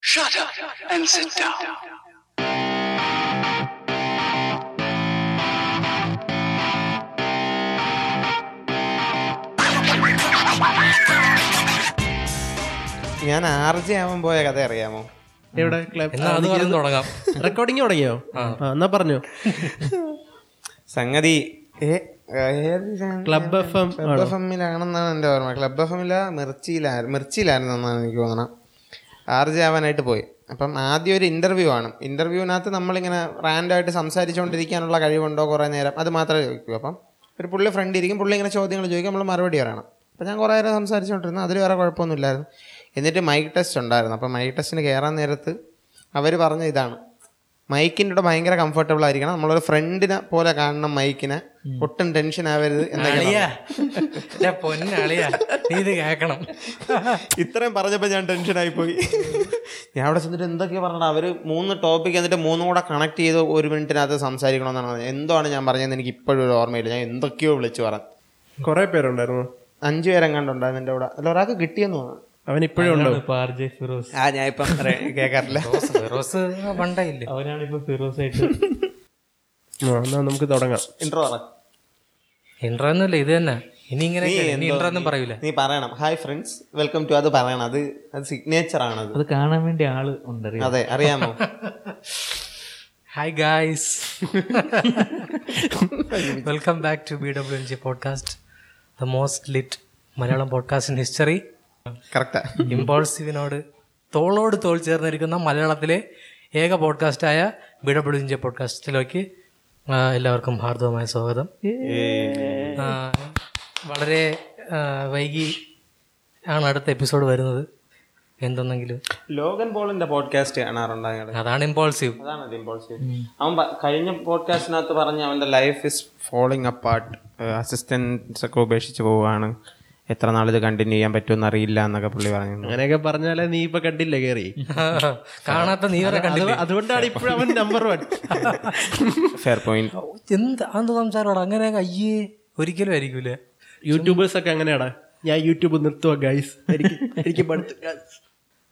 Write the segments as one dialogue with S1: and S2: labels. S1: Shut up and sit down.
S2: ഞാൻ R J ആവാൻ പോയ കഥ അറിയാമോ
S3: എവിടെ
S4: എന്നാ അത് പറഞ്ഞ് തുടങ്ങാം
S3: റെക്കോർഡിംഗ് തുടങ്ങിയോ ആ, എന്നാ പറഞ്ഞോ
S2: സംഗതി ഏ- ഏത് channel?
S3: Club F M
S2: club F എമ്മിലാണെന്നാണ് എൻ്റെ ഓർമ്മ ക്ലബ് എഫ് എമ്മില മിർച്ചിയിലായിരുന്നു മിർച്ചിയിലായിരുന്നു എന്നാണ് എനിക്ക് തോന്നണം ആർ ജെ ആവാനായിട്ട് പോയി അപ്പം ആദ്യം ഒരു ഇൻ്റർവ്യൂ ആണ് ഇൻ്റർവ്യൂവിനകത്ത് നമ്മളിങ്ങനെ റാൻഡായിട്ട് സംസാരിച്ചുകൊണ്ടിരിക്കാനുള്ള കഴിവുണ്ടോ കുറേ നേരം അത് മാത്രമേ ചോദിക്കൂ അപ്പം ഒരു പുള്ളി ഫ്രണ്ട് ഇരിക്കും പുള്ളി ഇങ്ങനെ ചോദ്യങ്ങൾ ചോദിക്കും നമ്മൾ മറുപടി പറയണം അപ്പം ഞാൻ കുറേ നേരം സംസാരിച്ചുകൊണ്ടിരുന്നു അതിൽ വേറെ കുഴപ്പമൊന്നുമില്ലായിരുന്നു എന്നിട്ട് മൈക്ക് ടെസ്റ്റ് ഉണ്ടായിരുന്നു അപ്പം മൈക്ക് ടെസ്റ്റിന് കയറാൻ നേരത്ത് അവർ പറഞ്ഞ ഇതാണ് മൈക്കിൻ്റെ കൂടെ ഭയങ്കര കംഫർട്ടബിൾ ആയിരിക്കണം നമ്മളൊരു ഫ്രണ്ടിനെ പോലെ കാണണം മൈക്കിനെ ഒട്ടും ടെൻഷൻ ആവരുത് എന്നൊക്കെ
S4: അളിയാ എന്റെ പൊന്നളിയാ നീ ഇത് കേക്കണം
S2: ഇത്രയും പറഞ്ഞപ്പോൾ ഞാൻ ടെൻഷനായി പോയി ഞാൻ അവിടെ ചെന്നിട്ട് എന്തൊക്കെയാ പറഞ്ഞത് അവർ മൂന്ന് ടോപ്പിക് എന്നിട്ട് മൂന്നും കൂടെ കണക്ട് ചെയ്ത് ഒരു മിനിറ്റിനകത്ത് സംസാരിക്കണമെന്നാണ് പറഞ്ഞത് എന്തോണ് ഞാൻ പറഞ്ഞതെന്ന് എനിക്ക് ഇപ്പോഴും ഒരു ഓർമ്മയില്ല ഞാൻ എന്തൊക്കെയോ വിളിച്ചു പറഞ്ഞു
S3: കൊറേ പേരുണ്ടായിരുന്നു
S2: അഞ്ചു പേരെ കണ്ടുണ്ടായിരുന്നു എൻ്റെ കൂടെ അല്ല ഒരാൾക്ക് കിട്ടിയെന്ന് തോന്നുന്നു
S3: അവൻ ഇപ്പോഴും ഉണ്ടോ
S5: ഇപ്പൊ ആർ ജെ ഫിറോസ്
S2: ആ ഞാൻ ഇപ്പം കേൾക്കാറില്ല
S4: ഫിറോസ് പണ്ടായില്ലേ
S5: അവനാണ് ഇപ്പൊ ഫിറോസ് ആയിട്ട്
S3: ആ, എന്നാ നമുക്ക് തുടങ്ങാം
S2: ഇൻട്രോ പറ
S4: ഇൻട്രോ ഒന്നുമില്ല ഇത് തന്നെ ഇനി ഇങ്ങനെ ഇൻട്രോ ഒന്നും പറയൂല
S2: നീ പറയണം ഹായ് ഫ്രണ്ട്സ് വെൽക്കം ടു അത് പറയണം അത് അത് സിഗ്നേച്ചർ ആണത്
S5: അത് കാണാൻ വേണ്ടി ആള് ഉണ്ടറിയാം
S2: അതെ അറിയാമോ
S4: hi guys welcome back to B W N G podcast the most lit Malayalam podcast in history
S2: കറക്റ്റാ
S4: ഇമ്പോൾസീവിനോട് തോളോട് തോൾ ചേർന്നിരിക്കുന്ന മലയാളത്തിലെ ഏക പോഡ്കാസ്റ്റായ ബി ഡബ്ല്യു എൻ ജി പോഡ്കാസ്റ്റിലേക്ക് ആ, എല്ലാവർക്കും ഹാർദവമായ സ്വാഗതം ആ, വളരെ ആ, വൈകി ആണ് അടുത്ത എപ്പിസോഡ് വരുന്നത് എന്തെന്നെങ്കിലും
S2: ലോഗൻ പോളിന്റെ പോഡ്കാസ്റ്റ് കാണാറുണ്ട് ഞങ്ങള്
S4: അതാണ് ഇമ്പോൾസീവ്
S2: അതാണ് ഇമ്പോൾസീവ് അവൻ പ- കഴിഞ്ഞ പോഡ്കാസ്റ്റിനകത്ത് പറഞ്ഞ അവന്റെ life is following apart assistance ഒക്കെ ഉപേക്ഷിച്ച് പോവുകയാണ് എത്ര നാൾ ഇത് കണ്ടിന്യൂ ചെയ്യാൻ പറ്റുമെന്ന് അറിയില്ല എന്നൊക്കെ പുള്ളി പറഞ്ഞു
S3: അങ്ങനെയൊക്കെ പറഞ്ഞാലേ നീ ഇപ്പൊ കണ്ടില്ല കേറി
S4: കാണാത്ത നീ വരെ കണ്ടില്ല
S3: അതുകൊണ്ടാണ് ഇപ്പോഴും അവൻ നമ്പർ വൺ
S2: ഫെയർ പോയിന്റ്
S4: എന്ത് അന്ന് സംസാരമാണ് അങ്ങനെ അയ്യേ ഒരിക്കലും ആയിരിക്കൂല
S3: യൂട്യൂബേഴ്സ് ഒക്കെ അങ്ങനെയാടാ ഞാൻ യൂട്യൂബ് നിർത്തുക ഗൈസ് എനിക്ക് എനിക്ക് പഠിത്തു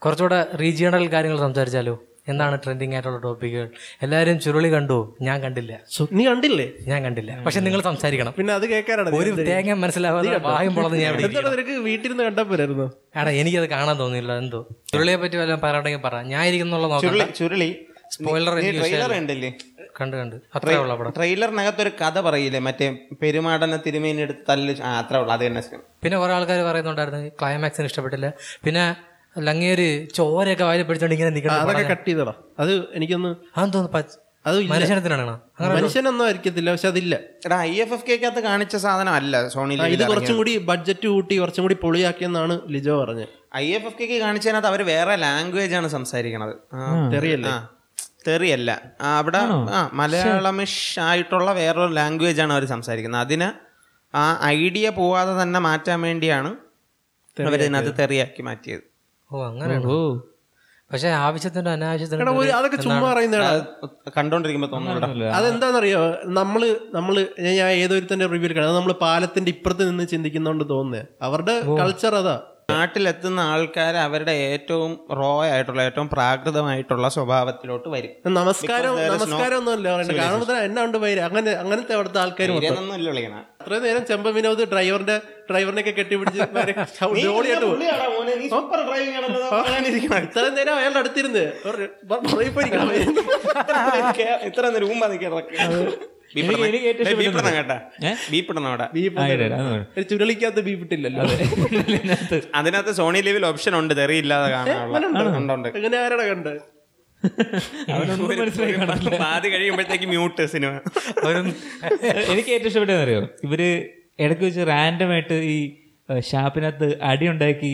S4: കുറച്ചുകൂടെ റീജിയണൽ കാര്യങ്ങൾ സംസാരിച്ചാലോ എന്താണ് ട്രെൻഡിങ് ആയിട്ടുള്ള ടോപ്പിക്കുകൾ എല്ലാവരും ചുരുളി കണ്ടു ഞാൻ കണ്ടില്ല
S3: നീ കണ്ടില്ലേ
S4: ഞാൻ കണ്ടില്ല പക്ഷെ നിങ്ങൾ സംസാരിക്കണം
S3: പിന്നെ അത് കേൾക്കാനാണ് നീ
S4: ഒരു
S3: എന്ത്?
S4: തേങ്ങ മനസ്സിലാവാതെ വായും പൊളന്ന് ഞാൻ ഇവിടെ
S3: എന്താണ് നിനക്ക് വീട്ടിലിരുന്ന് കണ്ടാ പോരായിരുന്നു
S4: എടാ എനിക്കത് കാണാൻ തോന്നിയില്ല എന്തോ ചുരുളിയെ പറ്റി വല്ല പറയണെങ്കിൽ പറ ഞാൻ ഇരിക്കുന്നുള്ള നോക്കണ്ട
S2: ചുരുളി
S4: സ്പോയിലർ
S2: ട്രെയിലർ ഉണ്ടല്ലേ
S4: കണ്ടു കണ്ടു അത്രേ ഉള്ള പടം
S2: ട്രെയിലറിനകത്ത് ഒരു കഥ പറയില്ലേ മറ്റേ പെരുമാടനെ തിരുമേനെടുത്ത് തല്ല് ആ അത്ര ഉള്ളു അത് തന്നെ
S4: പിന്നെ കുറെ ആൾക്കാർ പറയുന്നുണ്ടായിരുന്നു ക്ലൈമാക്സിന് ഇഷ്ടപ്പെട്ടില്ല പിന്നെ ലങ്ങേര് ചോരയൊക്കെ വായിൽ പിടിച്ചോണ്ട് ഇങ്ങനെ നിൽക്കണം
S3: അതൊക്കെ കട്ട് ചെയ്തടാ അത് എനിക്കൊന്ന്
S4: അതെന്ന് തോന്നുന്നു
S3: അത്
S4: മനുഷ്യനത്തിനാണ്
S3: മനുഷ്യനൊന്നും ആയിരിക്കത്തില്ല പക്ഷെ അതില്ല
S2: എടാ ഐ എഫ് എഫ് കെക്കകത്ത് കാണിച്ച സാധനം അല്ല
S3: ആ,
S2: സോണിയിൽ
S3: ഇത് കുറച്ചും കൂടി ബഡ്ജറ്റ് കൂട്ടി കുറച്ചും കൂടി പൊളിയാക്കിയെന്നാണ് ലിജോ പറഞ്ഞത്
S2: ഐ എഫ് എഫ് കെക്ക് കാണിച്ചതിനകത്ത് അവർ വേറെ ലാംഗ്വേജ് ആണ് സംസാരിക്കണത് ആ
S3: തെറിയല്ലേ
S2: ആ, തെറിയല്ല ആ, അവിടെ ആ മലയാളമിഷ് ആയിട്ടുള്ള വേറൊരു ലാംഗ്വേജ് ആണ് അവർ സംസാരിക്കുന്നത് അതിന് ആ ഐഡിയ പോവാതെ തന്നെ മാറ്റാൻ വേണ്ടിയാണ് അവരിതിനകത്ത് തെറിയാക്കി മാറ്റിയത്
S4: ഓ അങ്ങനെ പക്ഷെ ആവശ്യത്തിന്റെ അനാവശ്യത്തിന്
S3: എടാ, ഒരു- അതൊക്കെ ചുമ്മാ പറയുന്നതാണ്
S2: കണ്ടോണ്ടിരിക്കുമ്പോ തോന്നുന്നുണ്ടോ
S3: അതെന്താണെന്നറിയോ നമ്മള് നമ്മള് ഞാൻ- ഞാൻ ഏതൊരുത്തന്റെ റിവ്യൂവിൽ കാണാം നമ്മൾ പാലത്തിന്റെ ഇപ്പുറത്ത് നിന്ന് ചിന്തിക്കുന്നോണ്ട് തോന്നുന്നത് അവരുടെ കൾച്ചർ അതാ
S2: നാട്ടിലെത്തുന്ന ആൾക്കാർ അവരുടെ ഏറ്റവും റോ ആയിട്ടുള്ള ഏറ്റവും പ്രാകൃതമായിട്ടുള്ള സ്വഭാവത്തിലോട്ട് വരും
S3: നമസ്കാരം നമസ്കാരം ഒന്നും അല്ല പറയുന്നത് കാണുമ്പോൾ തന്നെ എന്നാ ഉണ്ട് പേര് അങ്ങനെ അങ്ങനത്തെ അവിടുത്തെ ആൾക്കാർ
S2: ഇവരെയൊന്നും ഇല്ല വിളിക്കണ
S3: അത്രയും നേരം ചെമ്പ വിനോദ് ഡ്രൈവറിന്റെ ഡ്രൈവറിനെ ഒക്കെ കെട്ടിപ്പിടിച്ച് നേരെ ജോളിയായിട്ട് പോയി ഇത്രയും നേരം അയാളുടെ അടുത്തിരുന്ന് ഒരു ബ- പുറകിൽ പോയി നിൽക്കണം.
S2: ഇത്ര രൂപ ബീപ്പിടണം കേട്ടാ ബീപ്പിടണം അവിടെ
S3: ഒരു ചുരുളിക്കകത്ത് ബീപ്പിട്ടില്ലല്ലോ
S2: അതിനകത്ത് സോണി ലീവിൽ ഓപ്ഷൻ ഉണ്ട് തെറിയില്ലാതെ കാണാനുള്ള
S3: അങ്ങനെ ആരാടാ കണ്ടത്
S2: പാതി കഴിയുമ്പോഴത്തേക്ക് മ്യൂട്ട് സിനിമ
S4: ഒരു
S5: എനിക്ക് ഏറ്റവും ഇഷ്ടപ്പെട്ടതെന്ന് അറിയോ ഇവര് ഇടയ്ക്ക് വെച്ച് റാൻഡം ആയിട്ട് ഈ ഏഹ്, ഷാപ്പിനകത്ത് അടി ഉണ്ടാക്കി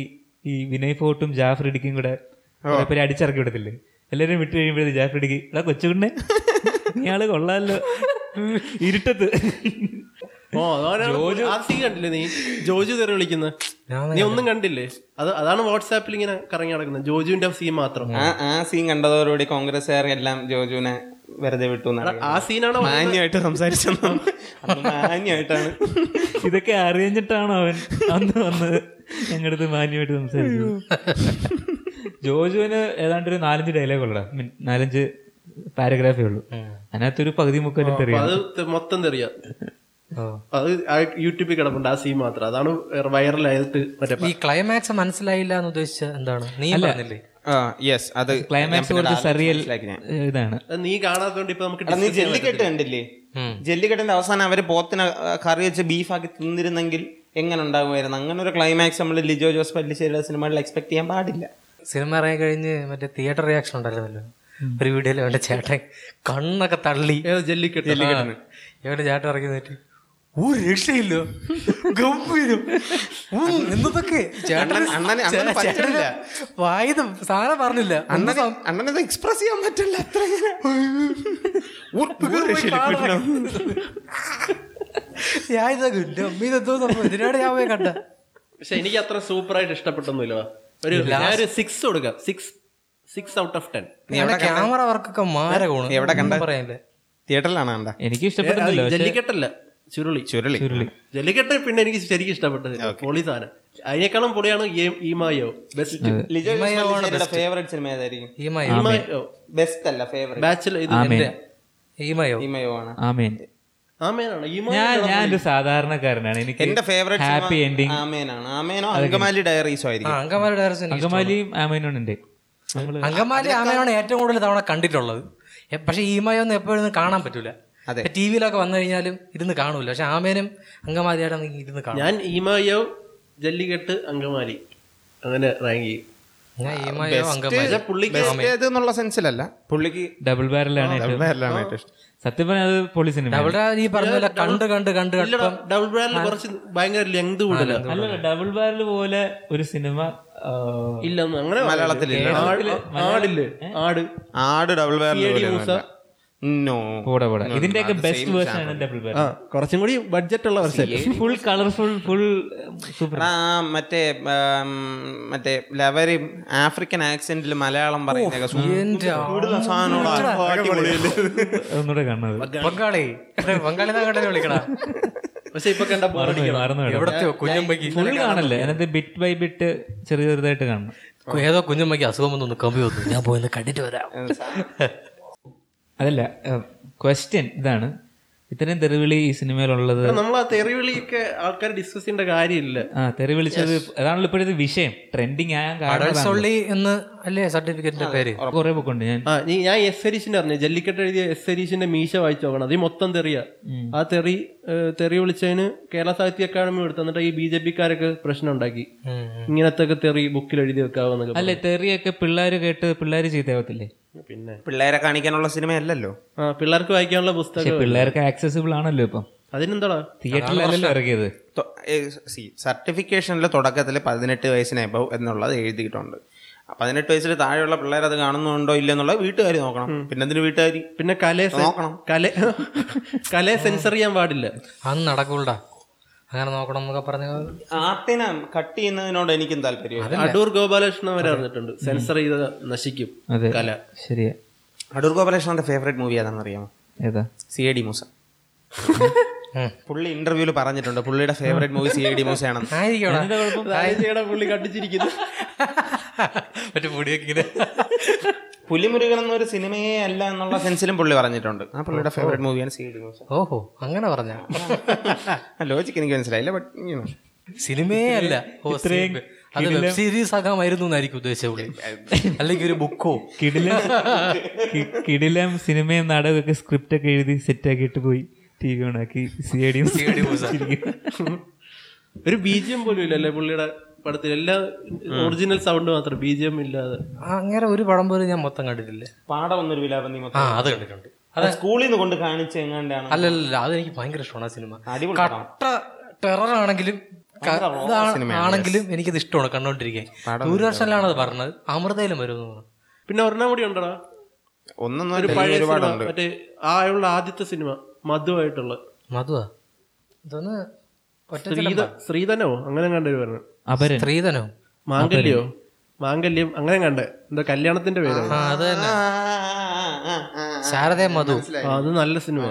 S5: ഈ വിനയ് ഫോർട്ടും ജാഫർ ഇടിക്കും കൂടെ കുറെ പേരെ അടിച്ചിറക്കി വിടത്തില്ലേ എല്ലാരും വിട്ട് കഴിയുമ്പോഴേ ജാഫർ ഇടിക്ക് എടാ കൊച്ചുകുണ്ണെ ഇയാള് കൊള്ളാമല്ലോ ഇരുട്ടത്ത്
S3: ഓ അതാണ് ആ സീൻ കണ്ടില്ലേ നീ ജോജു തെറി വിളിക്കുന്നത്
S4: ഞാൻ
S3: നീ ഒന്നും കണ്ടില്ലേ അത് അതാണ് വാട്സാപ്പിൽ ഇങ്ങനെ കറങ്ങി നടക്കുന്നത് ജോജുവിന്റെ സീൻ മാത്രം
S2: ആ ആ സീൻ കണ്ടതോടുകൂടി കോൺഗ്രസ്സുകാർ എല്ലാം ജോജുവിനെ വെറുതെ വിട്ടു എന്നറിയാം.
S3: ആ സീനാണ്
S2: മാന്യമായിട്ട് സംസാരിച്ചെന്നു മാന്യമായിട്ടാണ്
S5: ഇതൊക്കെ അറിഞ്ഞിട്ടാണോ അവൻ അന്ന് വന്ന് ഞങ്ങളുടെ അടുത്ത് മാന്യമായിട്ട് സംസാരിച്ചു ജോജുവിന് ഏതാണ്ട് ഒരു നാലഞ്ച് ഡയലോഗ് ഉള്ള നാലഞ്ച് പാരഗ്രാഫേ ഉള്ളൂ അതിനകത്തൊരു പകുതി മുക്കാലും
S3: അപ്പൊ
S5: തെറിയാം
S3: അത് ത- മൊത്തം തെറിയാ അത് ആ യൂട്യൂബിൽ കിടപ്പുണ്ട് ആ സീൻ മാത്രം അതാണ് വൈറലായിട്ട് മറ്റേ
S4: ഈ ക്ലൈമാക്സ് മനസ്സിലായില്ല എന്ന് ഉദ്ദേശിച്ച എന്താണ് നീ പറഞ്ഞില്ലേ
S2: യെസ് അത്
S5: ക്ലൈമാക്സ് കുറച്ച് സറിയൽ ഇതാണ്
S3: അത് നീ കാണാത്തോണ്ട് ഇപ്പൊ നമുക്ക്
S2: എടാ, നീ ജെല്ലിക്കെട്ട് കണ്ടില്ലേ
S4: ഉം.
S2: ജെല്ലിക്കെട്ടിന്റെ അവസാനം അവര് പോത്തിന് ആ, കറി വെച്ച് ബീഫാക്കി തിന്നിരുന്നെങ്കിൽ എങ്ങനെ ഉണ്ടാകുമായിരുന്നു അങ്ങനെ ഒരു ക്ലൈമാക്സ് നമ്മൾ ലിജോ ജോസ് പല്ലിശ്ശേരിയുടെ സിനിമകളിൽ എക്സ്പെക്ട് ചെയ്യാൻ പാടില്ല
S4: സിനിമ ഇറങ്ങി കഴിഞ്ഞ് മറ്റേ തിയേറ്റർ റിയാക്ഷൻ ഉണ്ടായിരുന്നല്ലോ ഒരു വീഡിയോയിൽ അവന്റെ ചേട്ടൻ കണ്ണൊക്കെ തള്ളി
S3: ജെല്ലിക്കെട്ട്
S4: ഇവന്റെ ചേട്ടൻ ഇറങ്ങി നിന്നിട്ട് ഒരു രക്ഷയില്ല ഗംഭീരം ഉം, എന്നതൊക്കെ ചേട്ടൻ
S2: അണ്ണൻ- അണ്ണന് അണ്ണന് പറ്റില്ല.
S4: വായത് സാധനം പറഞ്ഞില്ല ഒന്ന്
S2: അണ്ണന് അണ്ണനത് എക്സ്പ്രസ് ചെയ്യാൻ പറ്റില്ല അത്ര ഇങ്ങനെ.
S4: പോയി കാണണം. ഞാൻ ഇതാക്കും എന്റെ അമ്മ ഇതെന്തോ സംഭവം ഇതിനാണ് ഞാൻ പോയി കണ്ട
S3: പക്ഷെ എനിക്ക് അത്ര സൂപ്പർ ആയിട്ട് ഇഷ്ടപ്പെട്ടൊന്നുമില്ല ഒരു ഞാൻ ഒരു സിക്സ് കൊടുക്കാം six six out of ten
S4: camera വർക്കൊക്കെ മാര ഗുണം
S2: എവിടെ കണ്ട?
S4: പറയല്ലേ
S2: തിയേറ്ററിലാണ് കണ്ട
S5: എനിക്ക് ഇഷ്ടപ്പെടുന്നില്ല
S3: ജെല്ലിക്കെട്ടല്ല ചുരുളി
S2: ചുരുളി
S3: ജെല്ലിക്കെട്ട് പിന്നെ എനിക്ക് ശരിക്കും ഇഷ്ടപ്പെട്ടത് പൊളി സാധനം അതിനേക്കാളും പൊളിയാണ് ഈ- ഈമായോ ബെസ്റ്റ്
S2: ലിജോ ജോസ് പല്ലിശ്ശേരിയുടെ ഫേവറേറ്റ് സിനിമ ഏതായിരിക്കും
S4: ഈ മയോ
S3: ഈമായോ
S2: ബെസ്റ്റ് അല്ല ഫേവറേറ്റ്
S3: ബാച്ചിലർ ഇത്
S5: ആമേൻ
S4: ഈ മയോ
S2: ഇമയോ ആണ്
S5: ആമേൻ
S3: ആമേനാണ്
S5: ഞാൻ
S3: ഈമായോ
S5: ഞാൻ ഒരു സാധാരണക്കാരനാണ് എനിക്ക്
S2: എന്റെ ഫേവറേറ്റ്
S5: ഹാപ്പി എൻഡിങ്
S2: ആമേനാണ് ആമേനോ അങ്കമാലി ഡയറീസോ
S4: ആ
S2: ആയിരിക്കും
S4: അങ്കമാലി ഡയറക്ഷൻ എനിക്ക് ഇഷ്ടമാണ്.
S5: അങ്കമാലിയും ആമേനും ഉണ്ട് നമ്മള്
S4: അങ്കമാലി ആമയാണ് ഏറ്റവും കൂടുതൽ തവണ കണ്ടിട്ടുള്ളത് എ- പക്ഷേ ഈമയൊന്നും എപ്പോഴും കാണാൻ പറ്റൂല
S2: അതെ.
S4: ടി വിയിലൊക്കെ വന്നു കഴിഞ്ഞാലും ഇരുന്ന് കാണൂല പക്ഷെ ആമേനും അങ്കമാലിയായിട്ട് നമുക്ക് ഇരുന്ന് കാണും
S3: ഞാൻ ഈമായോ ജെല്ലിക്കെട്ട് അങ്കമാലി അങ്ങനെ റാങ്ക് ചെയ്യും
S4: ഞാൻ ഈമയോ അങ്കമാലി
S3: പുള്ളിക്ക്
S2: ബെസ്റ്റ് ഏത് എന്നുള്ള സെൻസിലല്ല പുള്ളിക്ക്
S5: ഡബിൾ ബാരലാണ് ഏറ്റവും-
S2: ഡബിളെല്ലാം ഏറ്റവും ഇഷ്ടം
S5: സത്യം പറഞ്ഞാൽ അത് പൊളി സിനിമ
S4: അവിടെ ഈ പറഞ്ഞ പോലെ കണ്ട് കണ്ട് കണ്ട്
S3: ഇല്ലടാ,
S4: കണ്ടപ്പം
S3: ഡബിൾ ബ്രാൻഡിൽ കുറച്ച് ഭയങ്കര ലെങ്ത് കൂടുതലാ
S5: അല്ല ഡബിൾ ബാരൽ പോലെ ഒരു സിനിമ ആ,
S3: ഇല്ലെന്ന് അങ്ങനെ
S2: മലയാളത്തിലില്ല.
S3: ആട്- ആടില്ലേ ആട്
S2: ആട് ഡബിൾ
S3: മൂസ.
S2: വേറെ നോ
S5: പോടെ പോടെ ഇതിന്റെയൊക്കെ ബെസ്റ്റ് വേർഷൻ ആണ് ഡബിൾ ബാരൽ
S3: ആ കുറച്ചും കൂടി ബഡ്ജറ്റ് ഉള്ള വർഷം
S5: ഫുൾ കളർഫുൾ ഫുൾ സൂപ്പർ
S2: ആ മറ്റേ ഉം, മറ്റേ ലവരും ആഫ്രിക്കൻ ആക്സെന്റിൽ മലയാളം പറയുന്നൊക്കെ സു-
S4: എന്റെ ആ-
S2: കൂടുതൽ സാധനങ്ങളാ. അടിപൊളിയല്ലേ?
S5: ഒന്നുകൂടെ കാണുന്നത്
S4: ബംഗാളി എടാ, ബംഗാളി താ കണ്ടല്ലേ വിളിക്കടാ
S3: പക്ഷെ ഇപ്പൊ കണ്ട ബോറടിക്കണം
S5: മറന്നു പോയി.
S4: എവിടത്തെയോ കുഞ്ഞമ്മയ്ക്ക്
S5: ഫുൾ കാണല്ലേ അതിനകത്ത് ബിറ്റ് ബൈ ബിറ്റ് ചെറിയ ചെറുതായിട്ട് കാണണം
S4: കു- ഏതോ കുഞ്ഞമ്മയ്ക്ക് അസുഖം വന്നൊന്ന് കമ്പി വന്നു ഞാൻ പോയി ഒന്ന് കണ്ടിട്ട് വരാം
S5: അതല്ല ക്വസ്റ്റ്യൻ ഇതാണ് ഇത്രയും തെറിവിളി ഈ സിനിമയിലുള്ളത്
S3: നമ്മൾ ആ തെറിവിളിയൊക്കെ ആൾക്കാർ ഡിസ്കസ് ചെയ്യേണ്ട കാര്യമില്ല
S5: ആ തെറി വിളിച്ചത് അതാണല്ലോ ഇപ്പോഴത്തെ വിഷയം ട്രെൻഡിങ് ആകാൻ കാരണം
S4: അടൽസൊള്ളി എന്ന് അല്ലേ സർട്ടിഫിക്കറ്റിന്റെ പേര്
S5: കുറെ പൊക്കുണ്ട് ഞാൻ
S3: ആ നീ ഞാൻ എസ് ഹരീഷിന്റെ അറിഞ്ഞു ജല്ലിക്കെട്ട് എഴുതിയ എസ് ഹരീഷിന്റെ മീശ വായിച്ചു നോക്കണം അത് ഈ മൊത്തം തെറിയാ ആ തെറി ഏ, തെറി വിളിച്ചതിന് കേരള സാഹിത്യ അക്കാദമി എടുത്തു എന്നിട്ട് ഈ ബി ജെ പിക്കാരൊക്കെ പ്രശ്നം ഉണ്ടാക്കി
S4: ഉം.
S3: ഇങ്ങനത്തെ ഒക്കെ തെറി ബുക്കിൽ എഴുതി വെക്കാവുന്നൊക്കെ
S5: അല്ല തെറിയൊക്കെ പിള്ളേര് കേട്ട് പിള്ളേര് ചീത്തയാവത്തില്ലേ
S3: പറഞ്ഞു. പിന്നെ
S2: പിള്ളേരെ കാണിക്കാനുള്ള സിനിമയല്ലല്ലോ
S3: ആ പിള്ളേർക്ക് വായിക്കാനുള്ള
S5: പക്ഷെ
S3: പുസ്തകം
S5: പിള്ളേർക്ക് ആക്സസിബിൾ ആണല്ലോ ഇപ്പം
S3: അതിനെന്താടാ
S5: തിയേറ്ററിലല്ലല്ലോ ഇറങ്ങിയത്
S2: തൊ- ഏ, സി സർട്ടിഫിക്കേഷനിൽ തുടക്കത്തിൽ പതിനെട്ട് വയസ്സിന് എബവ് എന്നുള്ളത് എഴുതിയിട്ടുണ്ട് ആ പതിനെട്ട് വയസ്സിൽ താഴെയുള്ള പിള്ളേർ അത് കാണുന്നുണ്ടോ ഇല്ല എന്നുള്ളത് വീട്ടുകാർ നോക്കണം പിന്നെ എന്തിന് വീട്ടുകാർ
S3: പിന്നെ കലയെ സെ-
S2: നോക്കണം.
S3: കല കലയെ സെൻസർ ചെയ്യാൻ പാടില്ല
S4: അന്ന് നടക്കൂടാ അങ്ങനെ നോക്കണം എന്നൊക്കെ പറഞ്ഞു
S2: ആർട്ടിനെ കട്ട് ചെയ്യുന്നതിനോട് എനിക്കും താല്പര്യം
S3: അടൂർ ഗോപാലകൃഷ്ണൻ വരെ അറിഞ്ഞിട്ടുണ്ട് സെൻസർ ചെയ്ത് നശിക്കും
S5: അതെ
S3: കല
S5: ശരിയാ
S2: അടൂർ ഗോപാലകൃഷ്ണന്റെ ഫേവറേറ്റ് മൂവി ഏതാണെന്ന് അറിയാമോ
S5: ഏതാ
S2: സി എ ഡി മൂസ പുള്ളി ഇന്റർവ്യൂല് പറഞ്ഞിട്ടുണ്ട് പുള്ളിയുടെ favourite movie C A D മൂസയാണെന്ന്
S4: ആയിരിക്കോടാ
S3: രാജയുടെ പുള്ളി കണ്ടിച്ചിരിക്കുന്നു
S4: മറ്റേ മുടിയൊക്കെ ഇങ്ങനെ
S2: പുലിമുരുകൻ എന്നൊരു സിനിമയെ അല്ല എന്നുള്ള സെൻസിലും പുള്ളി പറഞ്ഞിട്ടുണ്ട് ആ പുള്ളിയുടെ ഫേവറേറ്റ് മൂവിയാണ് സി എ ഡി മൂസ
S4: ഓഹോ അങ്ങനെ പറഞ്ഞ
S2: ലോജിക്ക് എനിക്ക് മനസ്സിലായില്ല ബട്ട്
S4: സിനിമയേ അല്ല ഓ, സിനിമ. അത് വെബ് സീരീസ് ആകാമായിരുന്നു എന്നായിരിക്കും ഉദ്ദേശിച്ച പുള്ളി അല്ലെങ്കിൽ ഒരു ബുക്കോ
S5: കിടിലം കി- കിടിലം സിനിമയും നാടകമൊക്കെ സ്ക്രിപ്റ്റ് ഒക്കെ എഴുതി സെറ്റ് ആക്കിയിട്ട് പോയി ടി വി ഓണാക്കി സി ഐ ഡി
S3: ഒരു ബീജിയം പോലും ഇല്ലല്ലേ പുള്ളിയുടെ പടത്തിൽ എല്ലാ ഒറിജിനൽ സൗണ്ട് മാത്രം ബീജിയം ഇല്ലാതെ
S4: അങ്ങനെ ഒരു പടം പോലും ഞാൻ മൊത്തം കണ്ടിട്ടില്ല
S2: പാടം ഒന്നൊരു വിലാപം നീ
S4: ആ
S2: മൊത്തം
S4: അത് കണ്ടിട്ടുണ്ട്
S2: അത് സ്കൂളിൽ നിന്ന് കൊണ്ട് കാണിച്ച എങ്ങാണ്ടാണ്
S4: അല്ലല്ല അതെനിക്ക് ഭയങ്കര ഇഷ്ടമാണ് ആ സിനിമ
S2: അടിപൊളി പടം.
S4: കട്ട ടെറർ ആണെങ്കിലും ക- ഇതാണ്- ആണെങ്കിലും എനിക്കത് ഇഷ്ടമാണ് കണ്ടോണ്ടിരിക്കാൻ ദൂരദർശനിലാണ് അത് പറഞ്ഞത് അമൃതയിലും വരുമെന്ന് പറഞ്ഞു
S3: പിന്നെ ഒരെണ്ണം കൂടി ഉണ്ടടാ
S2: ഒന്നും
S3: ഒരു പഴയ സിനിമ
S2: ഒരുപാടുണ്ട്
S3: മറ്റേ ആ ഉള്ള ആദ്യത്തെ സിനിമ മധുവായിട്ടുള്ള
S4: മധുവാ ഇതൊന്ന് ഒറ്റ
S3: ശ്രീധ ശ്രീധനോ അങ്ങനെ കണ്ടൊരു പറഞ്ഞു
S5: അപരൻ
S4: സ്ത്രീധനോ
S3: മാംഗല്യോ മാംഗല്യം അങ്ങനെ കണ്ടേ എന്താ കല്യാണത്തിന്റെ പേര്
S4: ആ അത് തന്നെ
S2: ആ, ആ, ആ, ആ, ആ.
S4: ശാരദേ മധു
S3: ആ, അത് നല്ല സിനിമ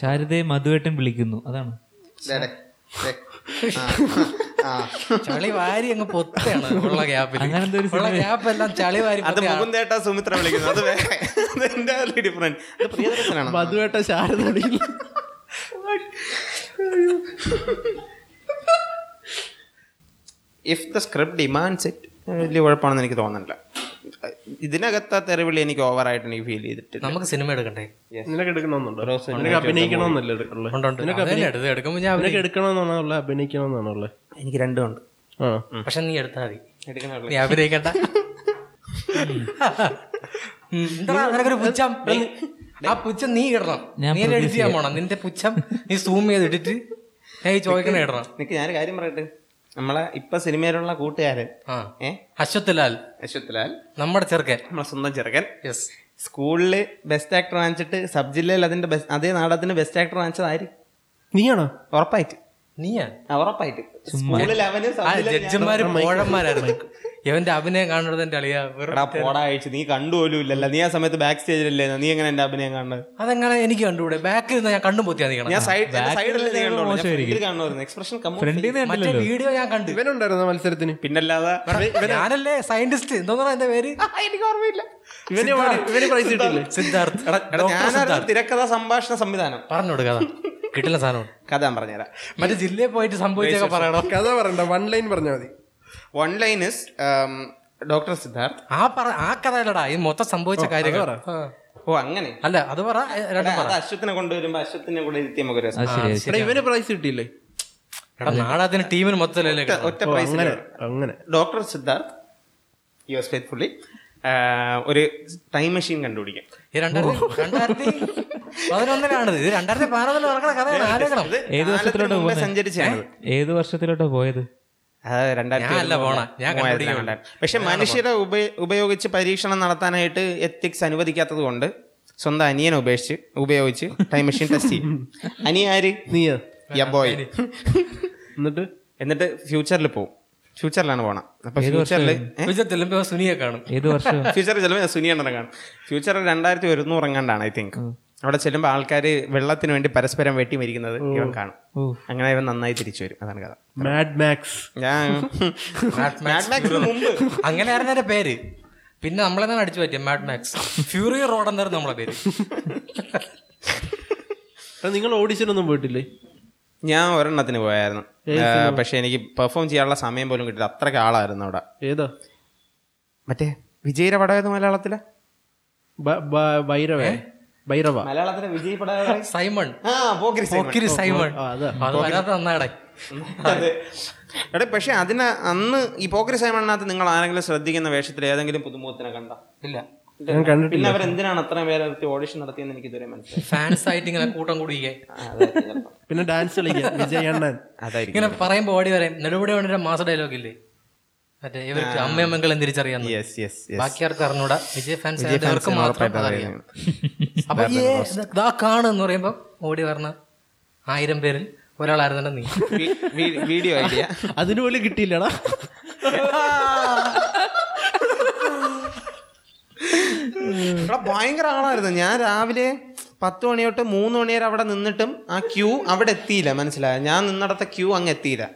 S5: ശാരദയെ മധുവേട്ടൻ വിളിക്കുന്നു അതാണ്
S2: ദേ, ദേ, ദേ. ആ,
S4: ചളി വാരി അങ്ങ് പൊത്താണ് ഉള്ള ഗ്യാപ്പിൽ ഉള്ള ഗ്യാപ്പ് എല്ലാം ചളി വാരി
S2: അത്
S4: പൊത്തി
S2: മുകുന്ദേട്ട സുമിത്ര വിളിക്കുന്നത് അത് വേറെ. അത് എന്റെ ഡിഫറെന്റ് അത് പ്രിയദർശനാണ്
S3: മധുവേട്ട ശാരദയിൽ
S2: if the script demands it വലിയ കുഴപ്പമാണെന്ന് എനിക്ക് തോന്നുന്നില്ല ഇതിനകത്ത് ആ തെറിവിളി എനിക്ക് ഓവറായിട്ട് ഫീൽ ചെയ്തിട്ടില്ല
S4: നമുക്ക് സിനിമ എടുക്കണ്ടേ
S3: നിനക്ക് എടുക്കണമെന്നുണ്ടോ നിനക്ക് അഭിനയിക്കണമെന്നല്ല എടുക്കുള്ളൂ
S4: ഉണ്ടോണ്ട് എടുത്ത് എടുക്കുമ്പോ ഞാൻ
S3: നിനക്ക് എടുക്കണമെന്നാണോ ഉള്ളത് അഭിനയിക്കണമെന്നാണോ ഉള്ളത്
S2: എനിക്ക് രണ്ടുമുണ്ട്
S3: ആ
S4: പക്ഷെ നീ എടുത്താ മതി നീ അഭിനയിക്കണ്ട ഉം. എന്താടാ നിനക്കൊരു പുച്ഛം ആ പുച്ഛം നീ ഇടണം നീ എന്നെ എഡിറ്റ് ചെയ്യാൻ പോണം നിന്റെ പുച്ഛം നീ സൂം ചെയ്ത് ഇട്ടിട്ട് ഞാൻ ഈ ചോദിക്കണ ഇടണം
S2: നിനക്ക് ഞാനൊരു കാര്യം പറയട്ടെ നമ്മളെ ഇപ്പൊ സിനിമയിലുള്ള കൂട്ടുകാരൻ
S4: ആ
S2: ഏ
S4: അശ്വത് ലാൽ
S2: അശ്വത് ലാൽ
S4: നമ്മുടെ ചെറുക്കൻ
S2: നമ്മളെ സ്വന്തം ചെറുക്കൻ
S4: യെസ്
S2: സ്കൂളിൽ ബെസ്റ്റ് ആക്ടർ വാങ്ങിച്ചിട്ട് സബ് ജില്ലയിൽ അതിന്റെ best- അതേ നാടകത്തിന് ബെസ്റ്റ് ആക്ടർ വാങ്ങിച്ചതായിരിക്കും
S3: നീയാണോ
S2: ഉറപ്പായിട്ട്
S4: നീയാ
S2: ആ, ഉറപ്പായിട്ട് സ്കൂളിൽ അവന്
S4: ആ
S2: sub ജില്ലയിൽ
S4: ജഡ്ജിമാര് പോഴന്മാരായിരുന്നു ഇവന്റെ അഭിനയം കാണുന്നത് എന്റെ അളിയാ വെറും
S2: എടാ, പോടാ അയച്ചു നീ കണ്ടുപോലും ഇല്ലല്ലോ നീ ആ സമയത്ത് ബാക്ക് സ്റ്റേജിലല്ലേ നീ എങ്ങനെ എന്റെ അഭിനയം കാണുന്നത്
S4: അതെങ്ങനെ എനിക്ക് കണ്ടുകൂടെ ബാക്കിൽ നിന്ന് ഞാൻ കണ്ടും പൊത്തിയാ
S2: ഞാൻ
S4: നിൽക്കണം
S2: സൈഡ് സൈഡിലല്ലേ കണ്ടോളൂ കാണുന്നത് എക്സ്പ്രഷൻ
S5: ഫ്രണ്ടിൽ നിന്ന്
S4: മറ്റേ
S5: കണ്ടില്ലല്ലോ
S4: വീഡിയോ ഞാൻ കണ്ടു
S3: ഇവനുണ്ടായിരുന്നു മത്സരത്തിന്
S2: പിന്നല്ലാതെ
S4: ഞാനല്ലേ സയന്റിസ്റ്റ് എന്തോന്നാ എന്റെ പേര്
S2: എനിക്ക് ഓർമ്മയില്ല
S3: ഇവന് വേണ്ടി- ഇവന് പ്രൈസ് കിട്ടില്ലേ
S4: സിദ്ധാർത്ഥ്
S2: ഞാൻ തിരക്കഥ സംഭാഷണ സംവിധാനം
S4: പറഞ്ഞു കൊടുക്ക കിട്ടില്ല സാധനം
S2: കഥ ഞാൻ പറഞ്ഞുതരാം
S4: മറ്റേ ജില്ലയിൽ പോയിട്ട് സംഭവിച്ചൊക്കെ പറയണോ
S3: കഥ പറയണ്ട വൺ ലൈൻ പറഞ്ഞാൽ മതി
S2: one line is doctor um, Siddharth
S4: ആ പറ ആ കഥയല്ലടാ ഈ മൊത്തം സംഭവിച്ച കാര്യങ്ങൾ ആ.
S2: ഓ അങ്ങനെ
S4: അല്ല അത് പറ ഏ,
S2: എടാ,
S4: രണ്ടും പറ
S2: അത് അശ്വത്തിനെ കൊണ്ടുവരുമ്പോ അശ്വത്തിനെ കൂടെ ഇരുത്തി നമുക്ക് ഒരു രസം.
S3: എടാ ഇവന് പ്രൈസ് കിട്ടിയില്ലേ
S4: എടാ നാടകത്തിന് ടീമിന് മൊത്തത്തിലല്ലേ കിട്ടുന്നത്?
S2: ഒറ്റ പ്രൈസ്
S3: അങ്ങനെ അങ്ങനെ
S2: doctor Siddharth U S faithfully ഒരു ടൈം മെഷീൻ കണ്ടുപിടിക്കാം
S4: ഈ രണ്ടായിരത്തി രണ്ടായിരത്തി പതിനൊന്നിലാണിത് ഇത് രണ്ടായിരത്തി പതിനൊന്നിൽ നടക്കണ കഥയാണ് ആലോചിക്കണം
S2: ഇത്
S5: ഏത് വർഷത്തിലോട്ടാ
S2: കാലത്തിന് മുമ്പേ
S5: പോകുന്നെ?
S2: സഞ്ചരിച്ചാണത്
S5: ഏത് വർഷത്തിലോട്ടാ പോയത്
S2: അതായത് രണ്ടായിരത്തി
S4: ഞാനല്ല
S2: ഇരുപത്
S4: പോണെ. ഞാൻ
S2: മൂവായിരത്തിലാണ്
S4: കണ്ടുപിടിക്കാൻ
S2: കണ്ടായത്. പക്ഷെ മനുഷ്യരെ ഉപ- ഉപയോഗിച്ച് പരീക്ഷണം നടത്താനായിട്ട് എത്തിക്സ് അനുവദിക്കാത്തത് കൊണ്ട് സ്വന്തം അനിയനെ ഉപേക്ഷിച്ച് ഉപയോഗിച്ച് ടൈം മെഷീൻ ടെസ്റ്റ് ചെയ്യും അനിയ ആര്
S3: നീയാ
S2: Yeah, boy.
S3: എന്നിട്ട്
S2: എന്നിട്ട് ഫ്യൂച്ചറിൽ പോവും ഫ്യൂച്ചറിലാണ് പോണം അപ്പൊ ഫ്യൂച്ചറിൽ
S4: വിജയത്തിലുമ്പോ സുനിയെ കാണും
S5: ഏത് വർഷം
S2: ഫ്യൂച്ചറിൽ ചിലപ്പോൾ ഞാൻ സുനിയാണ് കാണും ഫ്യൂച്ചറിൽ രണ്ടായിരത്തി ഒരുന്നൂറ് എങ്ങാണ്ടാണ് ഐ തിങ്ക് അവിടെ ചെല്ലുമ്പോൾ ആൾക്കാർ വെള്ളത്തിന് വേണ്ടി പരസ്പരം വെട്ടി മരിക്കുന്നത് ഇവൻ കാണും അങ്ങനെ ഇവൻ നന്നായി തിരിച്ചു വരും അതാണ് കഥ
S3: മാഡ് മാക്സ്
S2: ഞാൻ Mad Max ന് മുമ്പ്
S4: അങ്ങനെയായിരുന്നു എന്റെ പേര് പിന്നെ നമ്മളെ തന്നെ അടിച്ചു പറ്റിയ മാഡ് മാക്സ് ഫ്യൂറി റോഡ് എന്നായിരുന്നു നമ്മളെ പേര്
S3: എടാ നിങ്ങൾ ഓഡിഷനൊന്നും പോയിട്ടില്ലേ
S2: ഞാൻ ഒരെണ്ണത്തിന് പോയായിരുന്നു പക്ഷെ എനിക്ക് പെർഫോം ചെയ്യാനുള്ള സമയം പോലും കിട്ടില്ല അത്രയ്ക്ക് ആളായിരുന്നു അവിടെ
S3: ഏതാ
S2: മറ്റേ വിജയര പടമായത് മലയാളത്തിലെ
S3: ബ- ബ- ഭൈരവേ ഭൈരവ
S2: മലയാളത്തിലെ വിജയ്
S4: സൈമൺ
S2: പടം
S4: ഒക്കിരി സൈമൺ
S3: ആ, അതാ.
S4: അത് വരാത്ത നന്നായിടെ
S2: എടേ പക്ഷെ അതിന് അന്ന് ഈ പോക്കരി സൈമണിനകത്ത് നിങ്ങൾ ആരെങ്കിലും ശ്രദ്ധിക്കുന്ന വേഷത്തിൽ ഏതെങ്കിലും പുതുമുഖത്തിനെ കണ്ട
S4: ഇല്ല
S3: ഞാൻ കണ്ടിട്ടില്ല
S2: പിന്നെ അവരെന്തിനാണ് അത്രയും പേരെ ഓഡിഷൻ നടത്തിയെന്ന് എനിക്ക് ഇതുവരെ മനസ്സിലായി
S4: ഫാൻസ് ആയിട്ട് ഇങ്ങനെ കൂട്ടം കൂടിയേ
S2: ആ, അതായിരിക്കും ചിലപ്പം.
S3: പിന്നെ ഡാൻസ് കളിക്കാൻ വിജയണ്ണൻ
S2: അതായിരിക്കും
S4: ഇങ്ങനെ പറയുമ്പോ ഓടി വരെ നെടുപടി വേണ്ട മാസ ഡയലോഗ് ഇല്ലേ മറ്റേ ഇവർക്ക് അമ്മയമ്മകളും തിരിച്ചറിയാന്ന്
S2: യെസ് യെസ്
S4: ബാക്കി ആർക്ക് അറിഞ്ഞൂടാ വിജയ് ഫാൻസ്
S2: വിജയ്
S4: ആയവർക്ക്
S2: ഫാൻസിന്
S4: മാത്രം
S2: ഉറപ്പായിട്ടും
S4: അറിയാം
S2: അറിയാം.
S4: അപ്പൊ ഏ ഇതാ കാണുന്ന് പറയുമ്പോ ഓടി വരണ ആയിരം പേരിൽ ഒരാളായിരുന്നല്ലോ നീ
S2: വീഡിയോ ഐഡിയ
S3: അതിനു പോലും കിട്ടിയില്ലടാ
S2: ഭയങ്കര ആളായിരുന്നു ഞാൻ രാവിലെ പത്ത് മണി തൊട്ട് മൂന്ന് മണി വരെ അവിടെ നിന്നിട്ടും ആ ക്യൂ അവിടെ എത്തിയില്ല മനസ്സിലായോ ഞാൻ നിന്നിടത്തെ ക്യൂ അങ്ങ് എത്തിയില്ല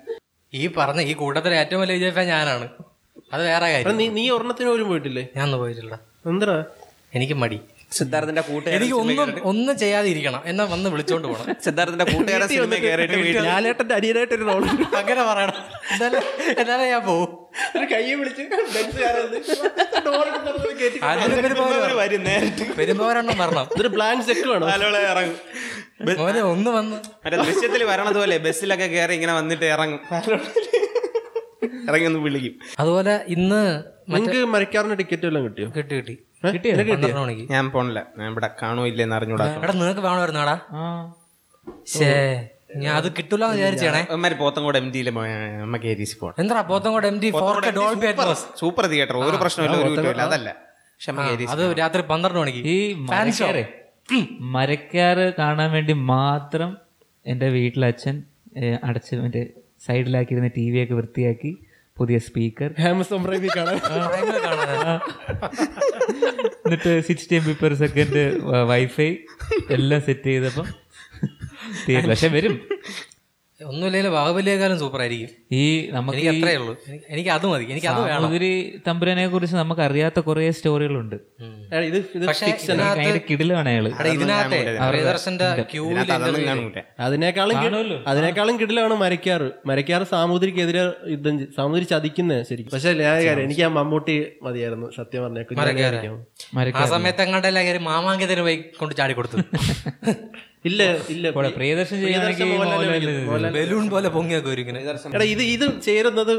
S4: ഈ പറഞ്ഞ ഈ കൂട്ടത്തിലെ ഏറ്റവും വലിയ വിജയ് ഫാൻ ഞാനാണ് അത് വേറെ
S3: എടാ,
S4: കാര്യം
S3: നീ നീ ഒരെണ്ണത്തിന് പോലും പോയിട്ടില്ലേ
S4: ഞാൻ ഒന്ന് പോയിട്ടില്ല
S3: എന്താ
S4: എനിക്ക് മടി
S2: സിദ്ധാർത്ഥന്റെ കൂട്ടുകാരൻ
S4: എനിക്ക് ഒന്നും ഒന്നും ചെയ്യാതെ ഇരിക്കണം എന്നെ വന്ന് വിളിച്ചോണ്ട് പോണം
S2: സിദ്ധാർത്ഥന്റെ കൂട്ടുകാരൻ സിനിമ കയറിയിട്ട് വീട്ടിൽ
S3: ലാലേട്ടന്റെ അനിയനായിട്ട് ഒരു റോൾ
S4: അങ്ങനെ പറയണം എന്നാലേ എന്നാലേ ഞാൻ പോവും
S3: കയ്യെ വിളിച്ച്
S4: അതിന് പെരുമ്പോര്
S2: വരും നേരിട്ട്
S4: പെരുമ്പോരെണ്ണം വരണം
S3: ഇതൊരു ബ്ലാങ്ക് ചെക്ക് വേണം
S2: ആലോളെ ഇറങ്ങും ബ-
S4: മോനെ ഒന്ന് വന്ന്
S2: മറ്റേ ദൃശ്യത്തിൽ വരണതുപോലെ ബസ്സിലൊക്കെ കയറി ഇങ്ങനെ വന്നിട്ട് ഇറങ്ങും പാലോളയില് ഇറങ്ങി ഒന്ന് വിളിക്കും
S4: അതുപോലെ ഇന്ന്
S3: നിങ്ങക്ക് മരക്കാറിന് ടിക്കറ്റ് എല്ലാം കിട്ടിയോ
S4: കിട്ടി കിട്ടി
S3: ഏ? നിനക്ക് കിട്ടിയോ?
S4: പന്ത്രണ്ട് മണിക്ക്
S2: ഞാൻ പോണില്ല ഞാൻ ഇവിടെ കാണുമോ ഇല്ലെന്ന് അറിഞ്ഞൂടാ
S4: എടാ നിനക്ക് വേണമായിരുന്നാടാ ശേ ഞാൻ അത് കിട്ടൂല വിചാരിച്ചേണേ
S2: അമ്മമാര് പോത്തങ്കോട് എം ഡിയിലെ അമ്മ കെ ഡി സി പോണം
S4: എന്താ Pothencode M D four K Dolby Atmos
S2: super theatre ഒരു പ്രശ്നമില്ല ഒരു കുറ്റമില്ല അതല്ല പക്ഷെ അമ്മ കെ ഡി സി
S4: അത് രാത്രി പന്ത്രണ്ട് മണിക്ക്
S5: ഈ
S4: Fan show.
S5: മരക്കാരെ മരക്കാറ് കാണാൻ വേണ്ടി മാത്രം എൻ്റെ വീട്ടിലച്ഛൻ ഏഹ്, അടച്ച് മറ്റേ സൈഡിലാക്കിയിരുന്ന ടി വി ഒക്കെ വൃത്തിയാക്കി പുതിയ സ്പീക്കർ
S3: ആമസോൺ പ്രൈമിൽ കാണാൻ
S4: ഭയങ്കര കാണാനാ.
S5: എന്നിട്ട് sixty M B per second wifi എല്ലാം സെറ്റ് ചെയ്തപ്പം തീരില്ല പക്ഷെ വരും
S4: ഒന്നുമില്ലെങ്കിൽ ബാഹുബലിയേക്കാളും സൂപ്പർ ആയിരിക്കും
S5: ഈ നമുക്ക്
S4: എനിക്ക് അത്രേ ഉള്ളൂ എനിക്ക് എനിക്ക് അത് മതി എനിക്ക് അത് വേണം
S5: മാധുരി തമ്പുരാനെ കുറിച്ച് നമുക്ക് അറിയാത്ത കുറെ സ്റ്റോറികളുണ്ട്
S3: ഏ, ഇത് ഇത് ഫിക്ഷൻ
S5: ഭയങ്കര കിടിലാണ് അയാള്
S4: അവിടെ ഇതിനകത്തെ പ്രിയദർശന്റെ ക്യൂവിൽ
S2: അതൊന്നും കാണൂല
S3: അതിനേക്കാളും കി- അതിനേക്കാളും കിടിലാണ് മരക്കാറ് മരക്കാറ് സാമൂതിരിക്കെതിരെ യുദ്ധം ചെയ്- സാമൂതിരി ചതിക്കുന്നത് ശരിക്കും പക്ഷെ ലേഖകർ എനിക്ക് ആ മമ്മൂട്ടി മതിയായിരുന്നു സത്യം പറഞ്ഞ
S4: ആ സമയത്ത് അങ്ങോട്ട് എല്ലാവരും മാമാങ്കത്തിന് പോയി കൊണ്ട് ചാടി കൊടുത്തു
S3: ഇല്ല ഇല്ല
S5: ഇവിടെ പ്രിയദർശൻ ചെയ്യുകയാണെങ്കിൽ
S3: പ്രിയദർശൻ മോഹൻലാലിനെ
S5: മോഹൻലാലിനെ
S3: വിളിക്കും.
S4: ബലൂൺ പോലെ പൊങ്ങിയൊക്കെ ഒരുങ്ങനെ
S3: എടാ ഇത് ഇത് ചേരുന്നത്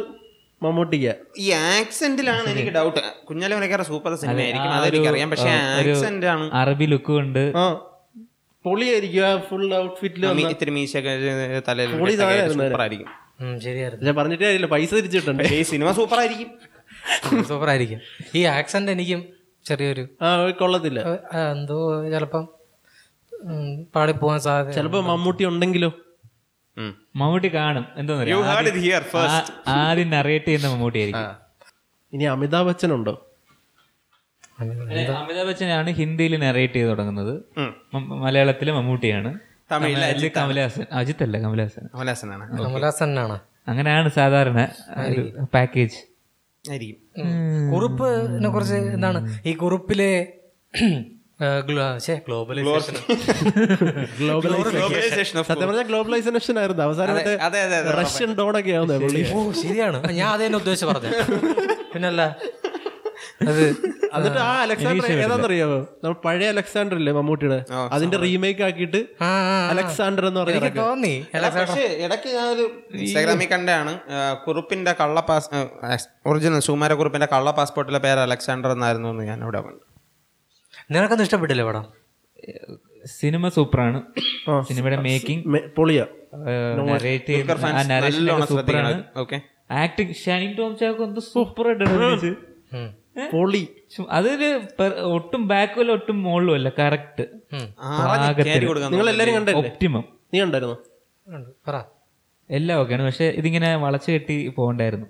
S3: മമ്മൂട്ടിക്ക
S2: ഈ ആക്സെന്റിലാണ് എനിക്ക് doubt Kunjali Marakkar super cinema ആയിരിക്കും അതെനിക്ക് അറിയാം പക്ഷെ ആക്സെന്റ് ആണ്
S5: അറബി ലുക്കും ഉണ്ട്
S3: ആ പൊളിയായിരിക്കും ആ ഫുൾ ഔട്ട്ഫിറ്റിൽ
S2: മീ- ഇത്തിരി മീശയൊക്കെ തലയിൽ സൂപ്പർ ആയിരിക്കും
S4: ശരിയായിരുന്നു
S3: പക്ഷെ പറഞ്ഞിട്ടേ കാര്യമില്ല പൈസ തിരിച്ചിട്ടുണ്ട്
S2: പക്ഷേ ഈ സിനിമ സൂപ്പർ ആയിരിക്കും
S4: സൂപ്പർ ആയിരിക്കും ഈ ആക്സന്റ് എനിക്കും ചെറിയൊരു
S3: ആ കൊള്ളത്തില്ല
S4: ഏ, ആ, എന്തോ ചിലപ്പം ഉം, പാടിപ്പോവാൻ സാധ്യത
S3: ചിലപ്പോ മമ്മൂട്ടി ഉണ്ടെങ്കിലോ
S2: ഉം.
S5: മമ്മൂട്ടി കാണും
S2: You
S5: എന്താ
S2: heard it here first.
S5: ആദ്യം നറേറ്റ് ചെയ്യുന്ന മമ്മൂട്ടി ആയിരിക്കും
S3: ഇനി അമിതാഭ് ബച്ചൻ ഉണ്ടോ
S5: അമിതാഭ് ബച്ചനാണ് ഹിന്ദിയിൽ നറേറ്റ് ചെയ്ത് തുടങ്ങുന്നത്
S2: ഉം.
S5: മ- മലയാളത്തിലെ മമ്മൂട്ടിയാണ്
S2: തമിഴിലെ
S5: തമിഴില് കമലഹാസൻ അജിത്ത് അല്ല കമലഹാസൻ
S2: കമലഹാസനാണ്
S4: കമലാസനാണ്
S5: അങ്ങനെയാണ് സാധാരണ ഒരു പാക്കേജ്
S2: ആയിരിക്കും
S4: കുറിപ്പിനെ കുറിച്ച് എന്താണ് ഈ കുറിപ്പിലെ ഗ്ലോബലൈസേഷൻ
S2: Globalization of
S3: സത്യം പറഞ്ഞാൽ ഗ്ലോബലൈസേഷൻ ആയിരുന്നു അവസാനത്തെ
S2: അതെ, അതെ, അതെ.
S3: റഷ്യൻ ഡോണൊക്കെ ആവുന്നത് പുള്ളി
S4: ഓ ശരിയാണ് ഞാൻ അത് തന്നെ ഉദ്ദേശിച്ച് പറഞ്ഞു പിന്നല്ല അത്
S3: എന്നിട്ട് ആ അലക്സാണ്ടർ ഏതാണെന്നറിയാമോ നമ്മൾ പഴയ അലക്സാണ്ടർ ഇല്ലേ മമ്മൂട്ടിയുടെ അതിന്റെ റീമേക്ക് ആക്കിയിട്ട്
S4: ആ, ആ, ആ.
S3: അലക്സാണ്ടർ എന്ന് പറയുന്ന
S4: എനിക്ക് തോന്നി
S2: പക്ഷേ ഇടയ്ക്ക് ഞാൻ ഒരു ഇൻസ്റ്റാഗ്രാമിൽ കണ്ടാണ് കുറുപ്പിന്റെ കള്ള പാസ് ഒറിജിനൽ സുമാര കുറുപ്പിന്റെ കള്ള പാസ്പോർട്ടിലെ പേര് അലക്സാണ്ടർ എന്നായിരുന്നു എന്ന് ഞാൻ അവിടെ കണ്ടു
S4: നിനക്കൊന്നും ഇഷ്ടപ്പെട്ടില്ലേ പടം
S5: സിനിമ സൂപ്പറാണ് സിനിമയുടെ മേക്കിംഗ്
S3: മെ- പൊളിയാ
S5: നറേറ്റ്
S2: നല്ലോണം
S5: സൂപ്പറാണ്
S2: ശ്രദ്ധിക്കണം ഓക്കെ
S5: ആക്ടിങ് ഷൈൻ ടോം ചാക്കോ എന്ത് സൂപ്പറായിട്ട്
S3: പൊളി
S5: അതൊരു per- ഒട്ടും ബാക്കും ഒട്ടും മോളിലും അല്ല കറക്റ്റ്
S2: കയറി കൊടുക്കാൻ
S3: നിങ്ങൾ എല്ലാരും കണ്ടല്ലേ
S5: ഒപ്റ്റിമം
S3: നീ ഉണ്ടായിരുന്നു
S4: ഉണ്ട്, പറ
S5: എല്ലാം ഓക്കെയാണ് പക്ഷെ ഇതിങ്ങനെ വളച്ചു കെട്ടി പോകണ്ടായിരുന്നു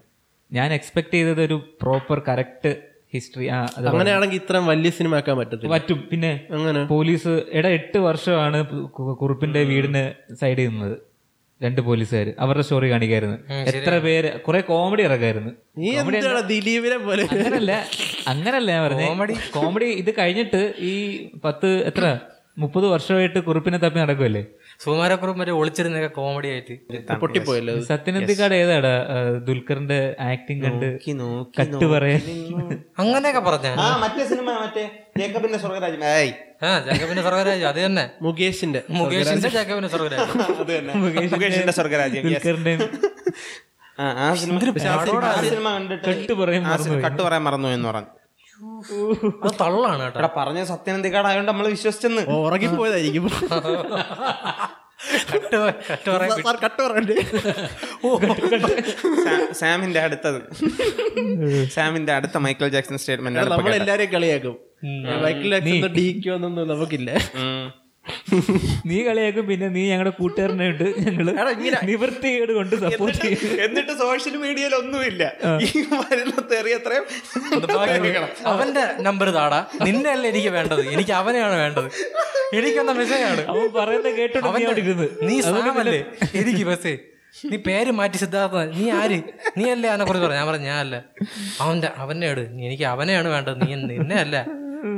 S5: ഞാൻ എക്സ്പെക്ട് ചെയ്തത് ഒരു പ്രോപ്പർ കറക്റ്റ് ഹിസ്റ്ററി ആ അത്
S3: അങ്ങനെയാണെങ്കിൽ ഇത്രയും വലിയ സിനിമ ആക്കാൻ പറ്റത്തില്ല
S5: പറ്റും പിന്നെ
S3: അങ്ങനെ
S5: പോലീസ് എടാ എട്ട് വർഷമാണ് കു- കുറുപ്പിന്റെ വീടിന് സൈഡ് നിന്നത് രണ്ട് പോലീസുകാർ അവരുടെ സ്റ്റോറി കാണിക്കായിരുന്നു എത്ര പേര് കുറെ കോമഡി ഇറക്കായിരുന്നു
S3: നീ എന്താണ് ദിലീപിനെ പോലെ
S5: അങ്ങനല്ല അങ്ങനല്ല ഞാൻ പറഞ്ഞത് കോമഡി കോമഡി ഇത് കഴിഞ്ഞിട്ട് ഈ പത്ത് എത്ര മുപ്പത് വർഷമായിട്ട് കുറുപ്പിനെ തപ്പി നടക്കുമല്ലേ
S4: സുമാരക്കുറുപ്പ് മറ്റേ ഒളിച്ചിരുന്നൊക്കെ കോമഡി ആയിട്ട്
S3: പൊട്ടിപ്പോയല്ലോ അത്.
S5: സത്യനന്ദിക്കാട് ഏതാടാ ആ, ദുൽഖറിന്റെ ആക്ടിങ് കണ്ട്
S2: നോക്കി നോക്കി
S5: കട്ട് പറയാൻ
S4: അങ്ങനെയൊക്കെ പറഞ്ഞ
S2: ആ മറ്റേ സിനിമ മറ്റേ ജേക്കബിന്റെ സ്വർഗരാജ് ഏയ്
S4: ആ ജാക്കബിന്റെ സർവരാജ് അത് തന്നെ
S3: മുകേഷിന്റെ
S4: മുകേഷിന്റെ ജാക്കബിന്റെ സർവരാജ്
S2: അത് തന്നെ മുകേഷിന്റെ സ്വർഗരാജ്യം yes.
S5: ദുൽഖറിന്റെയും
S2: ആ, ആ സിനിമ പക്ഷേ ആ സിനിമ- ആ സിനിമ കണ്ടിട്ട്
S5: കട്ട് പറയാൻ
S2: ആ സിനിമ കട്ട് പറയാൻ മറന്നു എന്ന് പറഞ്ഞു
S4: അത് തള്ളാണ് കേട്ടോ
S2: എടാ പറഞ്ഞ സത്യനന്ദിക്കാടായോണ്ട് നമ്മൾ വിശ്വസിച്ചെന്ന്
S3: ഓ, ഉറങ്ങിപ്പോയതായിരിക്കും
S4: കട്ട് പ- കട്ട് പറയാൻ
S3: സാർ കട്ട് പറയണ്ടേ
S2: സാ- സാമിന്റെ അടുത്തത് സാമിന്റെ അടുത്ത മൈക്കിൾ ജാക്സൺ സ്റ്റേറ്റ്മെന്റ്
S3: നമ്മൾ എല്ലാരെയും കളിയാക്കും മൈക്കിൾ ജാക്സൺ ഡീക്കൊന്നും നമുക്കില്ല
S5: നീ കളിയാക്കും പിന്നെ നീ ഞങ്ങളുടെ കൂട്ടുകാരനെ ഉണ്ട് ഞങ്ങള് നിവൃത്തികേട് കൊണ്ട് സപ്പോർട്ട് ചെയ്യും
S2: എന്നിട്ട് സോഷ്യൽ മീഡിയയിൽ ഒന്നുമില്ല ഈ വരുന്ന തെറിയത്രയും കേൾക്കണം.
S4: അവന്റെ നമ്പർ താടാ നിന്നെ അല്ല എനിക്ക് വേണ്ടത് എനിക്ക് അവനെയാണ് വേണ്ടത് എനിക്കെന്ന മെസ്സേജാണ്
S5: അവൻ പറയുന്നത് കേട്ടോണ്ട് നീ അവിടെ ഇരുന്ന്
S4: നീ സാമല്ലേ എനിക്ക് മെസ്സേ നീ പേര് മാറ്റി സിദ്ധാർത്ഥ നീ ആര് നീ അല്ലേ അവനെ കുറിച്ച് പറഞ്ഞു ഞാൻ പറഞ്ഞു ഞാൻ അല്ല അവന്റെ അവനെ ഇട് എനിക്ക് അവനെയാണ് വേണ്ടത് നീ നിന്നെ അല്ല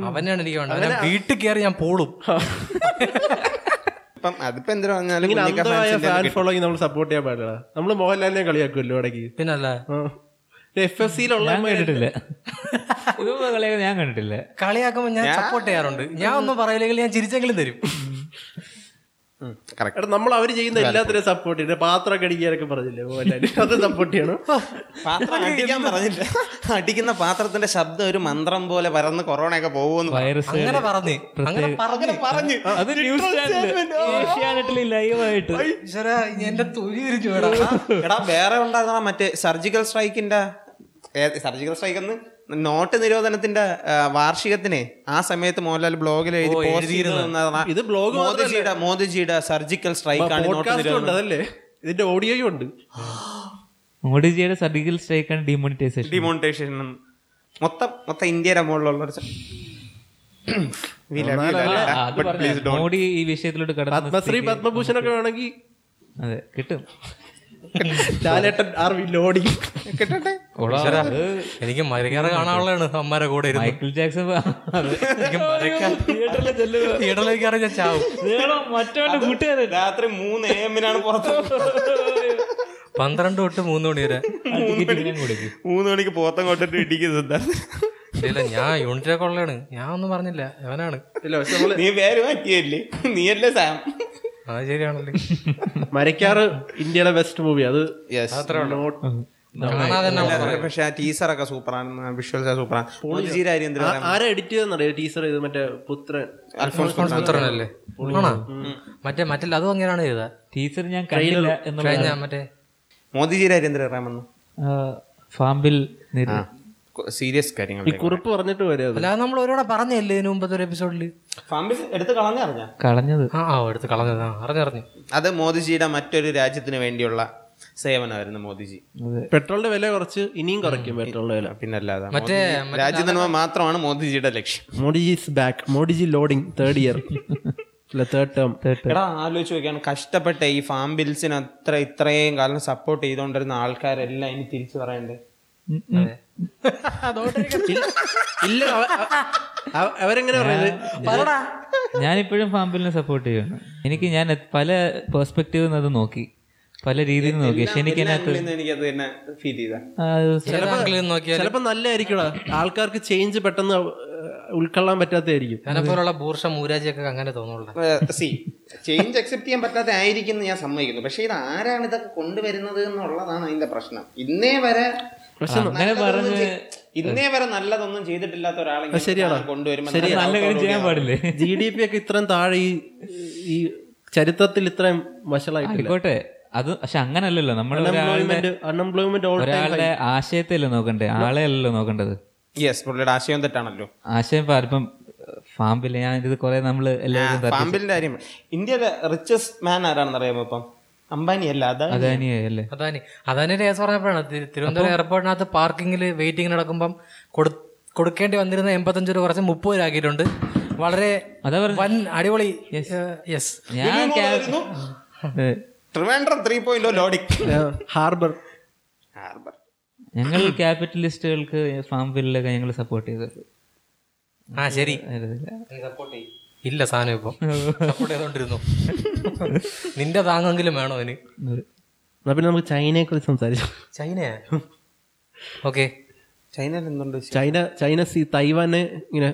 S4: അവനെയാണ് എനിക്ക് വേണ്ടത് ഞാൻ വീട്ടിൽ കയറി ഞാൻ പോളും
S2: ഇപ്പം അതിപ്പോ എന്തിനാ പറഞ്ഞാലും
S3: ഇങ്ങനെ
S2: കുഞ്ഞിക്ക fans
S3: അന്ധമായ
S2: ന്റെ
S3: ഫാൻ ഫോളോയിങ് നമ്മൾ സപ്പോർട്ട് ചെയ്യാൻ പാടില്ല നമ്മൾ മോഹൻലാലിനെ കളിയാക്കുമല്ലോ ഇടയ്ക്ക്
S4: പിന്നല്ല
S3: എഫ് എഫ് സിയിലുള്ള
S5: ഞാൻ കണ്ടിട്ടില്ല ഇത് കളിയാക്കാൻ ഞാൻ കണ്ടിട്ടില്ല
S4: കളിയാക്കുമ്പോ ഞാൻ സപ്പോർട്ട് ചെയ്യാറുണ്ട് ഞാൻ ഒന്നും പറയില്ലെങ്കിൽ ഞാൻ ചിരിച്ചെങ്കിലും തരും
S2: ഉം, correct.
S3: എടാ നമ്മൾ അവര് ചെയ്യുന്ന എല്ലാത്തിനും സപ്പോർട്ട് ചെയ്യണം പാത്രം കടിക്കാനൊക്കെ പറഞ്ഞില്ലേ മോഹൻലാൽ അത് സപ്പോർട്ട് ചെയ്യണം
S2: പാത്രം അടിക്കാൻ പറഞ്ഞില്ല അടിക്കുന്ന പാത്രത്തിന്റെ ശബ്ദം ഒരു മന്ത്രം പോലെ പരന്ന് കൊറോണയൊക്കെ പോകുമെന്ന്
S5: വൈറസ്
S4: അങ്ങനെ പറഞ്ഞ് അങ്ങനെ പറഞ്ഞു
S2: പറഞ്ഞു
S5: അത് ന്യൂസ് ഏഷ്യാനെറ്റിൽ ലൈവായിട്ട്
S4: ഈശ്വരാ, ഇനി എന്റെ തൊലി തിരിച്ചു വേടാ
S2: എടാ വേറെ ഉണ്ടായിരുന്ന മറ്റേ സർജിക്കൽ സ്ട്രൈക്കിന്റെ സർജിക്കൽ സ്ട്രൈക്ക് എന്ന് നോട്ട് നിരോധനത്തിന്റെ ആ, വാർഷികത്തിനെ ആ സമയത്ത് മോഹൻലാൽ ബ്ലോഗിൽ എഴുതി പോസ്റ്റ് ചെയ്തതെന്നാണ്
S3: ഇത് ബ്ലോഗ്
S2: മോദിജിയുടെ മോദിജിയുടെ സർജിക്കൽ സ്ട്രൈക്കാണ് നോട്ട്
S3: പോഡ്കാസ്റ്റ് ഉണ്ട്
S2: നിരോധനം
S3: അതല്ലേ ഇതിന്റെ ഓഡിയോയും ഉണ്ട്
S5: മോഡിജിയുടെ സർജിക്കൽ സ്ട്രൈക്ക് ആണ് ഡിമോണിറ്റൈസേഷൻ
S2: ഡിമോണിറ്റേഷൻ മൊത്തം മൊത്തം ഇന്ത്യയുടെ മുകളിലുള്ള ഒരു സ- We love you, Lala. But please don't.
S5: Modi ഈ വിഷയത്തിലോട്ട് കടന്നു
S3: പത്മശ്രീ പത്മഭൂഷൺ ഒക്കെ വേണമെങ്കിൽ
S5: അതെ കിട്ടും
S3: ലാലേട്ടൻ ആർ വി ലോഡിങ്
S2: കിട്ടട്ടെ
S5: ഓളാ, അത്
S4: എനിക്ക് മരക്കാറ് കാണാനുള്ളതാണ് അമ്മമാരെ കൂടെ ഇരുന്ന്
S5: മൈക്കിൾ ജാക്സൺ അത്
S4: എനിക്ക് മരക്കാർ തിയേറ്ററിലേക്ക് ഇറങ്ങി ഞാൻ ചാവും
S5: മറ്റവന്റെ കൂട്ടുകാരൻ
S2: രാത്രി മൂന്ന് എമ്മിനാണ് പുറത്ത്
S4: പന്ത്രണ്ട് തൊട്ട് മൂന്ന് മണി വരെ
S5: ആ ticket ഇങ്ങനെ കൊടുക്ക്.
S2: മൂന്ന് മണിക്ക് പോത്തം കൊണ്ടിട്ട് ഇടിക്കുന്നത്
S4: ഇല്ല ഞാൻ യൂണിറ്റിലൊക്കെ ഉള്ളതാണ് ഞാൻ ഒന്നും പറഞ്ഞില്ല അവനാണ്
S3: ഇല്ല പക്ഷെ നമ്മള്
S2: നീ പേര് മാറ്റിയല്ലേ നീയല്ലേ സാം
S4: അത് ശരിയാണല്ലോ
S3: മരക്കാറ് ഇന്ത്യയുടെ ബെസ്റ്റ് മൂവി അത് Not-
S4: കാണാതെ തന്നെ അവൻ പറയും.
S2: പക്ഷെ ആ ടീസറൊക്കെ സൂപ്പറാണ് വിഷ്വൽസ് സൂപ്പറാണ് മോദിജി രാജേന്ദ്ര
S3: ആ- ആരാ എഡിറ്റ് ചെയ്തെന്നറിയോ ടീച്ചർ ഇത് മറ്റേ പുത്രൻ
S2: അൽഫോൺസ്
S4: അൽഫോൺസ് പുത്രനല്ലേ ആണോ മറ്റേ മറ്റേ അതും അങ്ങനെയാണ് ചെയ്തത്
S5: ടീച്ചർ ഞാൻ കണ്ടില്ല എന്നുള്ള
S4: കഴിഞ്ഞ മറ്റേ
S2: മോദിജി രാജേന്ദ്ര റാമെന്ന്
S5: ഫാമ്പിൽ
S2: സീരിയസ് കാര്യങ്ങൾ
S3: കുറിപ്പ് പറഞ്ഞിട്ട് പോരെ അത്
S4: അല്ല അത് നമ്മൾ ഒരുപാട് പറഞ്ഞല്ലേ ഇതിനു മുമ്പത്തെ ഒരു എപ്പിസോഡിൽ
S2: എടുത്ത് കളഞ്ഞറിഞ്ഞ
S5: കളഞ്ഞത്
S4: ആ ആ എടുത്ത് കളഞ്ഞത് ആ അറിഞ്ഞറിഞ്ഞു
S2: അത് മോദിജിയുടെ മറ്റൊരു രാജ്യത്തിന് വേണ്ടിയുള്ള സേവനമായിരുന്നു മോദിജി
S3: പെട്രോളിന്റെ വില കുറച്ച് ഇനിയും കുറയ്ക്കും പെട്രോളിന്റെ വില
S2: പിന്നല്ലാതെ മോദിജി- രാജ്യനന്മ മാത്രമാണ് മോദിജിയുടെ ലക്ഷ്യം
S3: Modiji is back Modiji loading third year അല്ല തേർഡ് ടേം
S2: എടാ ആലോചിച്ച് നോക്കിയാണ് കഷ്ടപ്പെട്ട ഈ ഫാം ബിൽസിന് അത്ര ഇത്രയും കാലം സപ്പോർട്ട് ചെയ്തുകൊണ്ടിരുന്ന ആൾക്കാരെല്ലാം ഇനി തിരിച്ചു പറയണ്ടേ
S3: ഇല്ല അവ- അ- അവ- അവരെങ്ങനെ പറയുന്നത്
S5: ഞാനിപ്പോഴും ഫാമ്പിലിനെ സപ്പോർട്ട് ചെയ്യുന്നു എനിക്ക് ഞാൻ എ- പല പെർസ്പെക്റ്റീവിൽ നിന്ന് അത് നോക്കി പല രീതിയിൽ നിന്ന് നോക്കി പക്ഷെ എനിക്ക് അതിനകത്ത്
S2: എന്ന് എനിക്കത് തന്നെ ഫീൽ ചെയ്ത
S5: ആ ഒരു
S4: നോക്കിയാൽ
S3: ചിലപ്പോ നല്ലതായിരിക്കടാ ആൾക്കാർക്ക് ചേഞ്ച് പെട്ടെന്ന് ഏഹ്, ഉൾക്കൊള്ളാൻ പറ്റാത്തതായിരിക്കും
S4: ഞാനെപ്പോലുള്ള ബൂർഷ മൂരാജിയൊക്കെ അങ്ങനെ തോന്നുള്ളൂ
S2: സി ചേഞ്ച് അക്സെപ്റ്റ് ചെയ്യാൻ പറ്റാത്ത ആയിരിക്കും എന്ന് ഞാൻ സമ്മതിക്കുന്നു പക്ഷെ ഇത് ആരാണ് ഇതൊക്കെ കൊണ്ടുവരുന്നത് എന്നുള്ളതാണ് അതിന്റെ പ്രശ്നം ഇന്നേ വരെ
S5: അങ്ങനെ
S2: നല്ലതൊന്നും ചെയ്- ഇന്നേ വരെ നല്ലതൊന്നും ചെയ്തിട്ടില്ലാത്ത ഒരാളെ ഇങ്ങനെ സാധനം കൊണ്ടുവരുമ്പോൾ നല്ല
S5: നല്ല കാര്യം ചെയ്യാൻ പാടില്ലേ
S3: ജി ഡി പി ഒക്കെ ഇത്രയും താഴെ ഈ ഈ ചരിത്രത്തിൽ ഇത്രയും വഷളായിട്ടില്ല
S5: ആയിക്കോട്ടെ അത് പക്ഷെ അങ്ങനല്ലല്ലോ നമ്മൾ ഒരാളുടെ
S3: അൺഎംപ്ലോയ്മെന്റ് അൺഎംപ്ലോയ്മെന്റ് ഓൾ
S5: ഒരാളുടെ ആശയത്തെ അല്ലേ നോക്കണ്ടേ ആളെ അല്ലല്ലോ നോക്കേണ്ടത്
S2: യെസ് പുള്ളിയുടെ ആശയം തെറ്റാണല്ലോ
S5: ആശയം പാ- ഇപ്പം ഫാമ്പിൽ ഞാൻ ഇത് കുറെ നമ്മൾ എല്ലാവരും തർക്കി-
S2: പാമ്പിലിന്റെ കാര്യം ഇന്ത്യയിലെ റിച്ചസ്റ്റ് മാൻ ആരാണെന്ന് അറിയാമോ ഇപ്പം അംബാനി അല്ല അതാ
S5: അദാനിയെ അല്ലേ
S4: അതാണ് അതാണ് കേസ് പറഞ്ഞപ്പോഴാണ് തിരു- തിരുവനന്തപുരം എയർപോർട്ടിനകത്ത് പാർക്കിങ്ങിൽ വെയിറ്റിംഗ് നടക്കുമ്പം കൊടു- കൊടുക്കേണ്ടി വന്നിരുന്ന എൺപത്തഞ്ച് രൂപ കുറച്ച് മുപ്പത് രൂപയാക്കിയിട്ടുണ്ട് വളരെ
S5: അതാ
S4: വൻ അടിപൊളി യെസ്
S5: ഞാൻ ക്യാ- ഏ,
S2: ട്രിവാൻഡ്രം ത്രീ പോയിന്റ് oh ലോഡിക്
S3: ഹാർബർ
S2: ഹാർബർ
S5: ഞങ്ങൾ ക്യാപിറ്റലിസ്റ്റുകൾക്ക് ഫാം ബില്ലിലൊക്കെ ഞങ്ങൾ സപ്പോർട്ട് ചെയ്തത്
S4: ആ ശരി ഇല്ല സാധനം ഇപ്പൊ സപ്പോർട്ട് ചെയ്തോണ്ടിരുന്നു നിന്റെ താങ്ങെങ്കിലും വേണോ അവന്
S3: എന്നാ പിന്നെ നമുക്ക് ചൈനയെ കുറിച്ച് സംസാരിച്ചു
S4: ചൈനയാ ഓക്കെ
S2: ചൈനയിൽ എന്തുണ്ട്
S3: ചൈന ചൈന സി തൈവാനെ ഇങ്ങനെ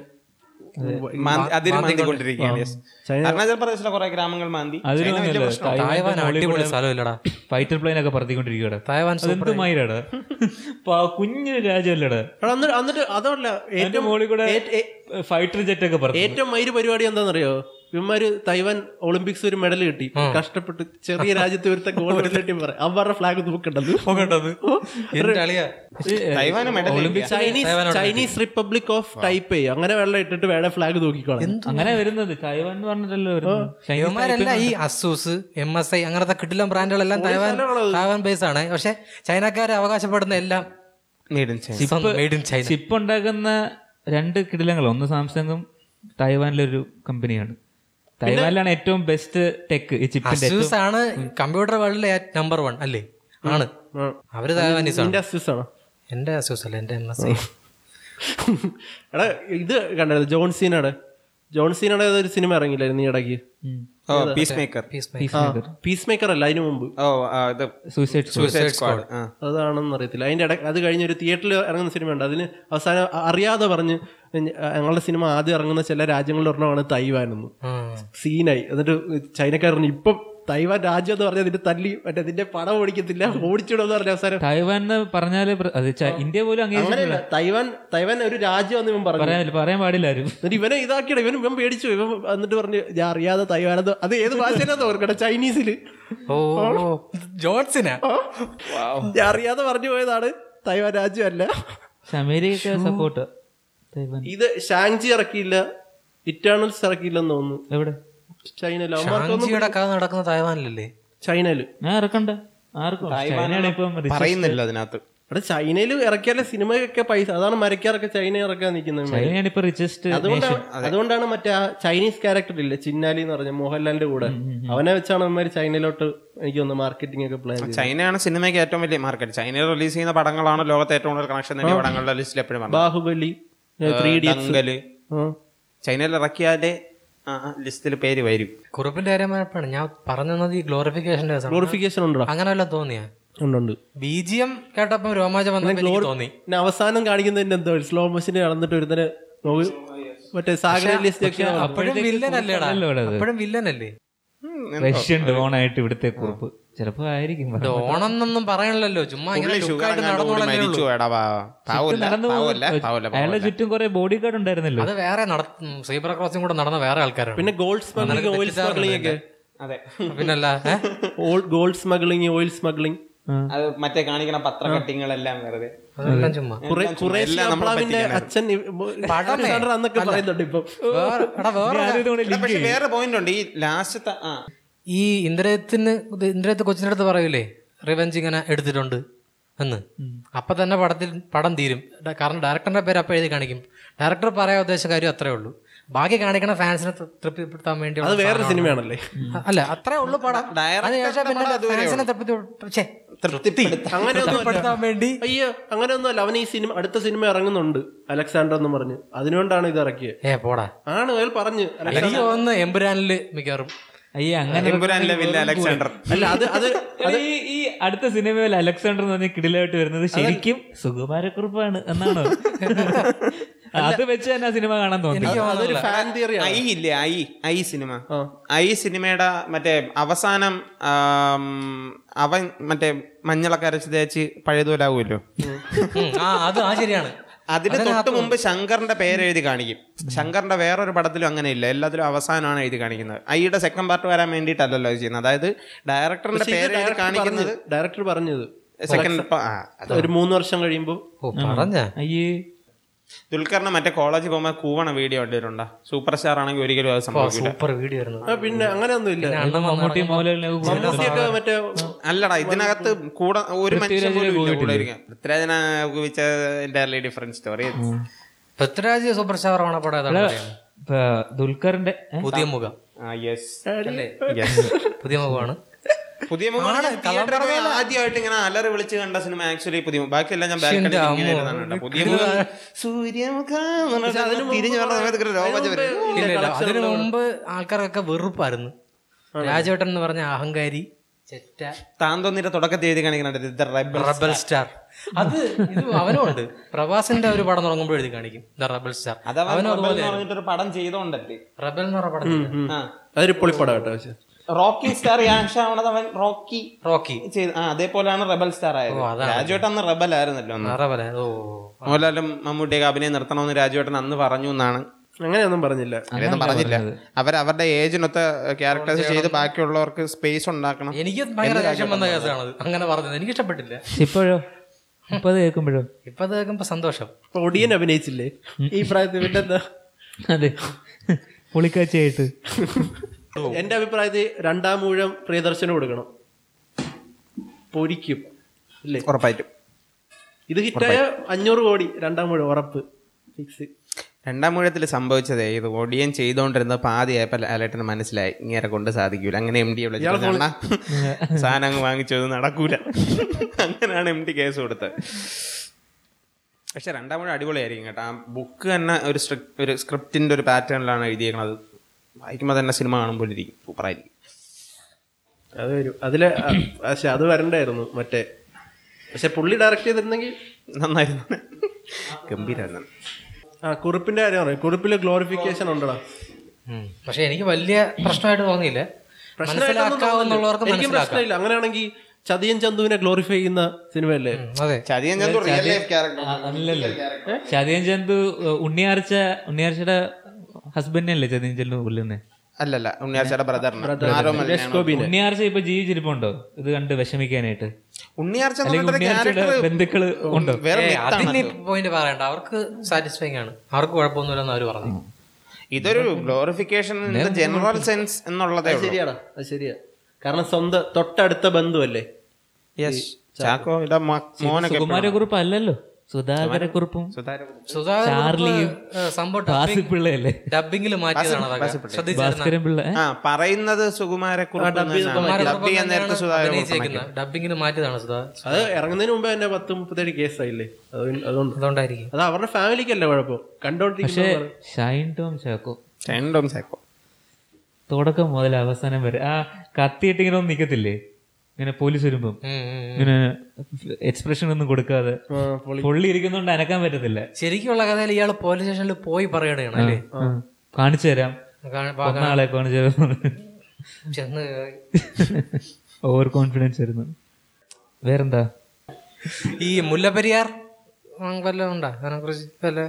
S2: മാന്തി- അതിര് മാന്തിക്കൊണ്ടിരിക്കുകയാണ് yes. അരുണാചൽ പ്രദേശിലെ കുറെ ഗ്രാമങ്ങൾ മാന്തി
S5: അതിലും
S2: ചൈന വലിയ പ്രശ്നം.
S4: തായ്വാൻ അടിപൊളി സ്ഥലമില്ലടാ
S5: ഫൈറ്റർ പ്ലെയിൻ ഒക്കെ പറത്തിക്കൊണ്ടിരിക്കുകയാണ്
S4: തായ്വാൻ
S5: അതെന്ത് മയിലാടാ കുഞ്ഞു രാജ്യമല്ലടാ
S3: എടാ, എന്നിട്ട് എന്നിട്ട് അതല്ല
S5: എന്റെ
S3: ഏറ്റവും
S5: മോളിൽ കൂടെ
S3: ഏറ്റ്- ഏ-
S5: ഫൈറ്റർ ജെറ്റ് ഒക്കെ പറത്തി
S3: ഏറ്റവും മൈര് പരിപാടി എന്താണെന്നറിയോ ഇവന്മാര് തൈവാൻ ഒളിമ്പിക്സ് ഒരു മെഡൽ കിട്ടി കഷ്ടപ്പെട്ട് ചെറിയ രാജ്യത്ത് ഒരുത്ത ഗോൾ കിട്ടി പറയാം അവരുടെ ഫ്ലാഗ് തൂക്കണ്ടത്
S4: പോകേണ്ടത് എന്റെ അളിയാ
S2: തൈവാന് medal
S5: Olympics
S3: Chinese Chinese Republic of Taipei അങ്ങനെ വെള്ളം ഇട്ടിട്ട് വേണേ ഫ്ലാഗ് തൂക്കിക്കോളാം
S5: അങ്ങനെ വരുന്നത് തായ്വാൻ എന്ന് പറഞ്ഞിട്ടല്ലോ വരുന്നത്. ചൈനീസ്
S4: ഇവന്മാരെല്ലാം ഈ അസൂസ് എം എസ് ഐ അങ്ങനത്തെ കിട്ടില്ല ബ്രാൻഡുകളെല്ലാം തായ്വാൻ തായ്വാൻ ബേസ് ആണ് പക്ഷെ ചൈനക്കാരെ അവകാശപ്പെടുന്ന എല്ലാം
S2: Made in China.
S4: Made in China
S5: chip ഉണ്ടാക്കുന്ന രണ്ട് കിടിലങ്ങൾ ഒന്ന് സാംസങ്ങും തായ്വാനിലൊരു കമ്പനിയാണ് തായ്വാനിലാണ് ഏറ്റവും ബെസ്റ്റ് ടെക് ഈ ചിപ്പിന്റെ
S4: അസൂസ് ആണ് കമ്പ്യൂട്ടർ വേൾഡിലെ നമ്പർ വൺ അല്ലേ ആണ് അവര് തായ്വാനീസ് ആണ്
S3: നിന്റെ അസ്യൂസ് ആണോ
S4: എന്റെ അസൂസ് അല്ല എന്റെ എം എസ് ഐ
S3: എടാ ഇത് കണ്ടായിരുന്നു ജോൺ സീനാണ് ജോൺ സീനാണ് ഒരു സിനിമ ഇറങ്ങിയില്ലായിരുന്നു ഈ ഇടയ്ക്ക്
S2: ഓ പീസ് മേക്കർ
S3: പീസ് മേക്കർ അല്ല അതിനു മുമ്പ്
S2: ഓ ആ, ഇത്
S5: സൂയിസൈഡ്
S2: Suicide Squad. ആ.
S3: അതാണെന്ന് അറിയത്തില്ല അതിന്റെ ഇടയ്ക്ക് അത് കഴിഞ്ഞ് ഒരു തിയേറ്ററിൽ ഇറങ്ങുന്ന സിനിമ ഉണ്ട് അതിന് അവസാനം അ- അറിയാതെ പറഞ്ഞ് ഞ- ഞങ്ങളുടെ സിനിമ ആദ്യം ഇറങ്ങുന്ന ചില രാജ്യങ്ങളുടെ ഒരെണ്ണമാണ് തൈവാൻ എന്ന് സീനായി എന്നിട്ട് ചൈനക്കാർ പറഞ്ഞു ഇപ്പം തൈവാൻ രാജ്യം എന്ന് പറഞ്ഞാൽ അതിന്റെ തല്ലി മറ്റേ അതിന്റെ പണം ഓടിക്കത്തില്ല ഓടിച്ചിടുമെന്ന് പറഞ്ഞ അവസാനം
S5: തായ്വാൻ എന്ന് പറഞ്ഞാല് പ്ര- അത് ച- ഇന്ത്യ പോലും അങ്ങനെ
S3: അങ്ങനെയല്ല തൈവാൻ തൈവാൻ ഒരു രാജ്യമാണെന്ന് ഇവൻ പറഞ്ഞു
S5: പറയാൻ പറയാൻ പാടില്ല ആരും
S3: എന്നിട്ട് ഇവനെ ഇതാക്കിയാണ് ഇവൻ ഇവൻ പേടിച്ചു ഇവൻ എന്നിട്ട് പറഞ്ഞു ഞാൻ അറിയാതെ തൈവാനെന്ന് അത് ഏത് ഭാഷയിലാന്ന് ഓർക്കട്ടെ ചൈനീസിൽ
S4: ഓ ജോൺസിനാ
S3: ഞാൻ അറിയാതെ പറഞ്ഞു പോയതാണ് തൈവാൻ രാജ്യമല്ല
S5: പക്ഷെ അമേരിക്കയ്ക്ക് സപ്പോർട്ട് തായ്വാൻ
S3: ഇത് ഷാങ്ചി ഇറക്കിയില്ല ഇറ്റേണൽസ് ഇറക്കിയില്ലെന്ന് തോന്നുന്നു
S5: എവിടെ
S3: ചൈനയില് അവന്മാർക്കൊന്നും
S4: ഷാങ്ചിയുടെ കഥ നടക്കുന്ന തായ്വാനിലല്ലേ
S3: ചൈനയില്
S5: ഞാൻ ഇറക്കണ്ട ആർക്കും ചൈനയാണ് ഇപ്പം rich.
S2: പറയുന്നില്ല അതിനകത്ത്
S3: അവിടെ ചൈനയിൽ ഇറക്കിയാലെ സിനിമയൊക്കെ പൈസ അതാണ് മരക്കാരൊക്കെ ചൈന ഇറക്കാൻ നിൽക്കുന്നത്
S5: ചൈനയാണ് ഇപ്പൊ റിച്ചസ്റ്റ്
S3: അതുകൊണ്ടാണ് അതുകൊണ്ടാണ് മറ്റേ ആ ചൈനീസ് ക്യാരക്ടർ ഇല്ലേ ചിന്നാലി എന്ന് പറഞ്ഞ മോഹൻലാലിന്റെ കൂടെ അവനെ വെച്ചാണ് അവന്മാര് ചൈനയിലോട്ട് എനിക്ക് തോന്നുന്നു മാർക്കറ്റിംഗ് ഒക്കെ പ്ലാൻ ചെയ്തത്
S2: ചൈനയാണ് സിനിമയ്ക്ക് ഏറ്റവും വലിയ മാർക്കറ്റ് ചൈനയിൽ റിലീസ് ചെയ്യുന്ന പടങ്ങളാണ് ലോകത്തെ ഏറ്റവും കൂടുതൽ കണക്ഷൻ നേടിയ പടങ്ങളുടെ ലിസ്റ്റിൽ എപ്പോഴും പറഞ്ഞത്
S3: ബാഹുബലി ത്രീ ഡി
S2: ദംഗല് ചൈനയിൽ ഇറക്കിയാലേ ലിസ്റ്റിൽ പേര് വരും
S4: കുറിപ്പിന്റെ കാര്യം പറഞ്ഞപ്പോഴാണ് ഞാൻ പറഞ്ഞത് ഈ ഗ്ലോറിഫിക്കേഷന്റെ കേസാണ്
S3: ഗ്ലോറിഫിക്കേഷൻ ഉണ്ടോ
S4: അങ്ങനെ വല്ല തോന്നിയ
S3: ഉണ്ടുണ്ട്
S4: ബി ജി എം കേട്ടപ്പോ രോമാഞ്ചം വന്നപ്പോ എനിക്ക് തോന്നി
S3: പിന്നെ അവസാനം കാണിക്കുന്നതിന്റെ എന്തോ സ്ലോ മോഷന് നടന്നിട്ട് ഒരുത്തനെ നോവി- മറ്റേ സാഗര ലിസ്റ്റ്
S4: അപ്പോഴും വില്ലൻ അല്ലേടാ അപ്പോഴും വില്ലൻ അല്ലേ
S5: റഷ്യൻ ലോൺ ആയിട്ട് ഇവിടുത്തെ കുറിപ്പ് ചിലപ്പോ ആയിരിക്കും
S4: ഇത് ഓണം എന്നൊന്നും പറയണല്ലോ ചുമ്മാ ഇങ്ങനെ ചുക്കായിട്ട് നടന്നോളല്ലേ
S2: മരിച്ചു
S4: ഉള്ളൂ
S2: എടാ പാവ പാവല്ല പാവല്ല പാവല്ല
S5: അയാളുടെ ചുറ്റും കുറെ ബോഡി ഗാർഡ് ഉണ്ടായിരുന്നല്ലോ
S4: അത് വേറെ നടത്തും സൈബർ ക്രോസിംഗ് കൂടെ നടന്ന വേറെ ആൾക്കാരാണ്
S3: പിന്നെ ഗോൾഡ് സ്മഗ്ലിംഗ് ഓയിൽ സ്മഗ്ലിംഗ് ഒക്കെ
S2: അതെ
S4: പിന്നല്ല ഏ?
S3: ഗോൾഡ് സ്മഗ്ലിംഗ് ഓയിൽ സ്മഗ്ലിംഗ്
S2: അത് മറ്റേ കാണിക്കണ പത്ര കട്ടിങ്ങളെല്ലാം വെറുതെ
S4: അതെല്ലാം ചുമ്മാ
S3: കുറെ കുറെ
S2: എല്ലാം നമ്മളെ
S3: അപ്ലാവിന്റെ അച്ഛൻ ഇ- ബോ- അലക്സാണ്ടർ അന്നൊക്കെ പറയുന്നുണ്ട് ഇപ്പം
S4: വേറെ എടാ വേറെ
S2: എടാ, പക്ഷെ വേറെ പോയിന്റ് ഉണ്ട് ഈ ലാസ്റ്റത്തെ ആ
S4: ഈ ഇന്ദ്രയത്തിന് ഇത് ഇന്ദ്രയത്ത് കൊച്ചിൻ്റെ അടുത്ത് പറയൂലേ റിവെഞ്ച് ഇങ്ങനെ എടുത്തിട്ടുണ്ട് എന്ന് അപ്പൊ തന്നെ പടത്തിൽ പടം തീരും ഡ- കാരണം ഡയറക്ടറിന്റെ പേര് അപ്പം എഴുതി കാണിക്കും ഡയറക്ടർ പറയാൻ ഉദ്ദേശിച്ച കാര്യം അത്രേ ഉള്ളൂ ബാക്കി കാണിക്കണ ഫാൻസിനെ തൃ- തൃപ്തിപ്പെടുത്താൻ വേണ്ടി
S3: അത് വേറൊരു സിനിമയാണല്ലേ
S4: അല്ല അത്രേ ഉള്ളൂ പടം
S2: Director
S4: അതിനുശേഷം പിന്നെ
S2: പടം അതുവരെ
S4: ഫാൻസിനെ തൃപ്തി- ഛെ,
S2: തൃപ്തിപ്പെടുത്താൻ
S3: അങ്ങനെയൊന്നും
S4: തൃപ്തിപ്പെടുത്താൻ വേണ്ടി
S3: അയ്യോ അങ്ങനെയൊന്നുമല്ല അവൻ ഈ സിനിമ അടുത്ത സിനിമ ഇറങ്ങുന്നുണ്ട് അലക്സാണ്ടർ എന്ന് പറഞ്ഞ് അതിനുകൊണ്ടാണ് ഇത് ഇറക്കിയത്
S4: ഏ പോടാ
S3: ആണ് അയാൾ പറഞ്ഞു
S4: എനിക്ക് തോന്നുന്നു എമ്പുരാനില് മിക്കവാറും
S5: അയ്യേ അങ്ങനെ
S2: എമ്പുരാനിലെ വില്ല അലക്സാണ്ടർ
S3: അല്ല അത് അത്
S5: എടാ, ഈ ഈ അടുത്ത സിനിമയിൽ അലക്സാണ്ടർ എന്ന് പറഞ്ഞ കിടിലായിട്ട് വരുന്നത് ശരിക്കും സുകുമാരക്കുറിപ്പാണ് എന്നാണ് അത് വെച്ച് തന്നെ ആ സിനിമ കാണാൻ തോന്നി
S3: അതൊരു ഫാൻ തിയറിയാണ്
S2: ഐ ഇല്ലേ ഐ ഐ സിനിമ ഐ സിനിമയുടെ മറ്റേ അവസാനം ആം, അവൻ മറ്റേ മഞ്ഞളൊക്കെ അരച്ച് തേച്ച് പഴയതുപോലെ ആവുമല്ലോ
S4: ഉം, ആ അത് ആ ശരിയാണ്
S2: അതിന് തൊട്ട് മുമ്പ് ശങ്കറിന്റെ പേര് എഴുതി കാണിക്കും ശങ്കറിന്റെ വേറൊരു പടത്തിലും അങ്ങനെ ഇല്ല എല്ലാത്തിലും അവസാനമാണ് എഴുതി കാണിക്കുന്നത് ഐയുടെ സെക്കൻഡ് പാർട്ട് വരാൻ വേണ്ടിയിട്ടല്ലല്ലോ ഇത് ചെയ്യുന്നത് അതായത് ഡയറക്ടറിന്റെ പേര് എഴുതി കാണിക്കുന്നത്
S3: ഡയറക്ടർ പറഞ്ഞത്
S2: സെക്കൻഡ്
S3: ഒരു മൂന്ന് വർഷം കഴിയുമ്പോ
S4: ഓ പറഞ്ഞ
S5: അയ്യേ
S2: ദുൽഖറിന് മറ്റേ കോളേജിൽ പോകുമ്പോൾ കൂവണ വീഡിയോ ഇട്ടിട്ടുണ്ട് സൂപ്പർ സ്റ്റാർ ആണെങ്കിൽ ഒരിക്കലും അത് സംഭവിക്കില്ല
S4: സൂപ്പർ വീഡിയോ ആയിരുന്നു
S3: ആ, പിന്നെ അങ്ങനെയൊന്നും ഇല്ല
S4: അണ്ണൻ
S5: മമ്മൂട്ടി മോഹൻലാലിനെ ഒക്കെ കൂടെ
S3: മമ്മൂട്ടിയൊക്കെ മറ്റേ
S2: അല്ലടാ ഇതിനകത്ത് കൂടെ ഒരു മനുഷ്യൻ പോലും ഇല്ല കൂടെ ഇരിക്കാൻ. പൃഥ്വിരാജിനെ ഉപയോഗിച്ച entirely different story
S4: Prithviraj super star ആണ് പടം ഏതാണ് പറയുന്നത്?
S5: ഇപ്പൊ ദുൽഖറിന്റെ ഏ?
S4: പുതിയ മുഖം
S2: യെസ്
S4: പുതിയ മുഖമാണ്
S2: പുതിയ മുഖം തിയേറ്ററിൽ പോയി ആദ്യമായിട്ട് ഇങ്ങനെ അലറി വിളിച്ച് കണ്ട സിനിമ ആക്ച്വലി പുതിയ മുഖം. ബാക്കിയെല്ലാം ഞാൻ ബാക്കിൽ ഇങ്ങനെ ഇരുന്നാണ് കണ്ടത്. പുതിയ മുഖം സൂര്യമുഖ എന്ന് പറഞ്ഞിട്ട് തിരിഞ്ഞു പറഞ്ഞ സമയത്ത് ഒരു രോമം വരും.
S4: ഇല്ല ഇല്ല അതിനു മുമ്പ് ആൾക്കാർക്കൊക്കെ വെറുപ്പായിരുന്നു രാജവേട്ടൻ എന്ന് പറഞ്ഞ അഹങ്കാരി ചെറ്റ
S2: താൻ തോന്നിട്ട് തുടക്കത്തിൽ എഴുതി കാണിക്കുന്നുണ്ട് ഇത് റബ്ബർ
S4: റബൽ സ്റ്റാർ അത് ഇത് അവനും ഉണ്ട് പ്രവാസിന്റെ ഒരു പടം തുടങ്ങുമ്പോൾ എഴുതി കാണിക്കും ദ റബൽ സ്റ്റാർ
S2: അഥവാ റബ്ബർ എന്ന് പറഞ്ഞിട്ടൊരു പടം ചെയ്തോണ്ടല്ലേ
S4: റബൽ എന്ന് പറഞ്ഞ പടം
S2: ആ.
S3: അതൊരു പൊളിപ്പടം കേട്ടോ പക്ഷെ
S2: റോക്കി സ്റ്റാർ ആക്ഷൻ ആവണത് അവൻ റോക്കി
S4: റോക്കി
S2: ചെയ്ത് ആ അതേപോലെയാണ് റബൽ സ്റ്റാർ ആയത് രാജുവേട്ടൻ അന്ന് റബൽ ആയിരുന്നല്ലോ അന്ന്
S4: റബല ഓ
S2: മോഹൻലാലും മമ്മൂട്ടിയൊക്കെ അഭിനയം നിർത്തണമെന്ന് രാജുവേട്ടൻ അന്ന് പറഞ്ഞു എന്നാണ്
S3: അങ്ങനെയൊന്നും പറഞ്ഞില്ല
S2: അങ്ങനെയൊന്നും പറഞ്ഞില്ല അവർ അവരുടെ ഏജിനൊത്ത ക്യാരക്ടേഴ്സ് ചെയ്ത് ബാക്കിയുള്ളവർക്ക് സ്പേസ് ഉണ്ടാക്കണം
S4: എനിക്ക് ഭയങ്കര ദേഷ്യം വന്ന കേസാണത് അങ്ങനെ പറഞ്ഞത് എനിക്ക് ഇഷ്ടപ്പെട്ടില്ല
S5: പക്ഷെ ഇപ്പോഴോ ഇപ്പൊ അത് കേൾക്കുമ്പോഴോ
S4: ഇപ്പൊ അത് കേൾക്കുമ്പോ സന്തോഷം
S3: അപ്പൊ ഒടിയൻ അഭിനയിച്ചില്ലേ ഈ പ്രായത്തിൽ പിന്നെ എന്താ
S5: അതെ പുളിക്കാച്ചയായിട്ട്
S3: എന്റെ അഭിപ്രായത്തിൽ രണ്ടാം ഊഴം പ്രിയദർശനം കൊടുക്കണം പൊരിക്കും ഇല്ലേ
S2: ഉറപ്പായിട്ടും
S3: ഇത് ഹിറ്റായ അഞ്ഞൂറ് കോടി രണ്ടാം ഊഴം ഉറപ്പ് ഫിക്സ്
S2: രണ്ടാം ഊഴത്തിൽ സംഭവിച്ചതേ ഇത് ഒടിയൻ ചെയ്തുകൊണ്ടിരുന്ന പാതിയായപ്പോൾ ലാലേട്ടന് മനസ്സിലായി ഇങ്ങനെ കൊണ്ട് സാധിക്കൂല അങ്ങനെ എം ഡി സാധനം അങ്ങ് വാങ്ങിച്ചത് നടക്കൂല അങ്ങനെയാണ് എം ഡി കേസ് കൊടുത്തത് പക്ഷെ രണ്ടാം ഊഴം അടിപൊളിയായിരിക്കും കേട്ടോ ആ ബുക്ക് തന്നെ ഒരു സ്ട്രിക് ഒരു സ്ക്രിപ്റ്റിന്റെ ഒരു പാറ്റേണിലാണ് എഴുതിയേക്കണത് വായിക്കുമ്പോൾ തന്നെ സിനിമ കാണുമ്പോഴിരിക്കും സൂപ്പറായിരിക്കും
S3: അത് വരും അതിലെ ആ, പക്ഷെ അത് വരണ്ടായിരുന്നു മറ്റേ പക്ഷെ പുള്ളി ഡയറക്റ്റ് ചെയ്തിരുന്നെങ്കിൽ
S2: നന്നായിരുന്നു ഗംഭീരായിരുന്നു
S3: ആ കുറിപ്പിന്റെ കാര്യം പറയാം കുറിപ്പില് ഗ്ലോറിഫിക്കേഷൻ ഉണ്ടടാ
S4: ഉം. പക്ഷെ എനിക്ക് വലിയ പ്രശ്നമായിട്ട് തോന്നിയില്ല മനസ്സിലാക്കാവുന്നുള്ളവർക്ക്
S3: എനിക്കും
S4: മനസ്സിലാക്കാം
S3: പ്രശ്നമില്ല അങ്ങനെയാണെങ്കിൽ ചതിയൻ ചന്തുവിനെ ഗ്ലോറിഫൈ ചെയ്യുന്ന സിനിമയല്ലേ
S4: ഉം, അതെ
S2: ചതിയൻ ചന്തു റിയൽ ലൈഫ് ക്യാരക്ടർ
S5: അല്ലല്ലോ ചതിയൻ ചന്തു ഉണ്ണിയാർച്ച ഉണ്ണിയാർച്ചയുടെ ഹസ്ബൻഡ് അല്ലേ ചതിയൻ ചന്തു കൊല്ലുന്നേ
S2: അല്ലല്ല ഉണ്ണിയാർച്ചയുടെ ബ്രദറിന് ആരോ മലിനാണ്.
S3: രസ്കോബിനെ
S5: ഉണ്ണിയാർച്ച ഇപ്പൊ ജീവിച്ചിരിപ്പുണ്ടോ ഇത് കണ്ട് വിഷമിക്കാനായിട്ട്
S2: ഉണ്ണിയാർച്ച എന്ന്
S5: അല്ലെങ്കിൽ
S2: പറഞ്ഞിട്ടൊരു
S5: ഉണ്ണിയാർച്ചയുടെ
S2: character
S5: ബന്ധുക്കള് ഉണ്ടോ
S2: വേറെ
S4: ഏയ്,
S2: myth
S4: അതിന്
S2: ആണല്ലോ.
S4: പോയിന്റ് പറയണ്ട അവർക്ക് സാറ്റിസ്ഫൈങ് ആണ് അവർക്ക് കുഴപ്പമൊന്നുമില്ലെന്ന് അവർ പറഞ്ഞു
S2: ഇതൊരു ഗ്ലോറിഫിക്കേഷൻ ജനറൽ സെൻസ് എന്നുള്ളതേ ഉള്ളൂ.
S3: ശരിയാടാ അത് ശരിയാ കാരണം സ്വന്തം തൊട്ടടുത്ത ബന്ധുവല്ലേ
S2: Yes. ചാക്കോ ഇതാ മ- മോനൊക്കെ
S5: സുകുമാരക്കുറിപ്പ് അല്ലല്ലോ സുധാകരക്കുറിപ്പും
S4: സുധാകരൻ
S5: ചാർലിയും
S4: ഏ, സംഭവം
S5: വാസിപ്പിള്ളയല്ലേ
S4: ഡബിങ്ങിൽ മാറ്റിയതാണ് അതൊക്കെ ശ്രദ്ധിച്ചായിരുന്നു
S5: ഭാസ്കരൻ പിള്ള ഏ?
S2: ആ പറയുന്നത് സുകുമാരക്കുറിപ്പ് ഡബ് ചെയ്യാൻ നേരത്തെ സുധാകരൻ
S4: അഭിനയിച്ചേക്കുന്നത് ഡബിങ്ങിന് മാറ്റിയതാണ് സുധാ
S3: അത് ഇറങ്ങുന്നതിന് മുമ്പേ തന്നെ പത്ത് മുപ്പത്തേഴ് കേസായില്ലേ അത് അതുകൊണ്ട്
S4: അതുകൊണ്ടായിരിക്കും
S3: അത് അവരുടെ ഫാമിലിക്കല്ല കുഴപ്പം കണ്ടോണ്ടിരിക്കുന്ന
S5: ഷൈൻ ടോം ചാക്കോ
S2: രണ്ടും ചാക്കോ
S5: തുടക്കം മുതൽ അവസാനം വരെ ആ കത്തിയിട്ട് ഇങ്ങനെ ഒന്നും നിക്കത്തില്ലേ ഇങ്ങനെ പോലീസ് വരുമ്പം
S4: ഉം, ഉം, ഉം.
S5: ഇങ്ങനെ എക്സ്പ്രഷൻ ഒന്നും കൊടുക്കാതെ പൊള്ളി ഇരിക്കുന്നോണ്ട് അനക്കാൻ പറ്റത്തില്ല
S4: ശരിക്കുള്ള കഥയിൽ ഇയാൾ പോലീസ് സ്റ്റേഷനിൽ പോയി പറയണതാണ് അല്ലേ
S5: കാണിച്ചു തരാം
S4: കാ- പാ-
S5: ഒന്നാളെ കാണിച്ചു തരാം
S4: ചെന്ന്
S5: ഓവർ കോൺഫിഡൻസ് ആയിരുന്നു വേറെന്താ
S4: ഈ മുല്ലപ്പെരിയാർ ഉം, വല്ലതും ഉണ്ടോ അതിനെ കുറിച്ച് വല്ല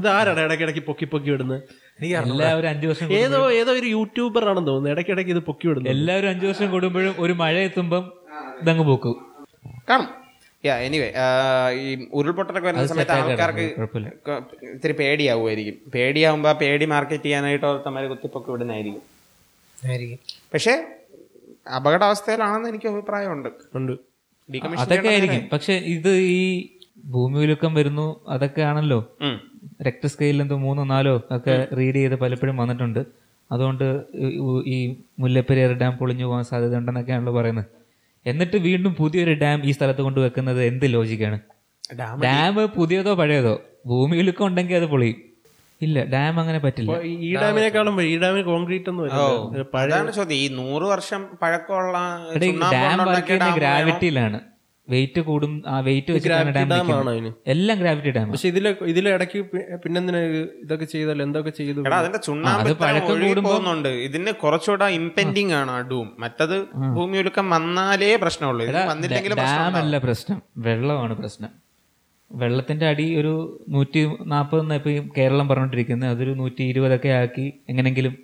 S3: ഇത് ആരാണ് ഇടയ്ക്കിടയ്ക്ക് പൊക്കി പൊക്കി വിടുന്നത്
S4: എനിക്കറിയില്ല
S5: എല്ലാവരും അഞ്ചു വർഷം കൂടും-
S3: ഏതോ ഏതോ ഒരു യൂട്യൂബർ ആണെന്ന് തോന്നുന്നു ഇടയ്ക്കിടയ്ക്ക് ഇത് പൊക്കി വിടുന്നത്
S5: എല്ലാവരും അഞ്ചു വർഷം കൂടുമ്പോഴും ഒരു മഴ എത്തുമ്പം ഇതങ്ങ് പോക്കും
S2: കാണും യാ എനിവേ ഈ ഉരുൾപൊട്ടലൊക്കെ വരുന്ന സമയത്ത് ആൾക്കാർക്ക്
S5: കുഴപ്പമില്ല
S2: ക- ഇത്തിരി പേടിയാവുമായിരിക്കും പേടിയാവുമ്പോൾ ആ പേടി മാർക്കറ്റ് ചെയ്യാനായിട്ട് ഓർത്തമാര് കുത്തിപ്പൊക്കി വിടുന്നതായിരിക്കും
S4: ആയിരിക്കും
S2: പക്ഷേ അപകടാവസ്ഥയിലാണെന്ന് എനിക്ക് അഭിപ്രായമുണ്ട്
S3: ഉണ്ട്
S2: Decommission
S5: അതൊക്കെ
S2: ചെയ്യണം.
S5: ആയിരിക്കും പക്ഷെ ഇത് ഈ ഭൂമി ഉലുക്കം വരുന്നു അതൊക്കെ ആണല്ലോ
S2: ഉം.
S5: രക്തസ്കെയിലിൽ എന്തോ മൂന്നോ നാലോ ഒക്കെ റീഡ് ചെയ്ത് പലപ്പോഴും വന്നിട്ടുണ്ട് അതുകൊണ്ട് ഈ- ഈ മുല്ലപ്പെരിയാർ ഡാം പൊളിഞ്ഞു പോകാൻ സാധ്യത ഉണ്ടെന്നൊക്കെയാണല്ലോ പറയുന്നത് എന്നിട്ട് വീണ്ടും പുതിയൊരു ഡാം ഈ സ്ഥലത്ത് കൊണ്ട് വെക്കുന്നത് എന്ത് ലോജിക്കാണ്
S2: ഡാം
S5: ഡാം പുതിയതോ പഴയതോ ഭൂമി ഉലുക്കം ഉണ്ടെങ്കിൽ അത് പൊളിയും ഇല്ല ഡാം അങ്ങനെ പറ്റില്ല
S3: അപ്പൊ ഈ ഈ ഡാമിനെക്കാളും വേ- ഈ ഡാമിന് കോൺക്രീറ്റ് ഒന്നും വരില്ല പഴയ
S2: അതാണ് ചോദ്യം ഈ നൂറ് വർഷം പഴക്കമുള്ള
S5: ഇവിടെ ഈ
S2: ചുണ്ണാമ്പ്
S5: ഡാം
S2: കൊണ്ടുണ്ടാക്കിയ
S5: വർക്ക് ചെയ്യുന്ന
S2: ഡാം
S5: ഗ്രാവിറ്റിയിലാണ് വെയിറ്റ് കൂടും ആ വെയിറ്റ് വെച്ചിട്ടാണ് ഡാം
S3: ഡാമാണ്
S5: നിൽക്കുന്നത്
S3: അതിന്
S5: എല്ലാം ഗ്രാവിറ്റി ഡാം
S3: പക്ഷെ ഇതിലെ ഇതിലെ ഇടയ്ക്ക് പി- പിന്നെന്തിനാ ഇത്- ഇതൊക്കെ ചെയ്തല്ലോ എന്തൊക്കെ ചെയ്തു
S2: എടാ അതിന്റെ ചുണ്ണാമ്പ്
S5: അത്
S2: ഇത്ര
S5: പഴക്കം
S2: ഒഴുകി
S5: കൂടുമ്പോ-
S2: പോകുന്നുണ്ട് ഇതിന് കുറച്ചുകൂടെ ഇമ്പെൻഡിങ് ആണ് ആ ഡൂം മറ്റത് ഭൂമി ഉലുക്കം വന്നാലേ പ്രശ്നമുള്ളൂ ഇത് വന്നില്ലെങ്കിലും പ്രശ്നം
S5: ഡാം അല്ല പ്രശ്നം വെള്ളമാണ് പ്രശ്നം വെള്ളത്തിന്റെ അടി ഒരു നൂറ്റി നാൽപ്പത് ഇപ്പൊ ഈ കേരളം പറഞ്ഞോണ്ടിരിക്കുന്നത് അതൊരു നൂറ്റി ഇരുപതൊക്കെ ആക്കി എങ്ങനെങ്കിലും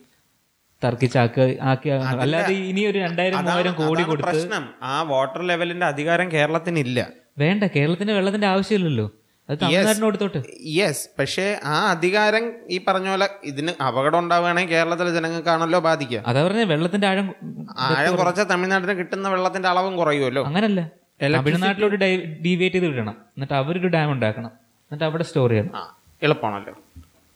S5: തർക്കിച്ചാക്ക ആക്കി അല്ലാതെ ഇനി ഒരു രണ്ടായിരം മൂവായിരം കോടി
S2: അതാണ്
S5: കൊടുത്ത്
S2: പ്രശ്നം ആ വാട്ടർ ലെവലിന്റെ അധികാരം കേരളത്തിനില്ല
S5: വേണ്ട കേരളത്തിന്റെ വെള്ളത്തിന്റെ ആവശ്യമില്ലല്ലോ അത് തമിഴ്നാടിന് കൊടുത്തോട്ട്
S2: യെസ് പക്ഷേ ആ അധികാരം ഈ പറഞ്ഞ പോലെ ഇതിന് അപകടം ഉണ്ടാവുകയാണെങ്കിൽ കേരളത്തിലെ ജനങ്ങൾക്കാണല്ലോ ബാധിക്കുക
S5: അതാ പറഞ്ഞ വെള്ളത്തിന്റെ ആഴം
S2: ആഴം കുറച്ച തമിഴ്നാട്ടിന് കിട്ടുന്ന വെള്ളത്തിന്റെ അളവും കുറയുമല്ലോ
S5: അങ്ങനല്ല തമിഴ്നാട്ടിലോട്ട് ഡീവിയേറ്റ് ചെയ്ത് വിടണം എന്നിട്ട് അവരൊരു ഡാം ഉണ്ടാക്കണം എന്നിട്ട് അവിടെ സ്റ്റോർ ചെയ്യണം
S2: ആ എളുപ്പമാണല്ലോ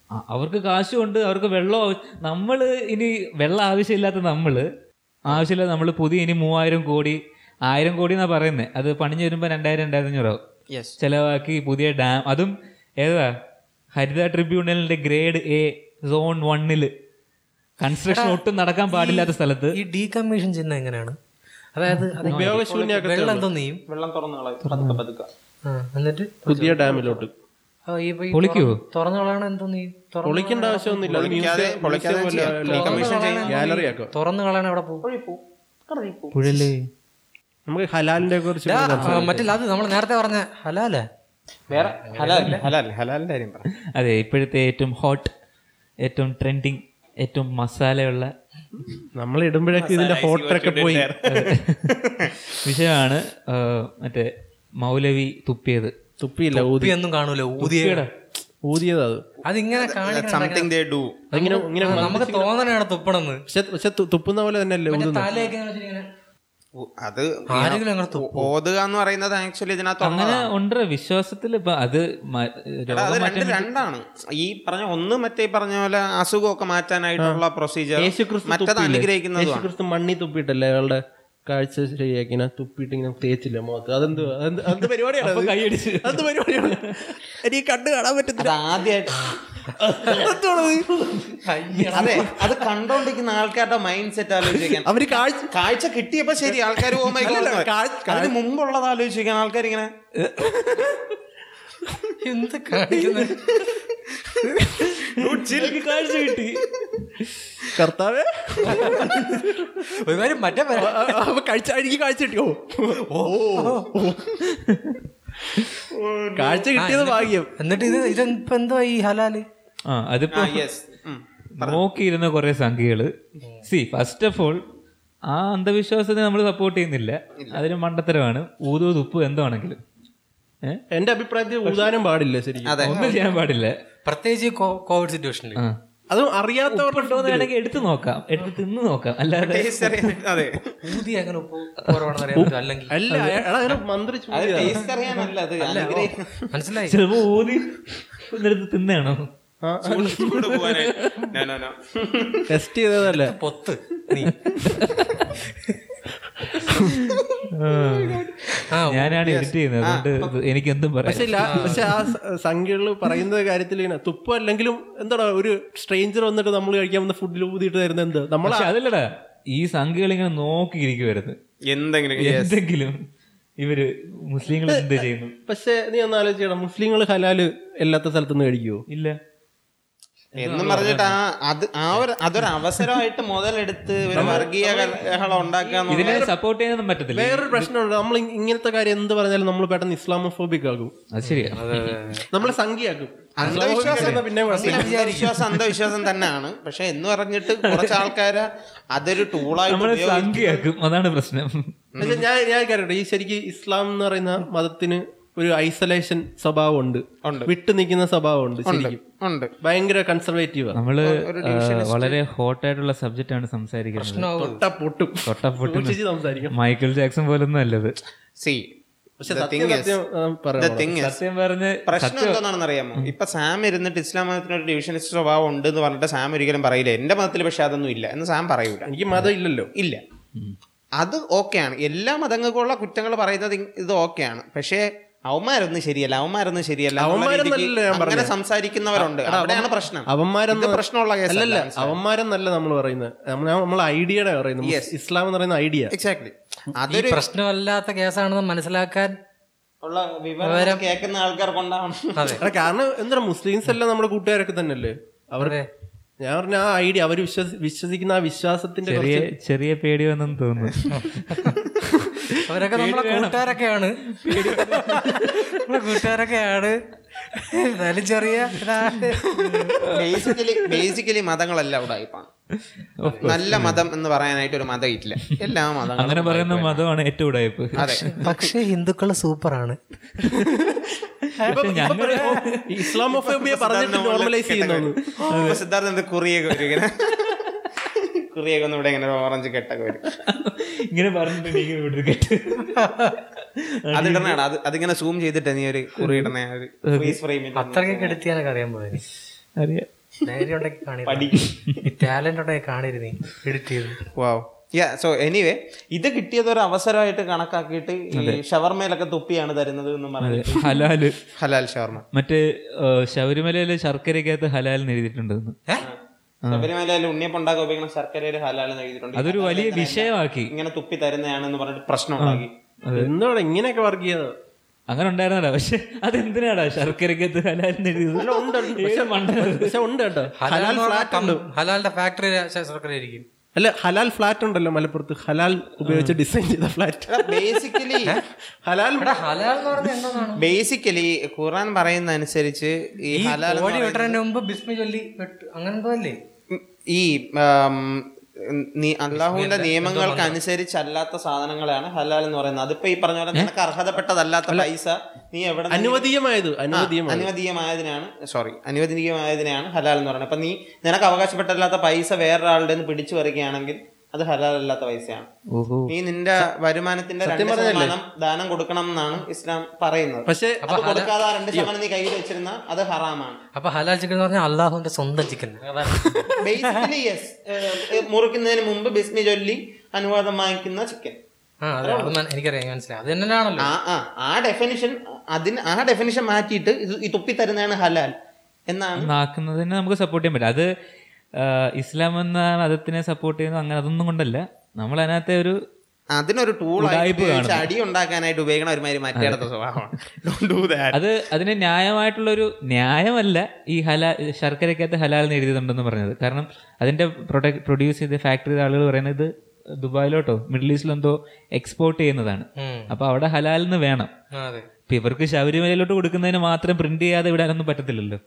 S5: ആ, അവർക്ക് കാശുണ്ട് അവർക്ക് വെള്ളം ആവശ്യ- നമ്മള് ഇനി വെള്ളം ആവശ്യമില്ലാത്ത നമ്മള് ആവശ്യമില്ല നമ്മൾ പുതിയ ഇനി മൂവായിരം കോടി ആയിരം കോടി എന്നാ പറയുന്നത് അത് പണിഞ്ഞു വരുമ്പോൾ രണ്ടായിരം രണ്ടായിരത്തി അഞ്ഞൂറാവും
S2: യെസ്
S5: ചിലവാക്കി പുതിയ ഡാം അതും ഏതാ ഹരിത ട്രിബ്യൂണലിന്റെ ഗ്രേഡ് എ സോൺ വണ്ണില് കൺസ്ട്രക്ഷൻ ഒട്ടും നടക്കാൻ പാടില്ലാത്ത സ്ഥലത്ത്
S4: ഈ ഡീകമ്മീഷൻ ചിഹ്നം എങ്ങനെയാണ് അതായത് അത് വെള്ളം എന്തോ നീയും
S2: വെള്ളം തുറന്നു കളയും പതുക്കെ
S4: ആ, എന്നിട്ട്
S3: പുതിയ ഡാമിലോട്ട്
S4: ആ, ഈ- ഈ
S5: പൊളിക്കുവോ?
S4: തുറന്നു കളയണ എന്തോ നീ തുറന്നു
S3: പൊളിക്കേണ്ട ആവശ്യമൊന്നുമില്ല അത്
S2: പൊളിക്കാതെ-
S3: museum-
S2: പൊളിക്കാതെ
S3: museum
S2: ചെയ്യാം.
S3: പോലെ-
S2: Decommission ചെയ്യാം.
S3: gallery ആക്കാം
S4: തുറന്നു കളയണ അവിടെ പോകും
S5: പുഴല്
S3: നമുക്ക് ഹലാലിനെ കുറിച്ച്
S4: മറ്റില്ല അത് നമ്മൾ നേരത്തെ പറഞ്ഞ ഹലാലേ
S2: വേറെ ഹലാലല്ലേ ഹലാലല്ലേ ഹലാലിന്റെ കാര്യം പറ
S5: അതെ ഇപ്പോഴത്തെ ഏറ്റവും ഹോട്ട് ഏറ്റവും ട്രെൻഡിങ് ഏറ്റവും മസാലയുള്ള
S3: നമ്മൾ ഇടുമ്പോഴേക്ക് ഇതിന്റെ ഫോട്ടോ ഒക്കെ പോയി
S5: വിഷയമാണ് ആ, മറ്റേ മൗലവി തുപ്പിയത്
S3: തുപ്പിയില്ല ഊതി
S4: ഒന്നും കാണൂല ഊതിയ
S3: ഊതിയതാ അത്
S4: അതിങ്ങനെ കാണിക്കണം
S2: സംതിങ് ദേ ഡു
S3: അതിങ്ങനെ ഇങ്ങനെ
S4: നമുക്ക് തോന്നണയാണ് തുപ്പണെന്ന്
S3: പക്ഷെ പക്ഷെ തു- തുപ്പുന്ന പോലെ തന്നെ അല്ലേ ഊതുന്നത്
S4: തലയൊക്കെ ഇങ്ങനെ വെച്ചിട്ട് ഇങ്ങനെ.
S2: അത്
S4: ആരെങ്കിലും അങ്ങനെ തുപ്പും
S2: ഓതുക എന്ന് പറയുന്നത് ആക്ച്വലി ഇതിനകത്ത്
S5: അങ്ങനെ ഉണ്ട് വിശ്വാസത്തിൽ ഇപ്പൊ അത് മ-
S2: അത്
S5: രോഗം
S2: രണ്ട്
S5: മാറ്റാൻ
S2: രണ്ടാണ് ഈ പറഞ്ഞ ഒന്ന് മറ്റേ ഈ പറഞ്ഞ പോലെ അസുഖമൊക്കെ മാറ്റാനായിട്ടുള്ള പ്രൊസീജിയർ
S3: യേശുക്രിസ്തു
S2: മറ്റത്
S3: തുപ്പിയില്ലേ?
S2: അനുഗ്രഹിക്കുന്നതുമാണ്
S3: യേശുക്രിസ്തു മണ്ണി തുപ്പിയിട്ടല്ലേ അയാളുടെ കാഴ്ച ശരിയാക്കിന തുപ്പിയിട്ട് ഇങ്ങനെ തേച്ചില്ല മുഖത്ത് അതെന്ത് അതെന്ത് അതെന്ത് പരിപാടിയാണ് അത്?
S5: കൈയടിച്ച്.
S3: അതെന്ത് പരിപാടിയാണ് എനിക്ക് കണ്ണ് കാണാൻ പറ്റത്തില്ല
S2: അതെ അത് കണ്ടോണ്ടിരിക്കുന്ന ആൾക്കാരുടെ മൈൻഡ് സെറ്റ് ആലോചിക്കാൻ
S3: അവര് കാഴ്ച
S2: കാഴ്ച കിട്ടിയപ്പോ ശരി oh ആൾക്കാർ അതിന് മുമ്പുള്ളത് ആലോചിക്കാൻ ആൾക്കാർ ഇങ്ങനെ
S4: എന്ത് കാണിക്കുന്നത്
S5: എനിക്ക് കാഴ്ച കിട്ടി
S3: കർത്താവേ
S4: ഒരുമാതിരി മറ്റേ പരാ-
S3: ആ, ആ, കാഴ്ച എനിക്ക് കാഴ്ച കിട്ടിയോ ഓ കാഴ്ച കിട്ടിയത് ഭാഗ്യം
S4: എന്നിട്ട് ഇത് ഇതിപ്പോ എന്തോ ഈ ഹലാല്
S5: ആ അതിപ്പോ
S2: യെസ്
S5: നോക്കിയിരുന്ന കുറെ സംഖ്യകള് സി ഫസ്റ്റ് ഓഫ് ഓൾ ആ അന്ധവിശ്വാസത്തെ നമ്മൾ സപ്പോർട്ട് ചെയ്യുന്നില്ല അതിന് മണ്ടത്തരമാണ് ഊതോ തുപ്പ് എന്താണെങ്കിലും ഏഹ്
S3: എന്റെ അഭിപ്രായത്തിൽ ഊതാനും പാടില്ല ശരിക്കും
S5: ഒന്നും ചെയ്യാൻ പാടില്ല
S4: പ്രത്യേകിച്ച് ഈ കോ- കോവിഡ് സിറ്റുവേഷനിൽ
S5: ആ.
S3: അതും അറിയാത്തവരുടെ
S5: ഉണ്ടോന്ന് വേണമെങ്കിൽ എടുത്ത് നോക്കാം എടുത്ത് തിന്ന് നോക്കാം അല്ലാതെ
S2: Taste അറിയാൻ- അതെ
S4: ഊതി അങ്ങനെ ഉപ്പ് കുറവാണെന്ന് അറിയാൻ പറ്റും അല്ലെങ്കിൽ
S3: അല്ല അയാ- എടാ, അങ്ങനെ മന്ത്രി ചൂണ്ടിയതാ.
S2: അത് ടേസ്റ്റ് അറിയാനല്ല അത് അനുഗ്രഹി-
S4: മനസ്സിലായി
S5: ചിലപ്പോ ഊതി ഒന്നെടുത്ത് തിന്നാണോ
S3: ആ,
S2: ചൂട് പോവാനായി. No, no, no.
S3: ടെസ്റ്റ് ചെയ്തതല്ലേ
S4: പൊത്ത് നീ
S5: ആ.
S4: ആ
S5: ഞാനാണ് എഡിറ്റ് ചെയ്യുന്നത് അതുകൊണ്ട് ഇത് എനിക്കെന്തും പറയാം
S3: പക്ഷെ ലാ- പക്ഷെ ആ സംഖ്യകൾ പറയുന്ന കാര്യത്തിൽ ഇങ്ങനെ തുപ്പ് അല്ലെങ്കിലും എന്താണ് ഒരു സ്ട്രേഞ്ചർ വന്നിട്ട് നമ്മൾ കഴിക്കാൻ വന്ന ഫുഡിൽ ഊതിയിട്ട് തരുന്ന എന്ത് നമ്മൾ
S5: പക്ഷെ അതല്ലടാ ഈ സംഖ്യകൾ ഇങ്ങനെ നോക്കിയിരിക്കുവായിരുന്നു
S2: എന്തെങ്കിലും
S5: എന്തെങ്കിലും ഇവര് മുസ്ലിങ്ങൾ എന്ത് ചെയ്യുന്നു
S3: പക്ഷെ നീ ഒന്ന് ആലോചിക്കണം മുസ്ലിങ്ങൾ ഹലാല് എല്ലാത്ത സ്ഥലത്തുനിന്ന് കഴിക്കുവോ
S5: ഇല്ല
S2: എന്ന് പറഞ്ഞിട്ട് ആ അത് ആ ഒരു അതൊരു അവസരമായിട്ട് മുതലെടുത്ത് ഒരു വർഗീയ കലഹളം ഉണ്ടാക്കുക എന്നുള്ള-
S5: ഇതിനെ സപ്പോർട്ട് ചെയ്യാനൊന്നും പറ്റത്തില്ല
S3: വേറൊരു പ്രശ്നമുണ്ട് നമ്മൾ ഇ- ഇങ്ങനത്തെ കാര്യം എന്ത് പറഞ്ഞാലും നമ്മൾ പെട്ടെന്ന് ഇസ്ലാമോഫോബിക് ആകും
S5: അത് ശരിയാ
S3: നമ്മളെ സംഖ്യയാക്കും
S2: അന്ധവിശ്വാസം
S3: എന്നാ പിന്നെ കുഴപ്പമില്ല.
S2: അന്ധവിശ്വാസം അന്ധവിശ്വാസം തന്നെയാണ് പക്ഷെ എന്ന് പറഞ്ഞിട്ട് കുറച്ച് ആൾക്കാര് അതൊരു ടൂളായിട്ട്
S5: നമ്മളെ
S2: ഉപയോഗി-
S5: സംഖ്യയാക്കും അതാണ് പ്രശ്നം
S3: പക്ഷെ ഞാൻ ഞാൻ കാര്യമുണ്ട് ഈ ശരിക്ക് ഇസ്ലാം എന്ന് പറയുന്ന മതത്തിന് ഒരു ഐസൊലേഷൻ സ്വഭാവമുണ്ട്
S2: ഉണ്ട്.
S3: വിട്ടു നിൽക്കുന്ന സ്വഭാവമുണ്ട് ശരിക്കും
S2: ഉണ്ട്
S3: ഭയങ്കര കൺസർവേറ്റീവ്
S5: നമ്മള് ആ, വളരെ ഹോട്ടായിട്ടുള്ള സബ്ജക്റ്റ് ആണ് സംസാരിക്കുന്നത്
S3: തൊട്ട പൊട്ടും
S5: തൊട്ടപ്പൊട്ടുന്ന-
S3: സൂക്ഷിച്ച് സംസാരിക്കണം
S5: മൈക്കിൾ ജാക്സൺ പോലൊന്നും അല്ലത്
S2: സി
S3: പക്ഷെ സത്യം സത്യം ആ,
S2: ദ
S3: പറയാം
S2: തിങ്
S5: സത്യം പറഞ്ഞ്
S2: പ്രശ്നം എന്താണെന്ന് അറിയാമോ ഇപ്പൊ സാം ഇരുന്നിട്ട് ഇസ്ലാം മതത്തിന് ഒരു ഡിവിഷനിസ്റ്റ് സ്വഭാവം ഉണ്ട് എന്ന് പറഞ്ഞിട്ട് സാം ഒരിക്കലും പറയില്ല എന്റെ മതത്തിൽ പക്ഷെ അതൊന്നും ഇല്ല എന്ന് സാം പറയൂല
S3: എനിക്ക് മതം ഇല്ലല്ലോ
S2: ഇല്ല അത് ഓക്കെയാണ് എല്ലാ മതങ്ങൾക്കുള്ള കുറ്റങ്ങൾ പറയുന്നത് ഇ- ഇത് ഓക്കെയാണ് പക്ഷേ അവന്മാരൊന്നും ശരിയല്ല അവന്മാരൊന്നും ശരിയല്ല എന്നുള്ള
S3: അവന്മാരെന്നല്ല
S2: രീതിക്ക്
S3: ഞാൻ
S2: അങ്ങനെ സംസാരിക്കുന്നവരുണ്ട് അവിടെയാണ് പ്രശ്നം
S3: അവന്മാരെന്ന്
S2: ഇത് പ്രശ്നമുള്ള
S3: അല്ലല്ല
S2: കേസല്ല
S3: അവന്മാരെന്നല്ല നമ്മൾ പറയുന്നത് നമ്മൾ നമ്മൾ ഐഡിയയുടെ പറയുന്നത്
S2: Yes.
S3: ഇസ്ലാം എന്ന് പറയുന്ന ഐഡിയ
S2: എക്സാക്ട്ലി
S4: ഈ
S2: അതൊരു
S4: പ്രശ്നമല്ലാത്ത കേസാണെന്ന് മനസ്സിലാക്കാൻ
S2: ഉള്ള വിവരം കേൾക്കുന്ന ആൾക്കാർക്കുണ്ടാവണം
S4: അതെ
S3: എടാ, കാരണം എന്താണ് മുസ്ലിംസ് എല്ലാം നമ്മുടെ കൂട്ടുകാരൊക്കെ തന്നെയല്ലേ അവർ
S4: അതെ.
S3: ഞാൻ പറഞ്ഞ ആ ഐഡിയ അവർ വിശ്വസി വിശ്വസിക്കുന്ന ആ വിശ്വാസത്തിന്റെ
S5: ചെറിയ ചെറിയ പേടി വന്നെന്ന് തോന്നുന്നു
S4: അവരൊക്കെ നമ്മളെ കൂട്ടുകാരൊക്കെയാണ് നമ്മളെ കൂട്ടുകാരൊക്കെയാണ് എന്നാലും ചെറിയ ഇതാണ്.
S2: ബേസിക്കലി ബേസിക്കലി മതങ്ങളെല്ലാം ഉടായിപ്പാണ് നല്ല മതം എന്ന് പറയാനായിട്ട് ഒരു മതം ഇല്ല എല്ലാ മതങ്ങളും
S5: അങ്ങനെ പറയുന്ന മതമാണ് ഏറ്റവും ഉടായ്പ്
S2: അതെ
S4: പക്ഷേ ഹിന്ദുക്കൾ സൂപ്പറാണ്
S3: ഇസ്ലാമോഫോബിയെ പറഞ്ഞിട്ട് നോർമലൈസ് ചെയ്യുന്നു
S2: ഇപ്പൊ സിദ്ധാർത്ഥ കുറിയൊക്കെ വരും ഇങ്ങനെ കുറിയൊക്കെ ഒന്ന് ഇവിടെ ഇങ്ങനെ ഓറഞ്ച് കെട്ടൊക്കെ വരും
S5: ഇങ്ങനെ പറഞ്ഞിട്ടുണ്ടെങ്കിൽ ഇവിടെ കേട്ട്
S2: അത് ഇടണേടാ അത് അതിങ്ങനെ സൂം ചെയ്തിട്ട് നീ ഒരു കുറി ഇടണേ ആ ഒരു freeze frame ല്
S4: അത്രയ്ക്ക് എടുത്തിയാനൊക്കെ അറിയാൻ പോയത്
S5: അറിയാം
S4: ധൈര്യം ഉണ്ടെങ്കിൽ കാണിരുന്നു
S2: പഠിക്കും
S4: ഈ ടാലന്റ് ഉണ്ടെങ്കിൽ കാണിരുന്നേ എഡിറ്റ് ചെയ്ത്
S2: വാവ് യാ സോ എനിവേ ഇത് കിട്ടിയത് ഒരു അവസരമായിട്ട് കണക്കാക്കിയിട്ട് ഈ ഷവർമയിലൊക്കെ തുപ്പിയാണ് തരുന്നത് എന്ന് പറഞ്ഞു
S5: ഹലാല്
S2: ഹലാൽ ഷവർമ
S5: മറ്റേ ഏ, ശബരിമലയിലെ ശർക്കരയ്ക്കകത്ത് ഹലാലെന്ന് എഴുതിയിട്ടുണ്ടെന്ന്
S2: ശബരിമലയിൽ ഉണ്ണിയപ്പുണ്ടാക്കി ഉപയോഗിക്കുന്ന ശർക്കരയിൽ ഹലാലെന്ന് എഴുതിയിട്ടുണ്ട്
S5: അതൊരു വലിയ വിഷയമാക്കി
S2: ഇങ്ങനെ തുപ്പി തരുന്നതാണെന്ന് പറഞ്ഞിട്ട് പ്രശ്നം ഉണ്ടാക്കി
S3: എന്താണ് ഇങ്ങനെയൊക്കെ വർക്ക് ചെയ്തത്
S5: അങ്ങനെ ഉണ്ടായിരുന്നടാ പക്ഷെ അതെന്തിനാടാ ശർക്കരയ്ക്കകത്ത് ഹലാലെന്ന് എഴുതിയത്
S3: ഉണ്ട്, ഉണ്ട്.
S5: ഏത് മണ്ടാണ് ഇത്?
S3: പക്ഷെ ഉണ്ട് കേട്ടോ ഹലാൽ ഫ്ലാറ്റ് ഉണ്ട്
S4: ഹലാലിന്റെ ഫാക്ടറി സർക്കാരായിരിക്കും
S3: അല്ല ഹലാൽ ഫ്ലാറ്റ് ഉണ്ടല്ലോ മലപ്പുറത്ത് ഹലാൽ ഉപയോഗിച്ച് ഡിസൈൻ ചെയ്ത ഫ്ലാറ്റ്
S2: ബേസിക്കലി
S4: ഹലാൽ
S3: ഹലാൽ
S4: എന്ന് പറഞ്ഞാൽ എന്താണ്
S2: ബേസിക്കലി ഖുർആൻ പറയുന്ന അനുസരിച്ച് ഈ ഹലാൽ
S4: ഓടി വെട്ടറിന്റെ മുമ്പ് ബിസ്മി ചൊല്ലി വെട്ട് അങ്ങനെന്തോ അല്ലേ
S2: ഈ ആം, നീ അള്ളാഹുവിന്റെ നിയമങ്ങൾക്ക് അനുസരിച്ചല്ലാത്ത സാധനങ്ങളാണ് ഹലാൽ എന്ന് പറയുന്നത് അതിപ്പോ ഈ പറഞ്ഞ പോലെ നിനക്ക് അർഹതപ്പെട്ടതല്ലാത്ത പൈസ നീ എവിടെ നിന്ന്
S3: അനുവദീയമായത് അനുവദീയമായത്
S2: അനുവദീയമായതിനാണ് സോറി അനുവദീയമായതിനാണ് ഹലാൽ എന്ന് പറയുന്നത് അപ്പൊ നീ നിനക്ക് അവകാശപ്പെട്ടല്ലാത്ത പൈസ വേറൊരാളുടെ നിന്ന് പിടിച്ചു വരികയാണെങ്കിൽ അത് ഹലാലല്ലാത്ത പൈസയാണ്
S5: ഓഹോ
S2: നീ നിന്റെ വരുമാനത്തിന്റെ രണ്ട് ശതമാനം ദാനം കൊടുക്കണം എന്നാണ് ഇസ്ലാം പറയുന്നത്
S3: പക്ഷേ
S2: അത് കൊടുക്കാതെ ആ രണ്ട് ശതമാനം നീ കയ്യിൽ വെച്ചിരുന്ന അത് ഹറാമാണ്
S4: അപ്പൊ ഹലാൽ ചിക്കൻ എന്ന് പറഞ്ഞാൽ അള്ളാഹുവിന്റെ സ്വന്തം ചിക്കൻ
S2: ബേസിക്കലി യെസ് മുറിക്കുന്നതിന് മുമ്പ് ബിസ്മി ചൊല്ലി അനുവാദം വാങ്ങിക്കുന്ന ചിക്കൻ
S4: ആ അതെ അത് മന- എനിക്കറിയാം എനിക്ക് മനസ്സിലായി അത് തന്നെയാണല്ലോ
S2: ആ ആ ആ ഡെഫിനിഷൻ അതിന് ആ ഡെഫിനിഷൻ മാറ്റിയിട്ട് ഇത് ഈ തുപ്പി തരുന്നതാണ് ഹലാൽ എന്നാണ്
S5: നാക്കുന്നതിനെ നമുക്ക് സപ്പോർട്ട് ചെയ്യാൻ പറ്റും അത് ആ, ഇസ്ലാം എന്ന മതത്തിനെ സപ്പോർട്ട് ചെയ്യുന്നത് അങ്ങനെ അതൊന്നും കൊണ്ടല്ല നമ്മൾ അതിനകത്തെ ഒരു
S2: അതിനൊരു
S5: ഉടായിപ്പ്
S2: ടൂളായിട്ട്
S5: കാണുന്നു.
S2: അടി ഉണ്ടാക്കാനായിട്ട് ഉപയോഗിക്കണ ഒരുമാതിരി മറ്റേടത്ത സ്വഭാവമാണ് Don't do that.
S5: അത് അതിന് ന്യായമായിട്ടുള്ളൊരു ന്യായമല്ല ഈ ഹലാ ശർക്കരയ്ക്കകത്ത് ഹലാൽ എഴുതിയിട്ടുണ്ടെന്ന് പറഞ്ഞത് കാരണം അതിന്റെ പ്രൊഡക്ട് പ്രൊഡ്യൂസ് ചെയ്ത ഫാക്ടറി ആളുകൾ പറയുന്നത് ഇത് ദുബായിലോട്ടോ മിഡിൽ ഈസ്റ്റിലോ എന്തോ എക്സ്പോർട്ട് ചെയ്യുന്നതാണ്
S4: ഉം.
S5: അപ്പൊ അവിടെ ഹലാൽ എന്ന് വേണം
S4: ആ, അതെ
S5: ഇപ്പൊ ഇവർക്ക് ശബരിമലയിലോട്ട് കൊടുക്കുന്നതിന് മാത്രം പ്രിന്റ് ചെയ്യാതെ വിടാനൊന്നും പറ്റത്തില്ലല്ലോ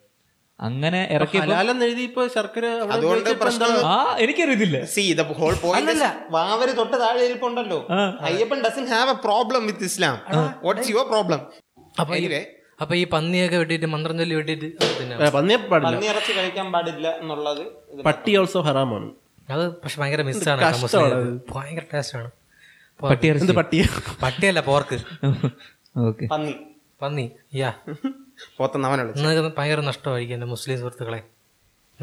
S5: അങ്ങനെ ഇറക്കി
S3: ഹലാലെന്ന് എഴുതി ഇപ്പൊ ശർക്കര അവിടെ
S2: അതുകൊണ്ട്
S3: ഉപയോഗിച്ചപ്പോ
S2: പ്രശ്നം
S5: ആ എനിക്കറിയത്തില്ല
S2: see the whole point Vavar തൊട്ട് താഴെ ഇരിപ്പുണ്ടല്ലോ Ayyappan doesn't have a problem with Islam what's your problem
S4: അപ്പൊ ഈ-
S2: എനിവേ
S4: അപ്പൊ ഈ പന്നിയൊക്കെ വെട്ടിയിട്ട് മന്ത്രം ചൊല്ലി വെട്ടിയിട്ട് അത് തിന്നാം.
S3: പന്നിയെ പാടില്ല
S2: പന്നി ഇറച്ചി കഴിക്കാൻ പാടില്ല എന്നുള്ളത് ഇത്
S3: പട്ടി ഓൾസോ ഹറാമാണ്
S4: അത് പക്ഷെ ഭയങ്കര മിസ്സാണ് ഭയങ്കര ടേസ്റ്റാണ്
S5: പട്ടിയറച്ചി
S3: എന്ത് പട്ടിയ
S4: പട്ടിയല്ല പോർക്ക്
S5: ഓക്കെ
S2: പന്നി
S4: പന്നി യാ
S2: പോത്തന്നവനുള്ളത്
S4: നിങ്ങൾക്ക് ഭയങ്കര നഷ്ടമായിരിക്കും എൻ്റെ മുസ്ലിം സുഹൃത്തുക്കളെ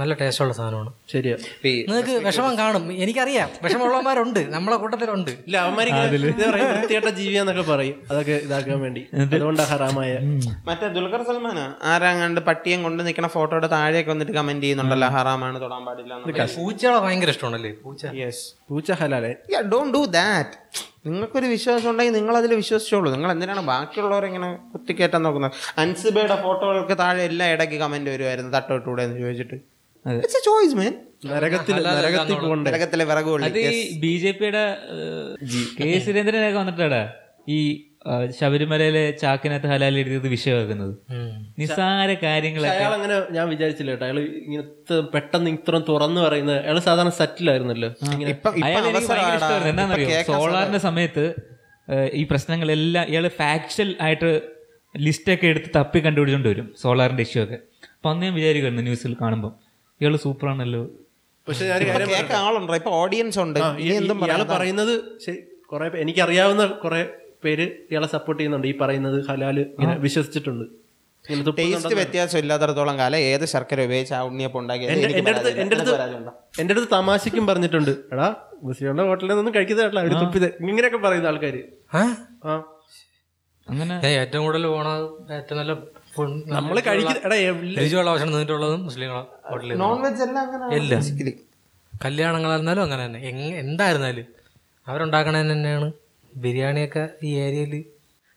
S4: നല്ല ടേസ്റ്റുള്ള സാധനമാണ്
S3: ശരിയാ
S2: ഈ
S4: നിങ്ങൾക്ക് വിഷമം കാണും എനിക്കറിയാം വിഷമമുള്ളവന്മാരുണ്ട് നമ്മളെ കൂട്ടത്തിലുണ്ട്
S3: ഇല്ല അവന്മാര് ഇങ്ങനെ ഇത് പറയും, വൃത്തികെട്ട ജീവിയാന്നൊക്കെ പറയും അതൊക്കെ ഇതാക്കാൻ വേണ്ടി അതുകൊണ്ടാ ഹറാമായ
S2: മറ്റേ ദുൽഖർ സൽമാനാ ആരാങ്ങാണ്ട് പട്ടിയും കൊണ്ട് നിൽക്കുന്ന ഫോട്ടോയുടെ താഴെയൊക്കെ വന്നിട്ട് കമന്റ് ചെയ്യുന്നുണ്ടല്ലോ ഹറാമാണ് തൊടാൻ പാടില്ല എന്നുള്ളത്.
S4: പൂച്ചകളെ ഭയങ്കര ഇഷ്ടമാണല്ലേ പൂച്ച
S2: Yes.
S3: പൂച്ച ഹലാലെ
S2: Yeah, don't do that. നിങ്ങൾക്കൊരു വിശ്വാസം ഉണ്ടെങ്കിൽ നിങ്ങൾ അതിൽ വിശ്വസിച്ചോളൂ നിങ്ങൾ എന്തിനാണ് ബാക്കിയുള്ളവർ ഇങ്ങനെ കുത്തിക്കയറ്റാൻ നോക്കുന്നത് അൻസിബയുടെ ഫോട്ടോകൾക്ക് താഴെ എല്ലാം ഇടയ്ക്ക് കമന്റ് വരുമായിരുന്നു തട്ടോട്ടൂടെ എന്ന് ചോദിച്ചിട്ട് ഇറ്റ്സ് എ ചോയ്സ് മേൻ
S3: നരകത്തിൽ നരകത്തിൽ പോകണ്ടേ
S2: ഇടകത്തിലെ വിറകുള്ളി
S5: അത് ഈ ബി ജെ പിയുടെ കെ സുരേന്ദ്രനൊക്കെ വന്നിട്ടാടാ ഈ ആ, ശബരിമലയിലെ ചാക്കിനകത്ത് ഹലാൽ എഴുതിയത് വിഷയമാക്കുന്നത്
S4: ഉം.
S5: നിസ്സാര കാര്യങ്ങളെ
S3: അയാൾ അങ്ങനെ ഞാൻ വിചാരിച്ചില്ല കേട്ടോ അയാൾ ഇങ്ങനത്തെ പെട്ടെന്ന് ഇത്രയും തുറന്നു പറയുന്നത് അയാൾ സാധാരണ സെറ്റിലായിരുന്നല്ലോ ഇങ്ങനെ
S2: ഇപ്പം
S5: അയാൾ
S2: ഇപ്പം
S5: എനിക്ക് ഭയങ്കര
S2: അവസരമാടാ.
S5: ഇഷ്ടമായിരുന്നു എന്താണെന്നറിയോ
S2: ഇപ്പം
S5: സോളാറിന്റെ സമയത്ത് ഏഹ്, ഈ പ്രശ്നങ്ങളെല്ലാം ഇയാള് ഫാക്ച്വൽ ആയിട്ട് ലിസ്റ്റൊക്കെ എടുത്ത് തപ്പി കണ്ടുപിടിച്ചോണ്ട് വരും സോളാറിന്റെ ഇഷ്യൂ ഒക്കെ അപ്പൊ അന്ന് ഞാൻ വിചാരിക്കുമായിരുന്നു ന്യൂസിൽ കാണുമ്പോൾ ഇയാള് സൂപ്പറാണല്ലോ
S3: പക്ഷെ ഞാൻ ഒരു കാര്യം
S2: കേൾക്കാൻ ആളുണ്ടോ ഇപ്പൊ ഓഡിയൻസ് ഉണ്ട്
S3: ആ,
S2: ഇനി
S3: ഈ-
S2: എന്തും
S3: ഇയാള് പറയുന്നത് ശരി, കുറെ പേ- എനിക്കറിയാവുന്ന കുറെ പേര് ഇയാളെ സപ്പോർട്ട് ചെയ്യുന്നുണ്ട് ഈ പറയുന്നത് ഹലാല് ഇങ്ങനെ വിശ്വസിച്ചിട്ടുണ്ട് ഇങ്ങനെ തുപ്പുന്നുണ്ടെന്ന്.
S2: ടേസ്റ്റ് വ്യത്യാസം ഇല്ലാത്തടത്തോളം കാലം ഏത് ശർക്കര ഉപയോഗിച്ച് ആ ഉണ്ണിയപ്പം ഉണ്ടാക്കിയത്
S3: എന്റെ
S2: എനിക്ക്
S3: എന്റെ അടുത്ത്
S2: പരാതിയില്ല.
S3: എന്റെ അടുത്ത്
S2: നിനക്ക് പരാതിയുണ്ടോ?
S3: എന്റെ അടുത്ത് തമാശക്കും പറഞ്ഞിട്ടുണ്ട് എടാ മുസ്ലിമുടെ ഹോട്ടലിൽ നിന്നും കഴിക്കുന്നതല്ല അവര് തുപ്പിത് ഇങ്ങനെയൊക്കെ പറയുന്ന ആൾക്കാര്
S4: ആ?
S3: ആ
S5: അങ്ങനെ
S4: ഏ, ഏറ്റവും കൂടുതൽ പോണ ഏറ്റവും നല്ല ഫുഡ്
S3: നമ്മള് കഴിക്കുന്ന എടാ എവിടെ-
S4: രുചിയുള്ള ഭക്ഷണം നിന്നിട്ടുള്ളതും മുസ്ലിങ്ങളെ ഹോട്ടലിൽ
S2: നോൺ വെജ് എല്ലാം അങ്ങനെ
S4: ഇല്ല
S2: basically.
S4: കല്യാണങ്ങളായിരുന്നാലും അങ്ങനെ തന്നെ എങ്- എന്തായിരുന്നാലും അവരുണ്ടാക്കണ തന്നെയാണ് ബിരിയാണിയൊക്കെ ഈ ഏരിയയിൽ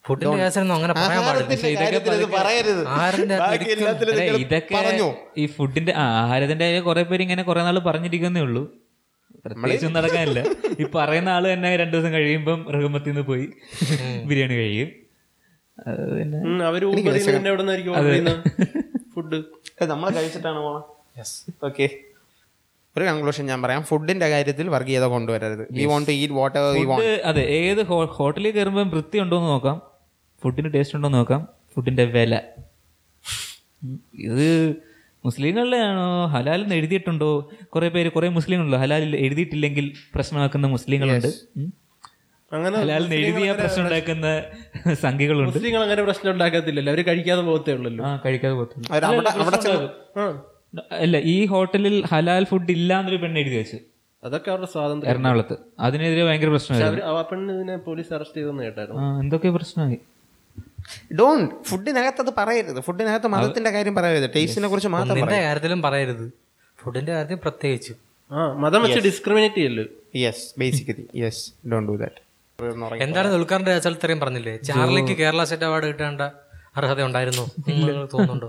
S4: ഫുഡിന്റെ കേസൊന്നും അങ്ങനെ പറയാൻ പാടില്ല
S2: ആഹാരത്തിന്റെ കാര്യത്തിൽ ഇത് പറയരുത്.
S4: ആഹാരന്റെ
S2: ബാക്കി
S4: ഒരിക്കലും-
S2: എല്ലാത്തിലും
S5: അല്ല,
S2: നിങ്ങൾ
S5: ഇതൊക്കെ
S2: പറഞ്ഞോ?
S5: ഈ ഫുഡിന്റെ ആ, ആഹാരത്തിന്റെ കാര്യം കുറെ പേര് ഇങ്ങനെ കുറെ നാൾ പറഞ്ഞിരിക്കുന്നേ ഉള്ളൂ പ്രത്യേകിച്ചൊന്നും നടക്കാനില്ല ഈ പറയുന്ന ആള് തന്നെ രണ്ടു ദിവസം കഴിയുമ്പം റഹ്മത്തിൽ നിന്ന് പോയി ബിരിയാണി കഴിയും അത് പിന്നെ
S3: ഉം, അവര് ഊബറിൽ നിന്ന് എവിടെ നിന്നായിരിക്കും ഓർഡർ ചെയ്യുന്നത് ഫുഡ്
S2: ഏ, നമ്മള് കഴിച്ചിട്ടാണ് പോണത്
S4: Yes.
S2: ഓക്കെ ഒരു കൺക്ലൂഷൻ ഞാൻ പറയാം ഫുഡിന്റെ കാര്യത്തിൽ വർഗീയത കൊണ്ടുവരരുത് we want to eat what we want
S5: food അതെ ഏത് ഹോ- ഹോട്ടലിൽ കയറുമ്പോൾ വൃത്തി ഉണ്ടോ എന്ന് നോക്കാം ഫുഡിന് ടേസ്റ്റ് ഉണ്ടോ എന്ന് നോക്കാം ഫുഡിന്റെ വില ഉം, ഇത് മുസ്ലിങ്ങളിലാണോ ഹലാലിൽ നിന്ന് എഴുതിയിട്ടുണ്ടോ കുറെ പേര് കുറെ മുസ്ലിങ്ങളുണ്ടല്ലോ ഹലാലിൽ എഴുതിയിട്ടില്ലെങ്കിൽ പ്രശ്നമാക്കുന്ന മുസ്ലിങ്ങളുണ്ട് ഉം.
S3: അങ്ങനെ
S5: ഹലാലിൽ എഴുതിയ പ്രശ്നം ഉണ്ടാക്കുന്ന സംഖ്യകളുണ്ട്
S3: മുസ്ലിങ്ങൾ അങ്ങനെ പ്രശ്നം ഉണ്ടാക്കത്തില്ലല്ലോ അവര് കഴിക്കാതെ പോകത്തേ ഉള്ളല്ലോ
S5: ആ കഴിക്കാതെ പോകത്തുള്ളൂ
S2: അവര് അവിടെ അവിടെ ചെന്ന്
S3: ആ
S5: അല്ല ഈ ഹോട്ടലിൽ ഹലാൽ ഫുഡ് ഇല്ല എന്നൊരു പെണ്ണ് എഴുതി വെച്ചു
S3: അതൊക്കെ അവരുടെ സ്വാതന്ത്ര്യം
S5: എറണാകുളത്ത് അതിനെതിരെ ഭയങ്കര പ്രശ്നമായിരുന്നു
S3: അവര് ആ പെണ്ണ് ഇതിനെ പോലീസ് അറസ്റ്റ് ചെയ്തെന്ന് കേട്ടായിരുന്നു
S5: ആ, എന്തൊക്കെ പ്രശ്നമായി
S2: ഡോണ്ട് ഫുഡിനകത്ത് അത് പറയരുത് ഫുഡിനകത്ത് മതത്തിന്റെ കാര്യം പറയരുത് ടേസ്റ്റിനെ കുറിച്ച് മാത്രം
S4: ഫുഡിന്റെ കാര്യത്തിലും പറയരുത് ഫുഡിന്റെ കാര്യത്തിൽ പ്രത്യേകിച്ച്
S3: ആ മതം വെച്ച് ഡിസ്ക്രിമിനേറ്റ് ചെയ്യല്ലോ
S2: yes basically yes don't do that
S4: എന്താണ് ദുൽഖാറിന്റെ അസൽ ഇത്രയും പറഞ്ഞില്ലേ ചാർലിക്ക് കേരള സ്റ്റേറ്റ് അവാർഡ് കിട്ടേണ്ട അർഹത ഉണ്ടായിരുന്നു തോന്നുന്നുണ്ടോ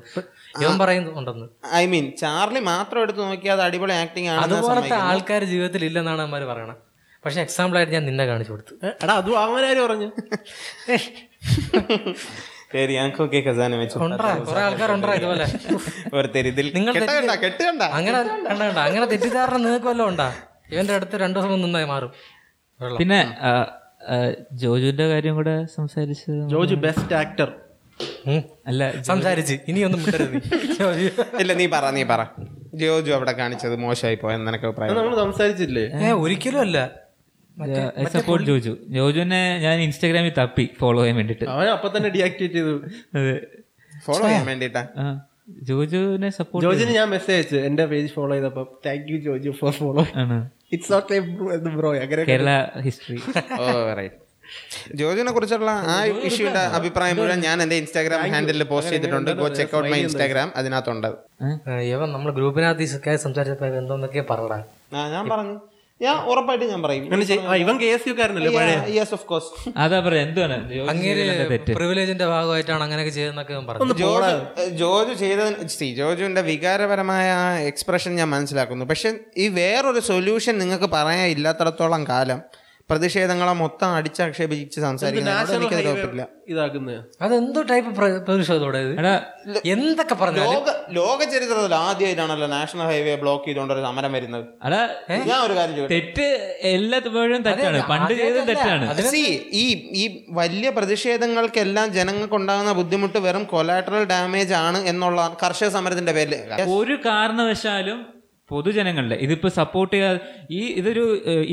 S4: ഇവൻ പറയുന്നു ഉണ്ടെന്ന്
S2: ഐ മീൻ ചാർലി മാത്രം എടുത്ത് നോക്കിയാൽ അത് അടിപൊളി ആക്ടിങ്
S4: അതുപോലത്തെ
S2: ആണ്
S4: ആൾക്കാർ ജീവിതത്തിൽ ഇല്ലെന്നാണ് അവന്മാർ പറയണത് പക്ഷെ എക്സാമ്പിൾ ആയിട്ട് ഞാൻ നിന്നെ കാണിച്ചു കൊടുത്തു
S3: ഏ, എടാ അതും അങ്ങനെ ആര് പറഞ്ഞു
S2: ശരി ഞങ്ങൾക്കൊക്കെ ഖസാന വെച്ചു
S4: ഉണ്ടാ കുറെ ആൾക്കാരുണ്ടാ ഇതുപോലെ
S2: ഒരു തെരുതിൽ
S4: നിങ്ങൾ
S2: കെട്ട കണ്ട കെട്ട് കണ്ട
S4: അങ്ങനെ കണ്ട കണ്ട അങ്ങനെ തെറ്റിദ്ധാരണ നിങ്ങൾക്ക് വല്ലതും ഉണ്ടാ ഇവന്റെ അടുത്ത് രണ്ടു ദിവസം മുമ്പ് നിന്നായി മാറും വെള്ളം
S5: പിന്നെ ആ, ആ, ജോജുവിന്റെ കാര്യം കൂടെ സംസാരിച്ച്
S3: ജോജു ബെസ്റ്റ് ആക്ടർ
S4: ഉം.
S5: അല്ല
S4: സംസാരിച്ച് ഇനിയൊന്നും വിട്ടരുത്
S2: ഇല്ല നീ പറ നീ പറ ജോജു അവിടെ കാണിച്ചത് മോശമായി പോയെന്ന് നിനക്ക് അഭിപ്രായം
S3: നമ്മൾ സംസാരിച്ചില്ലേ
S4: ഏ ഒരിക്കലും അല്ല
S5: സപ്പോർട്ട് ജോജു ജോജുവിനെ ഞാൻ ഇൻസ്റ്റാഗ്രാമിൽ തപ്പി ഫോളോ ചെയ്യാൻ വേണ്ടിട്ട്
S3: അവൻ അപ്പൊ തന്നെ ഡിയാക്ടിവേറ്റ് ചെയ്തു
S5: അതെ
S2: ഫോളോ ചെയ്യാൻ വേണ്ടിട്ടാ
S5: ആ, ജോജുവിനെ സപ്പോർട്ട്
S3: ജോജിന് ഞാൻ മെസ്സേജ് അയച്ചു എന്റെ പേജ് ഫോളോ ചെയ്തപ്പോ thank you Joju for follow
S5: ആണ്
S3: ഇറ്റ്സ് നോട്ട് എന്ന് ബ്രോ അങ്ങനെ
S5: കേരള ഹിസ്റ്ററി
S2: ഓ റൈറ്റ് ജോജുവിനെ കുറിച്ചുള്ള ആ ഇഷ്യൂന്റെ അഭിപ്രായം മുഴുവൻ ഞാൻ എന്റെ ഇൻസ്റ്റാഗ്രാം ഹാൻഡിൽ പോസ്റ്റ് ചെയ്തിട്ടുണ്ട് go check out my Instagram അതിനകത്തുണ്ട്
S4: ഏ, ഇവൻ നമ്മൾ ഗ്രൂപ്പിനകത്ത് ഈ ഒക്കെ സംസാരിച്ചപ്പോ ഇവൻ എന്തോന്നൊക്കെ പറടാ
S2: ഞാൻ പറഞ്ഞു ഞാൻ ഉറപ്പായിട്ട് ഞാൻ പറയും
S3: അങ്ങനെ ചെയ്- ആ, ഇവൻ കെ എസ് യു കാരനല്ലേ പഴയ
S2: യെസ് ഓഫ് കോഴ്സ്
S5: അതാ പറയാ എന്താണ് ജോജു
S4: അങ്ങേര്
S5: ചെയ്തതിന്റെ തെറ്റ്
S4: പ്രിവിലേജിന്റെ ഭാഗമായിട്ടാണ് അങ്ങനെയൊക്കെ ചെയ്തെന്നൊക്കെ ഇവൻ പറഞ്ഞു
S2: ജോജു ജോജു ചെയ്തതിന് see, ജോജുവിന്റെ വികാരപരമായ എക്സ്പ്രഷൻ ഞാൻ മനസ്സിലാക്കുന്നു പക്ഷെ ഈ വേറൊരു സൊല്യൂഷൻ നിങ്ങൾക്ക് പറയാൻ ഇല്ലാത്തടത്തോളം കാലം പ്രതിഷേധങ്ങളെ മൊത്തം അടിച്ചാക്ഷേപിച്ച് സംസാരിക്കുന്നത് എനിക്കതിൽ ഒപ്പില്ല
S3: ഇതാക്കുന്നത്
S4: അതെന്തോ ടൈപ്പ് പ്രതിഷേധത്തോടെ ഇത്
S5: എടാ
S4: എന്തൊക്കെ പറഞ്ഞാലും
S2: ലോക ലോക ചരിത്രത്തിൽ ആദ്യമായിട്ടാണല്ലോ നാഷണൽ ഹൈവേ ബ്ലോക്ക് ചെയ്തുകൊണ്ടൊരു സമരം വരുന്നത്
S5: അടാ
S2: ഞാൻ ഒരു കാര്യം ചോദിക്കട്ടെ?
S5: തെറ്റ് എല്ലാ തുമ്പോഴും തെറ്റാണ് പണ്ട് ചെയ്തത് തെറ്റാണ്
S2: See, ഈ ഈ വലിയ പ്രതിഷേധങ്ങൾക്കെല്ലാം ജനങ്ങൾക്ക് ഉണ്ടാകുന്ന ബുദ്ധിമുട്ട് വെറും കൊലാട്രൽ ഡാമേജ് ആണ് എന്നുള്ള കർഷക സമരത്തിന്റെ പേരിൽ
S5: ഒരു കാരണവശാലും പൊതുജനങ്ങളുടെ ഇതിപ്പോ സപ്പോർട്ട് ചെയ്യാ ഈ ഇതൊരു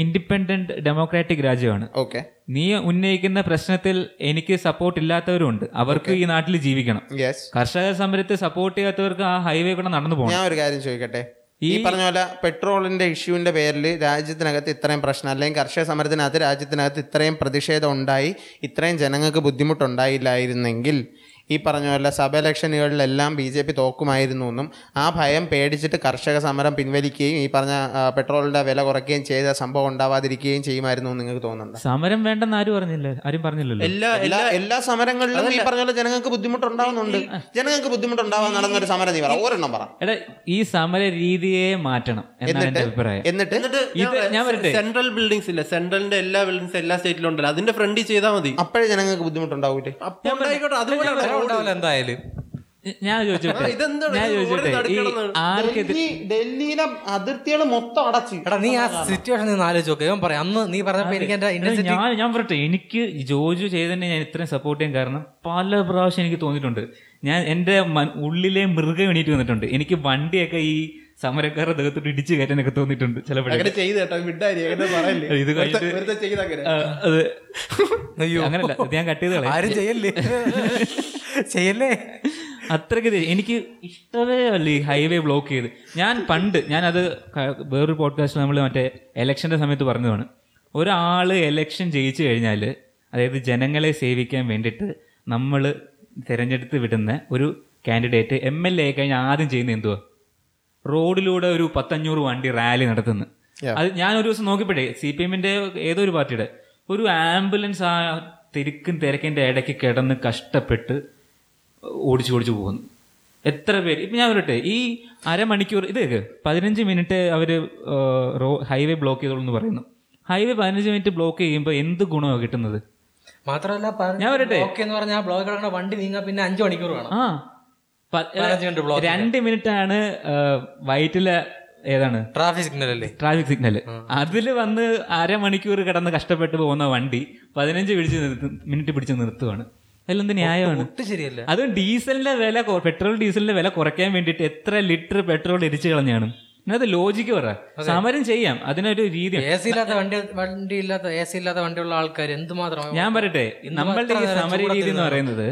S5: ഇൻഡിപെൻഡന്റ് ഡെമോക്രാറ്റിക് രാജ്യമാണ്
S2: ഓക്കെ
S5: നീ ഉന്നയിക്കുന്ന പ്രശ്നത്തിൽ എനിക്ക് സപ്പോർട്ട് ഇല്ലാത്തവരുണ്ട് അവർക്ക് ഈ നാട്ടിൽ ജീവിക്കണം
S2: യെസ്
S5: കർഷക സമരത്തെ സപ്പോർട്ട് ചെയ്യാത്തവർക്ക് ആ ഹൈവേ കൂടെ നടന്നു പോകണം
S2: ഞാൻ ഒരു കാര്യം ചോദിക്കട്ടെ ഈ പറഞ്ഞ പോലെ പെട്രോളിന്റെ ഇഷ്യൂവിന്റെ പേരിൽ രാജ്യത്തിനകത്ത് ഇത്രയും പ്രശ്നം അല്ലെങ്കിൽ കർഷക സമരത്തിനകത്ത് രാജ്യത്തിനകത്ത് ഇത്രയും പ്രതിഷേധം ഉണ്ടായി ഇത്രയും ജനങ്ങൾക്ക് ബുദ്ധിമുട്ടുണ്ടായില്ലായിരുന്നെങ്കിൽ ഈ പറഞ്ഞ പോലെ സഭ ഇലക്ഷനുകളിലെല്ലാം ബി ജെ പി തോക്കുമായിരുന്നു എന്നും ആ ഭയം പേടിച്ചിട്ട് കർഷക സമരം പിൻവലിക്കുകയും ഈ പറഞ്ഞ ആ, പെട്രോളിന്റെ വില കുറയ്ക്കുകയും ചെയ്ത സംഭവം ഉണ്ടാവാതിരിക്കുകയും ചെയ്യുമായിരുന്നു എന്ന് നിങ്ങൾക്ക് തോന്നുന്നുണ്ട്
S5: സമരം വേണ്ടെന്ന് ആരും പറഞ്ഞില്ല ആരും പറഞ്ഞില്ലല്ലോ
S3: എല്ലാ
S2: എല്ലാ എല്ലാ സമരങ്ങളിലും ഈ പറഞ്ഞ പോലെ ജനങ്ങൾക്ക് ബുദ്ധിമുട്ടുണ്ടാവുന്നുണ്ട് ജനങ്ങൾക്ക് ബുദ്ധിമുട്ടുണ്ടാവാൻ നടന്നൊരു സമരം നീ പറ ഒരെണ്ണം പറ
S5: എടാ ഈ സമര രീതിയെ മാറ്റണം എന്നാണ് എന്റെ അഭിപ്രായം
S2: എന്നിട്ട്
S5: ഇത് ഞാൻ വരട്ടെ
S3: സെൻട്രൽ ബിൽഡിങ്സ് ഇല്ല സെൻട്രലിന്റെ എല്ലാ ബിൽഡിങ്സ് എല്ലാ സ്റ്റേറ്റിലും ഉണ്ടല്ലോ അതിന്റെ ഫ്രണ്ടിൽ ചെയ്താൽ മതി
S2: അപ്പോഴേ ജനങ്ങൾക്ക് ബുദ്ധിമുട്ടുണ്ടാവൂലേ
S3: അപ്പോൾ ഉണ്ടായിക്കോട്ടെ, അതുപോലെ
S4: ഉണ്ടാവില്ല എന്തായാലും
S5: ഞാൻ ചോദിച്ചോട്ടെ
S3: ഇതെന്താണ്
S5: ഞാൻ
S3: ഇത്
S5: ചോദിച്ചോട്ടെ
S3: ഓടി
S5: ഈ
S3: നടക്കണത്?
S5: ആർക്കെതിരെ
S2: ഡൽഹി ഡൽഹിയിലെ അതിർത്തികൾ മൊത്തം അടച്ചു
S4: എടാ നീ ആ സിറ്റുവേഷൻ നീ ഒന്ന് ആലോചിച്ച് നോക്ക് ഇവൻ പറയാം അന്ന് നീ പറഞ്ഞപ്പോ എനിക്ക് എന്റെ ഇന്റൻസിറ്റി
S5: ഞാൻ ഞാൻ പറട്ടെ എനിക്ക് ജോജു ചെയ്തതിനെ ഞാൻ ഇത്രയും സപ്പോർട്ട് ചെയ്യാൻ കാരണം പല പ്രാവശ്യം എനിക്ക് തോന്നിയിട്ടുണ്ട് ഞാൻ എൻ്റെ മൻ- ഉള്ളിലെ മൃഗം എണീറ്റ് വന്നിട്ടുണ്ട് എനിക്ക് വണ്ടിയൊക്കെ ഈ സമരക്കാരുടെ ദേഹത്തോട്ട് ഇടിച്ചു കയറ്റാനൊക്കെ തോന്നിയിട്ടുണ്ട് ചിലപ്പോഴേ
S3: അങ്ങനെ ചെയ്ത് കേട്ടോ വിട്ടാരി അങ്ങനെ പറയല്ലേ
S5: ഇത് കഴിഞ്ഞിട്ട്-
S3: വെറുതെ- വെറുതെ ചെയ്തങ്ങനെ
S5: ആ, അത്
S4: അയ്യോ.
S5: അങ്ങനല്ല ഇത് ഞാൻ കട്ട് ചെയ്ത് കളയാം
S4: ആരും ചെയ്യല്ലേ ചെയ്യല്ലേ
S5: അത്രയ്ക്ക് ഇത് എനിക്ക് ഇഷ്ടമേ അല്ല ഈ ഹൈവേ ബ്ലോക്ക് ചെയ്ത് ഞാൻ പണ്ട് ഞാനത് ക- വേറൊരു പോഡ്കാസ്റ്റിൽ നമ്മൾ മറ്റേ ഇലക്ഷൻ്റെ സമയത്ത് പറഞ്ഞതാണ് ഒരാൾ ഇലക്ഷൻ ജയിച്ചു കഴിഞ്ഞാൽ അതായത് ജനങ്ങളെ സേവിക്കാൻ വേണ്ടിയിട്ട് നമ്മൾ തിരഞ്ഞെടുത്ത് വിടുന്ന ഒരു കാൻഡിഡേറ്റ് എം എൽ എ കഴിഞ്ഞാൽ ആദ്യം ചെയ്യുന്ന എന്തുവാ റോഡിലൂടെ ഒരു പത്തഞ്ഞൂറ് വണ്ടി റാലി നടത്തുന്നു അത് ഞാൻ ഒരു ദിവസം നോക്കിപ്പോഴേ സി പി എമ്മിന്റെ ഏതോ ഒരു പാർട്ടിയുടെ ഒരു ആംബുലൻസ് ആ തിരക്കും തിരക്കിന്റെ ഇടയ്ക്ക് കിടന്ന് കഷ്ടപ്പെട്ട് ഓടിച്ചു ഓടിച്ചു പോകുന്നു എത്ര പേര് ഇപ്പം ഞാൻ പറയട്ടെ ഈ അരമണിക്കൂർ ഇത് കേക്ക് പതിനഞ്ച് മിനിറ്റ് അവർ റോ ഹൈവേ ബ്ലോക്ക് ചെയ്തോളൂ എന്ന് പറയുന്നു ഹൈവേ പതിനഞ്ച് മിനിറ്റ് ബ്ലോക്ക് ചെയ്യുമ്പോൾ എന്ത് ഗുണമാണ് കിട്ടുന്നത്
S4: മാത്രമല്ല
S5: ഞാൻ വരട്ടെ?
S4: ഓക്കെ എന്ന് പറഞ്ഞാൽ ബ്ലോക്ക് കിടക്കുന്ന വണ്ടി നീങ്ങാൻ പിന്നെ അഞ്ചു മണിക്കൂർ വേണം
S5: ആ പ-
S4: പതിനഞ്ച് block ചെയ്യാൻ.
S5: രണ്ട് മിനിറ്റാണ് വൈറ്റിലെ ഏതാണ്
S4: ട്രാഫിക് സിഗ്നൽ അല്ലേ
S5: ട്രാഫിക് സിഗ്നൽ അതിൽ വന്ന് അരമണിക്കൂർ കിടന്ന് കഷ്ടപ്പെട്ട് പോകുന്ന വണ്ടി പതിനഞ്ച് പിടിച്ച് നിർത്തും മിനിറ്റ് പിടിച്ച് നിർത്തുവാണ് അതിലെന്ത് ന്യായമാണ്
S4: ഒട്ടും ശരിയല്ല
S5: അതും ഡീസലിന്റെ വില കൊ- പെട്രോൾ ഡീസലിന്റെ വില കുറയ്ക്കാൻ വേണ്ടിയിട്ട് എത്ര ലിറ്റർ പെട്രോൾ എരിച്ചു കളഞ്ഞാണ് അതിനകത്ത് ലോജിക്ക് പറ സമരം ചെയ്യാം അതിനൊരു രീതി
S4: എ സി ഇല്ലാത്ത വണ്ടി വണ്ടി ഇല്ലാത്ത എ സി ഇല്ലാത്ത വണ്ടിയുള്ള ആൾക്കാർ എന്തുമാത്രം
S5: ഞാൻ പറയട്ടെ
S4: ഇന്ന്
S5: നമ്മളുടെ
S4: എത്ര
S5: ഈ
S4: നേരം
S5: സമര രീതി എന്ന് പറയുന്നത്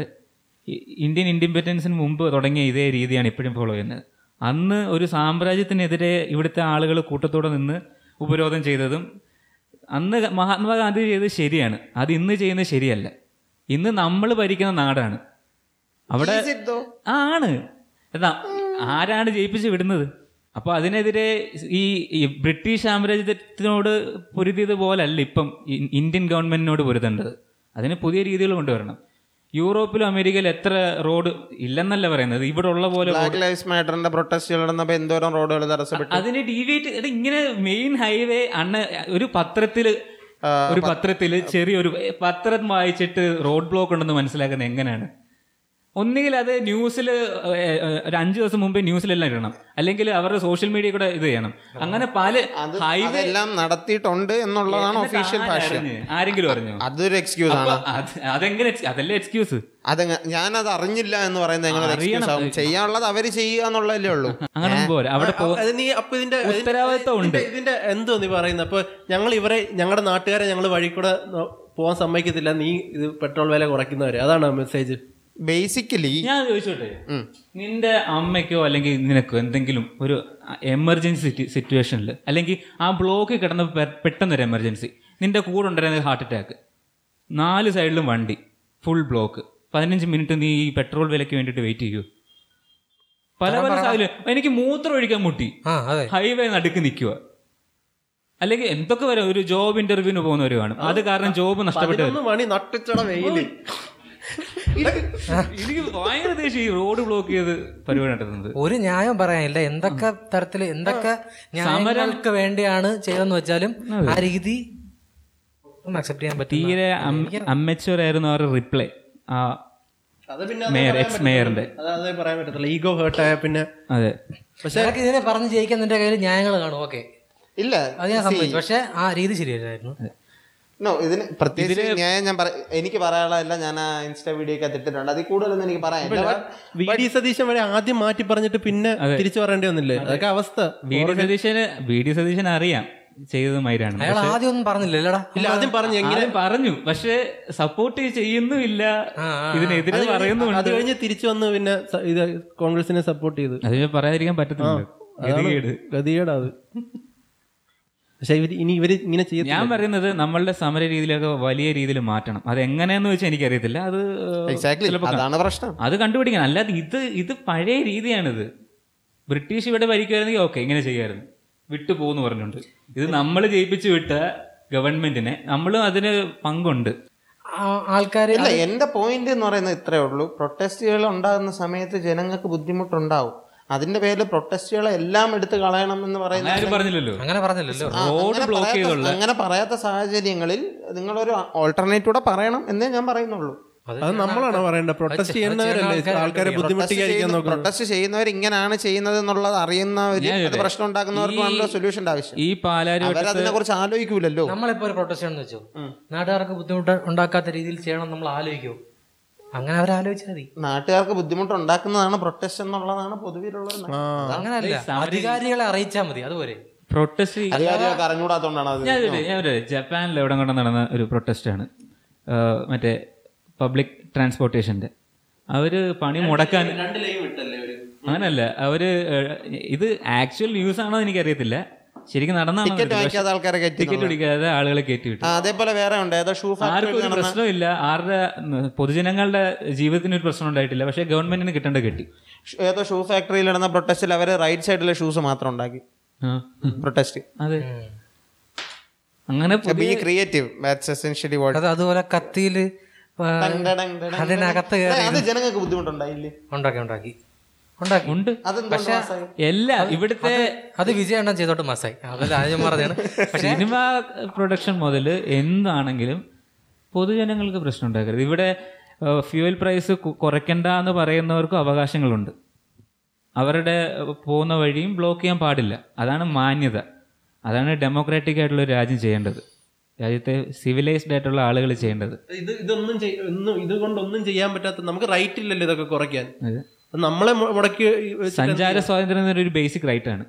S5: ഇ- ഇന്ത്യൻ ഇൻഡിപെൻഡൻസിന് മുമ്പ് തുടങ്ങിയ ഇതേ രീതിയാണ് ഇപ്പോഴും ഫോളോ ചെയ്യുന്നത് അന്ന് ഒരു സാമ്രാജ്യത്തിനെതിരെ ഇവിടുത്തെ ആളുകൾ കൂട്ടത്തോടെ നിന്ന് ഉപരോധം ചെയ്തതും അന്ന് മഹാത്മാഗാന്ധി ചെയ്തത് ശരിയാണ് അത് ഇന്ന് ചെയ്യുന്നത് ശരിയല്ല ഇന്ന് നമ്മൾ ഭരിക്കുന്ന നാടാണ് അവിടെ ആ, ആണ് എന്നാ ആരാണ് ജയിപ്പിച്ച് വിടുന്നത് അപ്പൊ അതിനെതിരെ ഈ ഈ ബ്രിട്ടീഷ് സാമ്രാജ്യത്തിനോട് പൊരുതിയത് പോലല്ല ഇപ്പം ഇ- ഇന്ത്യൻ ഗവൺമെന്റിനോട് പൊരുതേണ്ടത് അതിന് പുതിയ രീതികൾ കൊണ്ടുവരണം യൂറോപ്പിലും അമേരിക്കയിലും എത്ര റോഡ് ഇല്ലെന്നല്ല പറയുന്നത് ഇവിടെ ഉള്ള പോലെ
S2: ബ്ലാക്ക് ലൈഫ് മാറ്ററിന്റെ പ്രൊട്ടസ്റ്റുകൾ നടന്നപ്പോ എന്തോരം റോഡുകൾ തടസ്സപ്പെട്ടു
S5: അതിന് ഡീവിയേറ്റ് എടാ, ഇങ്ങനെ മെയിൻ ഹൈവേ അണ്ണ ഒരു പത്രത്തില്
S2: ആ,
S5: ഒരു പത്രത്തില് ചെറിയൊരു ഏ, പത്രം വായിച്ചിട്ട് റോഡ് ബ്ലോക്ക് ഉണ്ടെന്ന് മനസ്സിലാക്കുന്നത് എങ്ങനെയാണ് ഒന്നുകിൽ അത് ന്യൂസിൽ ഒരു അഞ്ചു ദിവസം മുമ്പേ ന്യൂസിലെല്ലാം ഇടണം അല്ലെങ്കിൽ അവരുടെ സോഷ്യൽ മീഡിയ കൂടെ ഇത് ചെയ്യണം അങ്ങനെ പല
S2: അത്
S5: ഹൈവേ
S2: അതെല്ലാം നടത്തിയിട്ടുണ്ട് എന്നുള്ളതാണ് ഒഫീഷ്യൽ ഭാഷ
S5: ആരെങ്കിലും അറിഞ്ഞോ
S2: അതൊരു എക്സ്ക്യൂസ് ആണ്
S5: അത് അതെങ്ങനെ ex- അതല്ലേ എക്സ്ക്യൂസ്
S2: അത് ഞാനത് അറിഞ്ഞില്ല എന്ന് പറയുന്നത് എങ്ങനെ എക്സ്ക്യൂസ്
S5: അറിയണം.
S2: ആവും ചെയ്യാനുള്ളത് അവര് ചെയ്യുക എന്നുള്ളതല്ലേ ഉള്ളൂ
S5: അങ്ങനെ പോലെ അവിടെ പോ-
S3: അത് നീ അപ്പൊ ഇതിന്റെ ഇതിന്റെ-
S5: ഉത്തരവാദിത്തം ഉണ്ട്.
S3: ഇതിന്റെ- ഇതിന്റെ എന്തോ നീ പറയുന്നത് അപ്പൊ ഞങ്ങൾ ഇവരെ ഞങ്ങളുടെ നാട്ടുകാരെ ഞങ്ങൾ വഴി കൂടെ നോ- പോകാൻ സമ്മതിക്കത്തില്ല നീ ഇത് പെട്രോൾ വില കുറയ്ക്കുന്നവരെ അതാണ് മെസ്സേജ്
S2: ബേസിക്കലി
S5: ഞാൻ ചോദിച്ചോട്ടെ നിന്റെ അമ്മയ്ക്കോ അല്ലെങ്കിൽ നിനക്കോ എന്തെങ്കിലും ഒരു എമർജൻസി സിറ്റുവേഷനിൽ അല്ലെങ്കിൽ ആ ബ്ലോക്കിൽ കിടന്ന പെ- പെട്ടെന്നൊരു എമർജൻസി നിന്റെ കൂടെ ഉണ്ടായിരുന്ന ഹാർട്ട് അറ്റാക്ക് നാല് സൈഡിലും വണ്ടി ഫുൾ ബ്ലോക്ക് പതിനഞ്ച് മിനിറ്റ് നീ ഈ പെട്രോൾ വിലയ്ക്ക് വേണ്ടിയിട്ട് വെയിറ്റ് ചെയ്യൂ പല പല സാഹചര്യം എനിക്ക് മൂത്രം ഒഴിക്കാൻ മുട്ടി
S4: ആ അതെ
S5: ഹൈവേ നടുക്ക് നിൽക്കുക അല്ലെങ്കിൽ എന്തൊക്കെ വരാം ഒരു ജോബ് ഇന്റർവ്യൂവിന് പോകുന്നവർ കാണും അത് കാരണം ജോബ് നഷ്ടപ്പെട്ടു വരും.
S3: പതിനൊന്ന് മണി നട്ടിച്ചട വെയില്
S5: എനിക്ക് ഭയങ്കര ദേഷ്യം ഈ റോഡ് ബ്ലോക്ക് ചെയ്ത് പരിപാടി നടത്തുന്നത്
S4: ഒരു ന്യായം പറയാനില്ല എന്തൊക്കെ തരത്തില് എന്തൊക്കെ ന്യായങ്ങൾക്ക് വേണ്ടിയാണ് ചെയ്തെന്ന് വെച്ചാലും ആ രീതി ഒന്നും അക്സെപ്റ്റ് ചെയ്യാൻ പറ്റില്ല
S5: തീരെ അമ്മച്ചോർ ആയിരുന്നു അവരുടെ റിപ്ലൈ ആ
S3: അത് പിന്നെ
S5: മേയർ എക്സ് മേയറിന്റെ
S3: അതായത് പറയാൻ പറ്റത്തില്ല ഈഗോ ഹേർട്ടായ പിന്നെ
S5: അതെ
S4: നിനക്ക് ഇതിനെ പറഞ്ഞ് ജയിക്കാൻ നിന്റെ കയ്യിൽ ന്യായങ്ങൾ കാണും ഓക്കെ
S2: ഇല്ല
S4: അത് ഞാൻ സമ്മതിച്ചു പക്ഷെ ആ രീതി ശരിയല്ലായിരുന്നു
S2: നോ ഇതിന് പ്രത്യേകിച്ച് ഞാൻ ഞാൻ പറ- എനിക്ക് പറയാനുള്ളതെല്ലാം ഞാൻ ആ ഇൻസ്റ്റാ വീഡിയോ ഒക്കെ ഇട്ടിട്ടുണ്ട് അതിൽ കൂടുതലൊന്നും എനിക്ക് പറയാൻ ഇല്ല.
S3: വി ഡി സതീശൻ വരെ ആദ്യം മാറ്റി പറഞ്ഞിട്ട് പിന്നെ തിരിച്ചു പറയേണ്ടി വന്നില്ലേ അതൊക്കെ അവസ്ഥ
S5: വി ഡി സതീശന് വി ഡി സതീശൻ അറിയാം ചെയ്തത് മൈരാണ്
S4: അയാൾ ആദ്യം ഒന്നും പറഞ്ഞില്ല അല്ലടാ
S3: ഇല്ല ആദ്യം പറഞ്ഞു എങ്ങനെ
S5: ആദ്യം പറഞ്ഞു പക്ഷെ സപ്പോർട്ട് ചെയ്യുന്നുമില്ല ഇതിനെതിരെ പറയുന്നുണ്ട്
S3: അത് കഴിഞ്ഞ് തിരിച്ചു വന്ന് പിന്നെ സ- ഇത് കോൺഗ്രസിനെ സപ്പോർട്ട് ചെയ്ത്
S5: അതിന് പറയാതിരിക്കാൻ പറ്റത്തില്ല ഗതികേട്
S3: ഗതികേടാ അത് പക്ഷെ ഇവര് ഇനി ഇവര് ഇങ്ങനെ ചെയ്യ
S5: ഞാൻ പറയുന്നത് നമ്മളുടെ സമര രീതിയിലൊക്കെ വലിയ രീതിയിൽ മാറ്റണം അത് എങ്ങനെയെന്ന് വെച്ചാൽ എനിക്കറിയത്തില്ല അത് ഏഹ്,
S2: Exactly.
S5: ചിലപ്പോ കാണാം.
S2: അതാണ് പ്രശ്നം
S5: അത് കണ്ടുപിടിക്കണം അല്ലാതെ ഇത് ഇത് പഴയ രീതിയാണിത് ബ്രിട്ടീഷ് ഇവിടെ ഭരിക്കുമായിരുന്നെങ്കിൽ ഓക്കെ ഇങ്ങനെ ചെയ്യുമായിരുന്നു വിട്ടു പോകുന്നു പറഞ്ഞുകൊണ്ട് ഇത് നമ്മൾ ജയിപ്പിച്ചു വിട്ട ഗവൺമെന്റിനെ നമ്മളും അതിന് പങ്കുണ്ട്
S4: ആൾക്കാർ
S2: ഇല്ല എന്റെ പോയിന്റ് എന്ന് പറയുന്നത് ഇത്രേ ഉള്ളൂ പ്രൊട്ടസ്റ്റുകൾ ഉണ്ടാകുന്ന സമയത്ത് ജനങ്ങൾക്ക് ബുദ്ധിമുട്ടുണ്ടാവും അതിന്റെ പേരിൽ പ്രൊട്ടസ്റ്റുകളെ എല്ലാം എടുത്ത് കളയണം എന്ന് പറയുന്നത്
S5: ആരും പറഞ്ഞില്ലല്ലോ
S4: അങ്ങനെ പറഞ്ഞില്ലല്ലോ
S2: ആ,
S5: റോഡ്
S2: അങ്ങനെ
S5: ബ്ലോക്ക്
S2: പറയാത്ത-
S5: ചെയ്തുള്ള
S2: അങ്ങനെ പറയാത്ത സാഹചര്യങ്ങളിൽ നിങ്ങളൊരു ഓൾട്ടർനേറ്റീവ് പറയണം എന്നേ ഞാൻ പറയുന്നുള്ളൂ
S3: അത് നമ്മളാണോ പറയണ്ട പ്രൊട്ടസ്റ്റ് ചെയ്യുന്നവരല്ലേ ആൾക്കാരെ ബുദ്ധിമുട്ടിക്കാതിരിക്കാൻ നോക്കണം
S2: പ്രൊട്ടസ്റ്റ് ചെയ്യുന്നവർ ഇങ്ങനെയാണ് ചെയ്യുന്നത് എന്നുള്ളത് അറിയുന്നവര്
S5: ഞാൻ
S2: അത് പ്രശ്നം ഉണ്ടാക്കുന്നവർക്കാണല്ലോ സൊല്യൂഷന്റെ ആവശ്യം
S5: ഈ പാലാരി
S2: അവരതിനെ കുറിച്ച് ആലോചിക്കൂലല്ലോ
S4: നമ്മളിപ്പോ ഒരു പ്രൊട്ടസ്റ്റ് എന്ന് വെച്ചു നാട്ടുകാർക്ക് ബുദ്ധിമുട്ട് ഉണ്ടാക്കാത്ത രീതിയിൽ ചെയ്യണം നമ്മൾ ആലോചിക്കും അങ്ങനെ അവർ ആലോചിച്ചാൽ മതി
S2: നാട്ടുകാർക്ക് ബുദ്ധിമുട്ടുണ്ടാക്കുന്നതാണ് പ്രൊട്ടസ്റ്റ് എന്നുള്ളതാണ് പൊതുവിലുള്ള ഒരു നയം.
S4: അങ്ങനെയല്ല അധികാരികളെ അറിയിച്ചാൽ മതി അതുപോലെ
S5: പ്രൊട്ടസ്റ്റ്
S2: അധികാരികൾക്ക് അറിഞ്ഞുകൂടാത്തോണ്ടാണ് അത്
S5: ഞാനൊരു ഞാനൊരു ജപ്പാനിൽ എവിടെ കൊണ്ട് നടന്ന ഒരു പ്രൊട്ടസ്റ്റാണ് മറ്റേ പബ്ലിക് ട്രാൻസ്പോർട്ടേഷൻ്റെ അവര് പണി മുടക്കാൻ അങ്ങനല്ല അവര് ഏഹ്, ഇത് ആക്ച്വൽ ന്യൂസ് ആണോ എന്ന് എനിക്കറിയത്തില്ല ശരിക്കും
S2: ടിക്കറ്റ്
S5: നടന്ന
S2: വാങ്ങിക്കാത്ത ആൾക്കാരെ കയറ്റി
S5: ടിക്കറ്റ് പിടിക്കാതെ ആളുകളെ കയറ്റി വിട്ടു
S2: ആ, അതേപോലെ വേറെ ഉണ്ട് ഏതോ ഷൂ
S5: ആർക്കും ഒരു
S2: ഫാക്ടറി
S5: പ്രശ്നമില്ല ആരുടെ ഉം, പൊതുജനങ്ങളുടെ ജീവിതത്തിന് ഒരു പ്രശ്നം ഉണ്ടായിട്ടില്ല പക്ഷേ ഗവൺമെന്റിന് കിട്ടേണ്ട കിട്ടി
S2: ഏതോ ഷൂ ഫാക്ടറിയിൽ നടന്ന പ്രൊട്ടസ്റ്റിൽ അവര് റൈറ്റ് സൈഡിലെ ഷൂസ് മാത്രം ഉണ്ടാക്കി
S5: ആ.
S2: പ്രൊട്ടസ്റ്റ്
S5: അതെ അങ്ങനെ പുതിയ-
S2: be creative that's essentially what
S4: അത് അതുപോലെ കത്തിയിൽ അതിനകത്ത്
S2: അത് ജനങ്ങൾക്ക് ബുദ്ധിമുട്ടുണ്ടായില്ലേ
S4: ഉണ്ടാക്കി ഉണ്ടാക്കി ഉണ്ടാക്കി
S5: ഉണ്ട്
S2: അതെന്താ
S5: എല്ലാ ഇവിടുത്തെ
S4: അത് വിജയണ്ണം ചെയ്തോട്ട് മാസായി അതല്ല ആദ്യം പറഞ്ഞാണ് പക്ഷെ
S5: സിനിമ പ്രൊഡക്ഷൻ മുതൽ എന്താണെങ്കിലും പൊതുജനങ്ങൾക്ക് പ്രശ്നം ഉണ്ടാക്കരുത് ഇവിടെ ഫ്യൂവൽ പ്രൈസ് കുറയ്ക്കണ്ട എന്ന് പറയുന്നവർക്കും അവകാശങ്ങളുണ്ട് അവരുടെ ഏഹ്, പോകുന്ന വഴിയും ബ്ലോക്ക് ചെയ്യാൻ പാടില്ല അതാണ് മാന്യത അതാണ് ഡെമോക്രാറ്റിക് ആയിട്ടുള്ള ഒരു രാജ്യം ചെയ്യേണ്ടത് രാജ്യത്തെ സിവിലൈസ്ഡ് ആയിട്ടുള്ള ആളുകൾ ചെയ്യേണ്ടത്
S3: ഇത് ഇതൊന്നും ചെയ്യ- ഒന്നും ഇതുകൊണ്ടൊന്നും ചെയ്യാൻ പറ്റാത്ത നമുക്ക് റൈറ്റ് ഇല്ലല്ലോ ഇതൊക്കെ കുറയ്ക്കാൻ
S5: അതെ.
S3: അത് നമ്മളെ മു- മുടക്കി വെച്ചിട്ട്
S5: സഞ്ചാര സ്വാതന്ത്ര്യം എന്നൊരു ഒരു ബേസിക് റൈറ്റ് ആണ്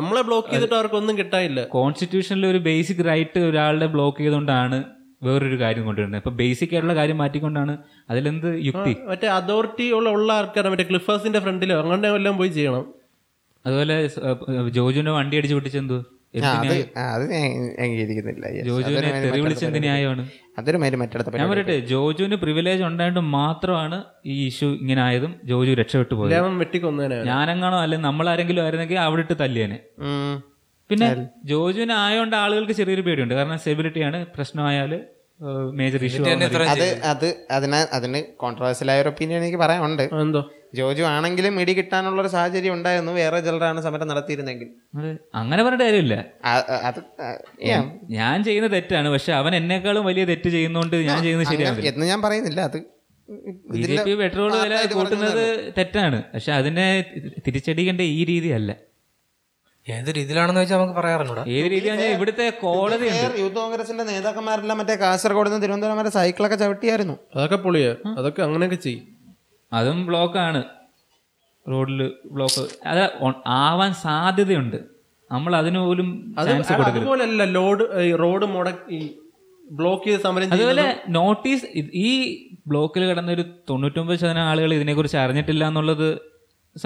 S3: നമ്മളെ ബ്ലോക്ക് ചെയ്തിട്ട് അവർക്കൊന്നും കിട്ടാനില്ല
S5: കോൺസ്റ്റിറ്റ്യൂഷനിൽ ഒരു ബേസിക് റൈറ്റ് ഒരാളുടെ ബ്ലോക്ക് ചെയ്തുകൊണ്ടാണ് വേറൊരു കാര്യം കൊണ്ടുവരുന്നത് ഇപ്പൊ ബേസിക് ആയിട്ടുള്ള കാര്യം മാറ്റിക്കൊണ്ടാണ് അതിലെന്ത് യുക്തി
S3: മറ്റേ അതോറിറ്റി ഉള്ള ഉള്ള ആൾക്കാരെ മറ്റേ ക്ലിഫേഴ്സിന്റെ ഫ്രണ്ടിലോ അങ്ങനെ എല്ലാം പോയി ചെയ്യണം
S5: അതുപോലെ സ്- ഏഹ് ജോജുവിനെ വണ്ടി അടിച്ച് പിടിച്ചെന്തോ
S2: അത് ആ, അത് ഞാൻ അംഗീകരിക്കുന്നില്ല Yes.
S5: ജോജുവിനെ
S2: അതൊരു
S5: തെറി
S2: മാതിരി
S5: വിളിച്ചെന്ത്
S2: മറ്റടുത്ത
S5: ന്യായമാണ്
S2: പരിപാടി. അതൊരു മാതിരി മറ്റടുത്ത
S5: ഞാൻ
S2: പരിപാടി.
S5: പറയട്ടെ ജോജുവിന് പ്രിവിലേജ് ഉണ്ടായിട്ട് മാത്രമാണ് ഈ ഇഷ്യൂ ഇങ്ങനെ ആയതും ജോജു രക്ഷപ്പെട്ടു പോയത്
S3: അവൻ വെട്ടിക്കൊന്നേനെ
S5: ഞാനെങ്ങാണോ അല്ലെങ്കിൽ നമ്മളാരെങ്കിലും ആയിരുന്നെങ്കിൽ അവിടെ ഇട്ട് തല്ലിയേനെ
S2: ഉം.
S5: പിന്നെ ജോജുവിന് ആയതുകൊണ്ട് ആളുകൾക്ക് ചെറിയൊരു പേടിയുണ്ട് കാരണം സെലിബ്രിറ്റിയാണ് പ്രശ്നമായാൽ മേജർ ഇഷ്യൂ
S2: അത് അത് അതിന് അതിന് കോൺട്രവേഴ്സ്യലായ ഒരു ഒപ്പീനിയൻ എനിക്ക് പറയാനുണ്ട്
S3: എന്തോ
S2: ജോജു ആണെങ്കിലും ഇടി കിട്ടാനുള്ള ഒരു സാഹചര്യം ഉണ്ടായിരുന്നു വേറെ ചിലരാണ് സമരം നടത്തിയിരുന്നെങ്കിൽ
S5: അങ്ങനെ പറഞ്ഞിട്ട് കാര്യമില്ല
S2: ആ- ആ- അത് ആ, yeah.
S5: ഞാൻ ചെയ്യുന്ന തെറ്റാണ് പക്ഷെ അവൻ എന്നെക്കാളും വലിയ തെറ്റ് ചെയ്യുന്നോണ്ട് ഞാൻ ചെയ്യുന്നത് ശരിയാണ്
S2: എന്ന് ഞാൻ പറയുന്നില്ല അത്
S5: ബി
S2: ഇതിൽ
S5: ജെ പി പെട്രോൾ വില
S2: വാർത്തയിൽ
S5: കൂട്ടുന്നത് തെറ്റാണ് പക്ഷെ അതിനെ തിരിച്ചടിക്കേണ്ട ഈ രീതിയല്ല
S4: ഏത് രീതിയിലാണെന്ന് വെച്ചാൽ നമുക്ക് പറയാറുണ്ടോ
S5: ഏത് രീതിയാണ് ഇവിടുത്തെ കോടതി
S2: കേരള യൂത്ത് കോൺഗ്രസിന്റെ നേതാക്കന്മാരെല്ലാം മറ്റേ കാസർഗോഡ് നിന്ന് തിരുവനന്തപുരം വരെ സൈക്കിളൊക്കെ ചവിട്ടിയായിരുന്നു
S3: അതൊക്കെ പൊളിയാ അതൊക്കെ അങ്ങനെയൊക്കെ ചെയ്യും
S5: അതും ബ്ലോക്കാണ് റോഡിൽ ബ്ലോക്ക് അത് on- ആവാൻ സാധ്യതയുണ്ട് നമ്മൾ അതിന് പോലും ചാൻസ് കൊടുക്കരുത്
S3: അതുപോലല്ല ലോഡ് റോഡ് മുടക്കി ബ്ലോക്ക് ചെയ്ത് സമരം
S5: അതുപോലെ നോട്ടീസ് ഈ ബ്ലോക്കിൽ കിടന്ന ഒരു തൊണ്ണൂറ്റൊമ്പത് ശതമാനം ആളുകൾ ഇതിനെക്കുറിച്ച് അറിഞ്ഞിട്ടില്ല എന്നുള്ളത്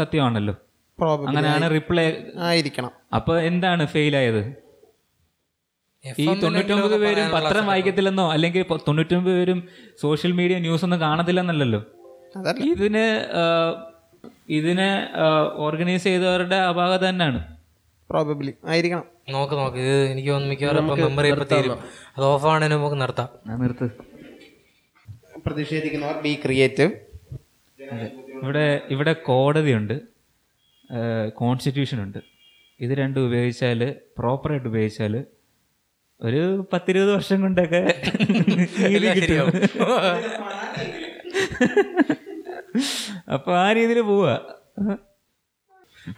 S5: സത്യമാണല്ലോ
S2: Probably
S5: അങ്ങനെയാണ് റിപ്ലൈ
S2: ആയിരിക്കണം
S5: അപ്പൊ എന്താണ് ഫെയിൽ ആയത് ഈ തൊണ്ണൂറ്റൊമ്പത് പേരും പത്രം വായിക്കത്തില്ലെന്നോ അല്ലെങ്കിൽ ഇപ്പൊ തൊണ്ണൂറ്റൊമ്പത് പേരും സോഷ്യൽ മീഡിയ ന്യൂസ് ഒന്നും കാണത്തില്ലെന്നല്ലല്ലോ
S2: അതല്ല.
S5: ഇതിന് ആഹ്, ഇതിനെ ഓർഗനൈസ് ചെയ്തവരുടെ അപാകത തന്നെയാണ്
S2: പ്രോബബ്ലി ആയിരിക്കണം
S4: നോക്ക് നോക്ക് ഇത് എനിക്ക് തോന്നുന്നു മിക്കവാറും ഇപ്പൊ മെമ്മറി ഇപ്പൊ തീരും അത് ഓഫ് ആണെങ്കിൽ നമുക്ക് നിർത്താം
S5: ഞാൻ നിർത്ത്
S2: പ്രതിഷേധിക്കുന്നവർ ബി ക്രിയേറ്റീവ്
S5: ഇവിടെ ഇവിടെ കോടതിയുണ്ട് കോൺസ്റ്റിറ്റ്യൂഷൻ ഉണ്ട് ഇത് രണ്ടും ഉപയോഗിച്ചാൽ പ്രോപ്പറായിട്ട് ഉപയോഗിച്ചാൽ ഒരു പത്തിരുപത് വർഷം കൊണ്ടൊക്കെ നീതി കിട്ടും അപ്പൊ ആ രീതിയിൽ പോവാ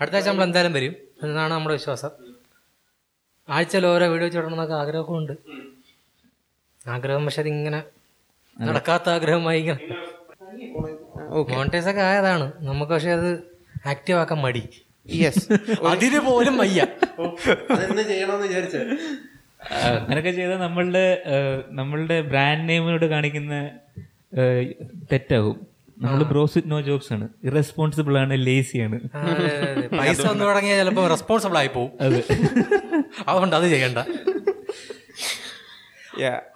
S4: അടുത്ത ആഴ്ച നമ്മൾ എന്തായാലും വരും എന്നാണ് നമ്മുടെ വിശ്വാസം ആഴ്ചയിൽ ഓരോ വീഡിയോ ചെയ്യണം എന്നൊക്കെ ആഗ്രഹമൊക്കെ ഉണ്ട് ആഗ്രഹം പക്ഷെ അതിങ്ങനെ നടക്കാത്ത ആഗ്രഹമായി ഇങ്ങനെ മോണിറ്റൈസ് ഒക്കെ ആയതാണ് നമുക്ക് പക്ഷെ അത് ആക്റ്റീവ് ആക്കാൻ മടി
S2: യെസ്
S4: അതിന് പോലും വയ്യ
S3: അതെന്ത് ചെയ്യണമെന്ന് വിചാരിച്ചേ
S5: ആ, അങ്ങനൊക്കെ ചെയ്താൽ നമ്മളുടെ ഏഹ്, നമ്മളുടെ ബ്രാൻഡ് നെയിമിനോട് കാണിക്കുന്ന ഏഹ്, തെറ്റാകും നമ്മൾ ബ്രോസ് നോ ജോബ്സ് ആണ് ഇറസ്പോൺസിബിൾ ആണ് ലേസി ആണ്
S4: ആ, അതെ, അതെ, അതെ. പൈസ വന്നു തുടങ്ങിയാൽ ചിലപ്പോൾ റെസ്പോൺസിബിൾ ആയി പോവും അതുകൊണ്ട് അത് ചെയ്യണ്ട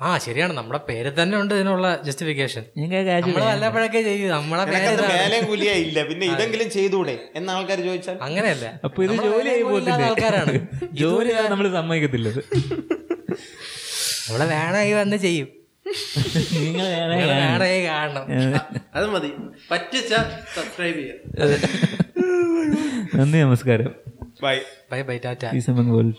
S4: ആ ശരിയാണ് നമ്മുടെ പേര് തന്നെ ഉണ്ട് ഇതിനുള്ള ജസ്റ്റിഫിക്കേഷൻ
S5: ഞങ്ങൾക്ക് കാശ്
S4: നമ്മൾ വല്ലപ്പോഴൊക്കെ ചെയ്യും നമ്മളെ പേര്
S2: അത്
S4: ഇതാണ്.
S2: വേലയും കൂലിയായില്ല പിന്നെ ഇതെങ്കിലും ചെയ്തൂടെ എന്ന ആൾക്കാർ ചോദിച്ചാൽ
S4: അങ്ങനെയല്ല
S5: അപ്പൊ ഇത്
S4: നമ്മള്
S5: ജോലിയായി
S4: വേലയും കൂലിയില്ലാത്ത
S5: പോകത്തില്ല
S4: ആൾക്കാരാണ്
S5: ജോലി നമ്മൾ സമ്മതിക്കത്തില്ല ഇത്.
S4: നമ്മളെ വേണമെങ്കിൽ വന്ന് ചെയ്യും
S5: നിങ്ങൾ വേണേ
S4: നിങ്ങള്
S5: കാണാം.
S4: വേണമെങ്കിൽ കാണണം
S3: അത് മതി പറ്റിച്ച സബ്സ്ക്രൈബ് ചെയ്യാം
S5: നന്ദി നമസ്കാരം
S2: ബൈ
S4: ബൈ ബൈ ടാറ്റ
S5: ഈ സമയം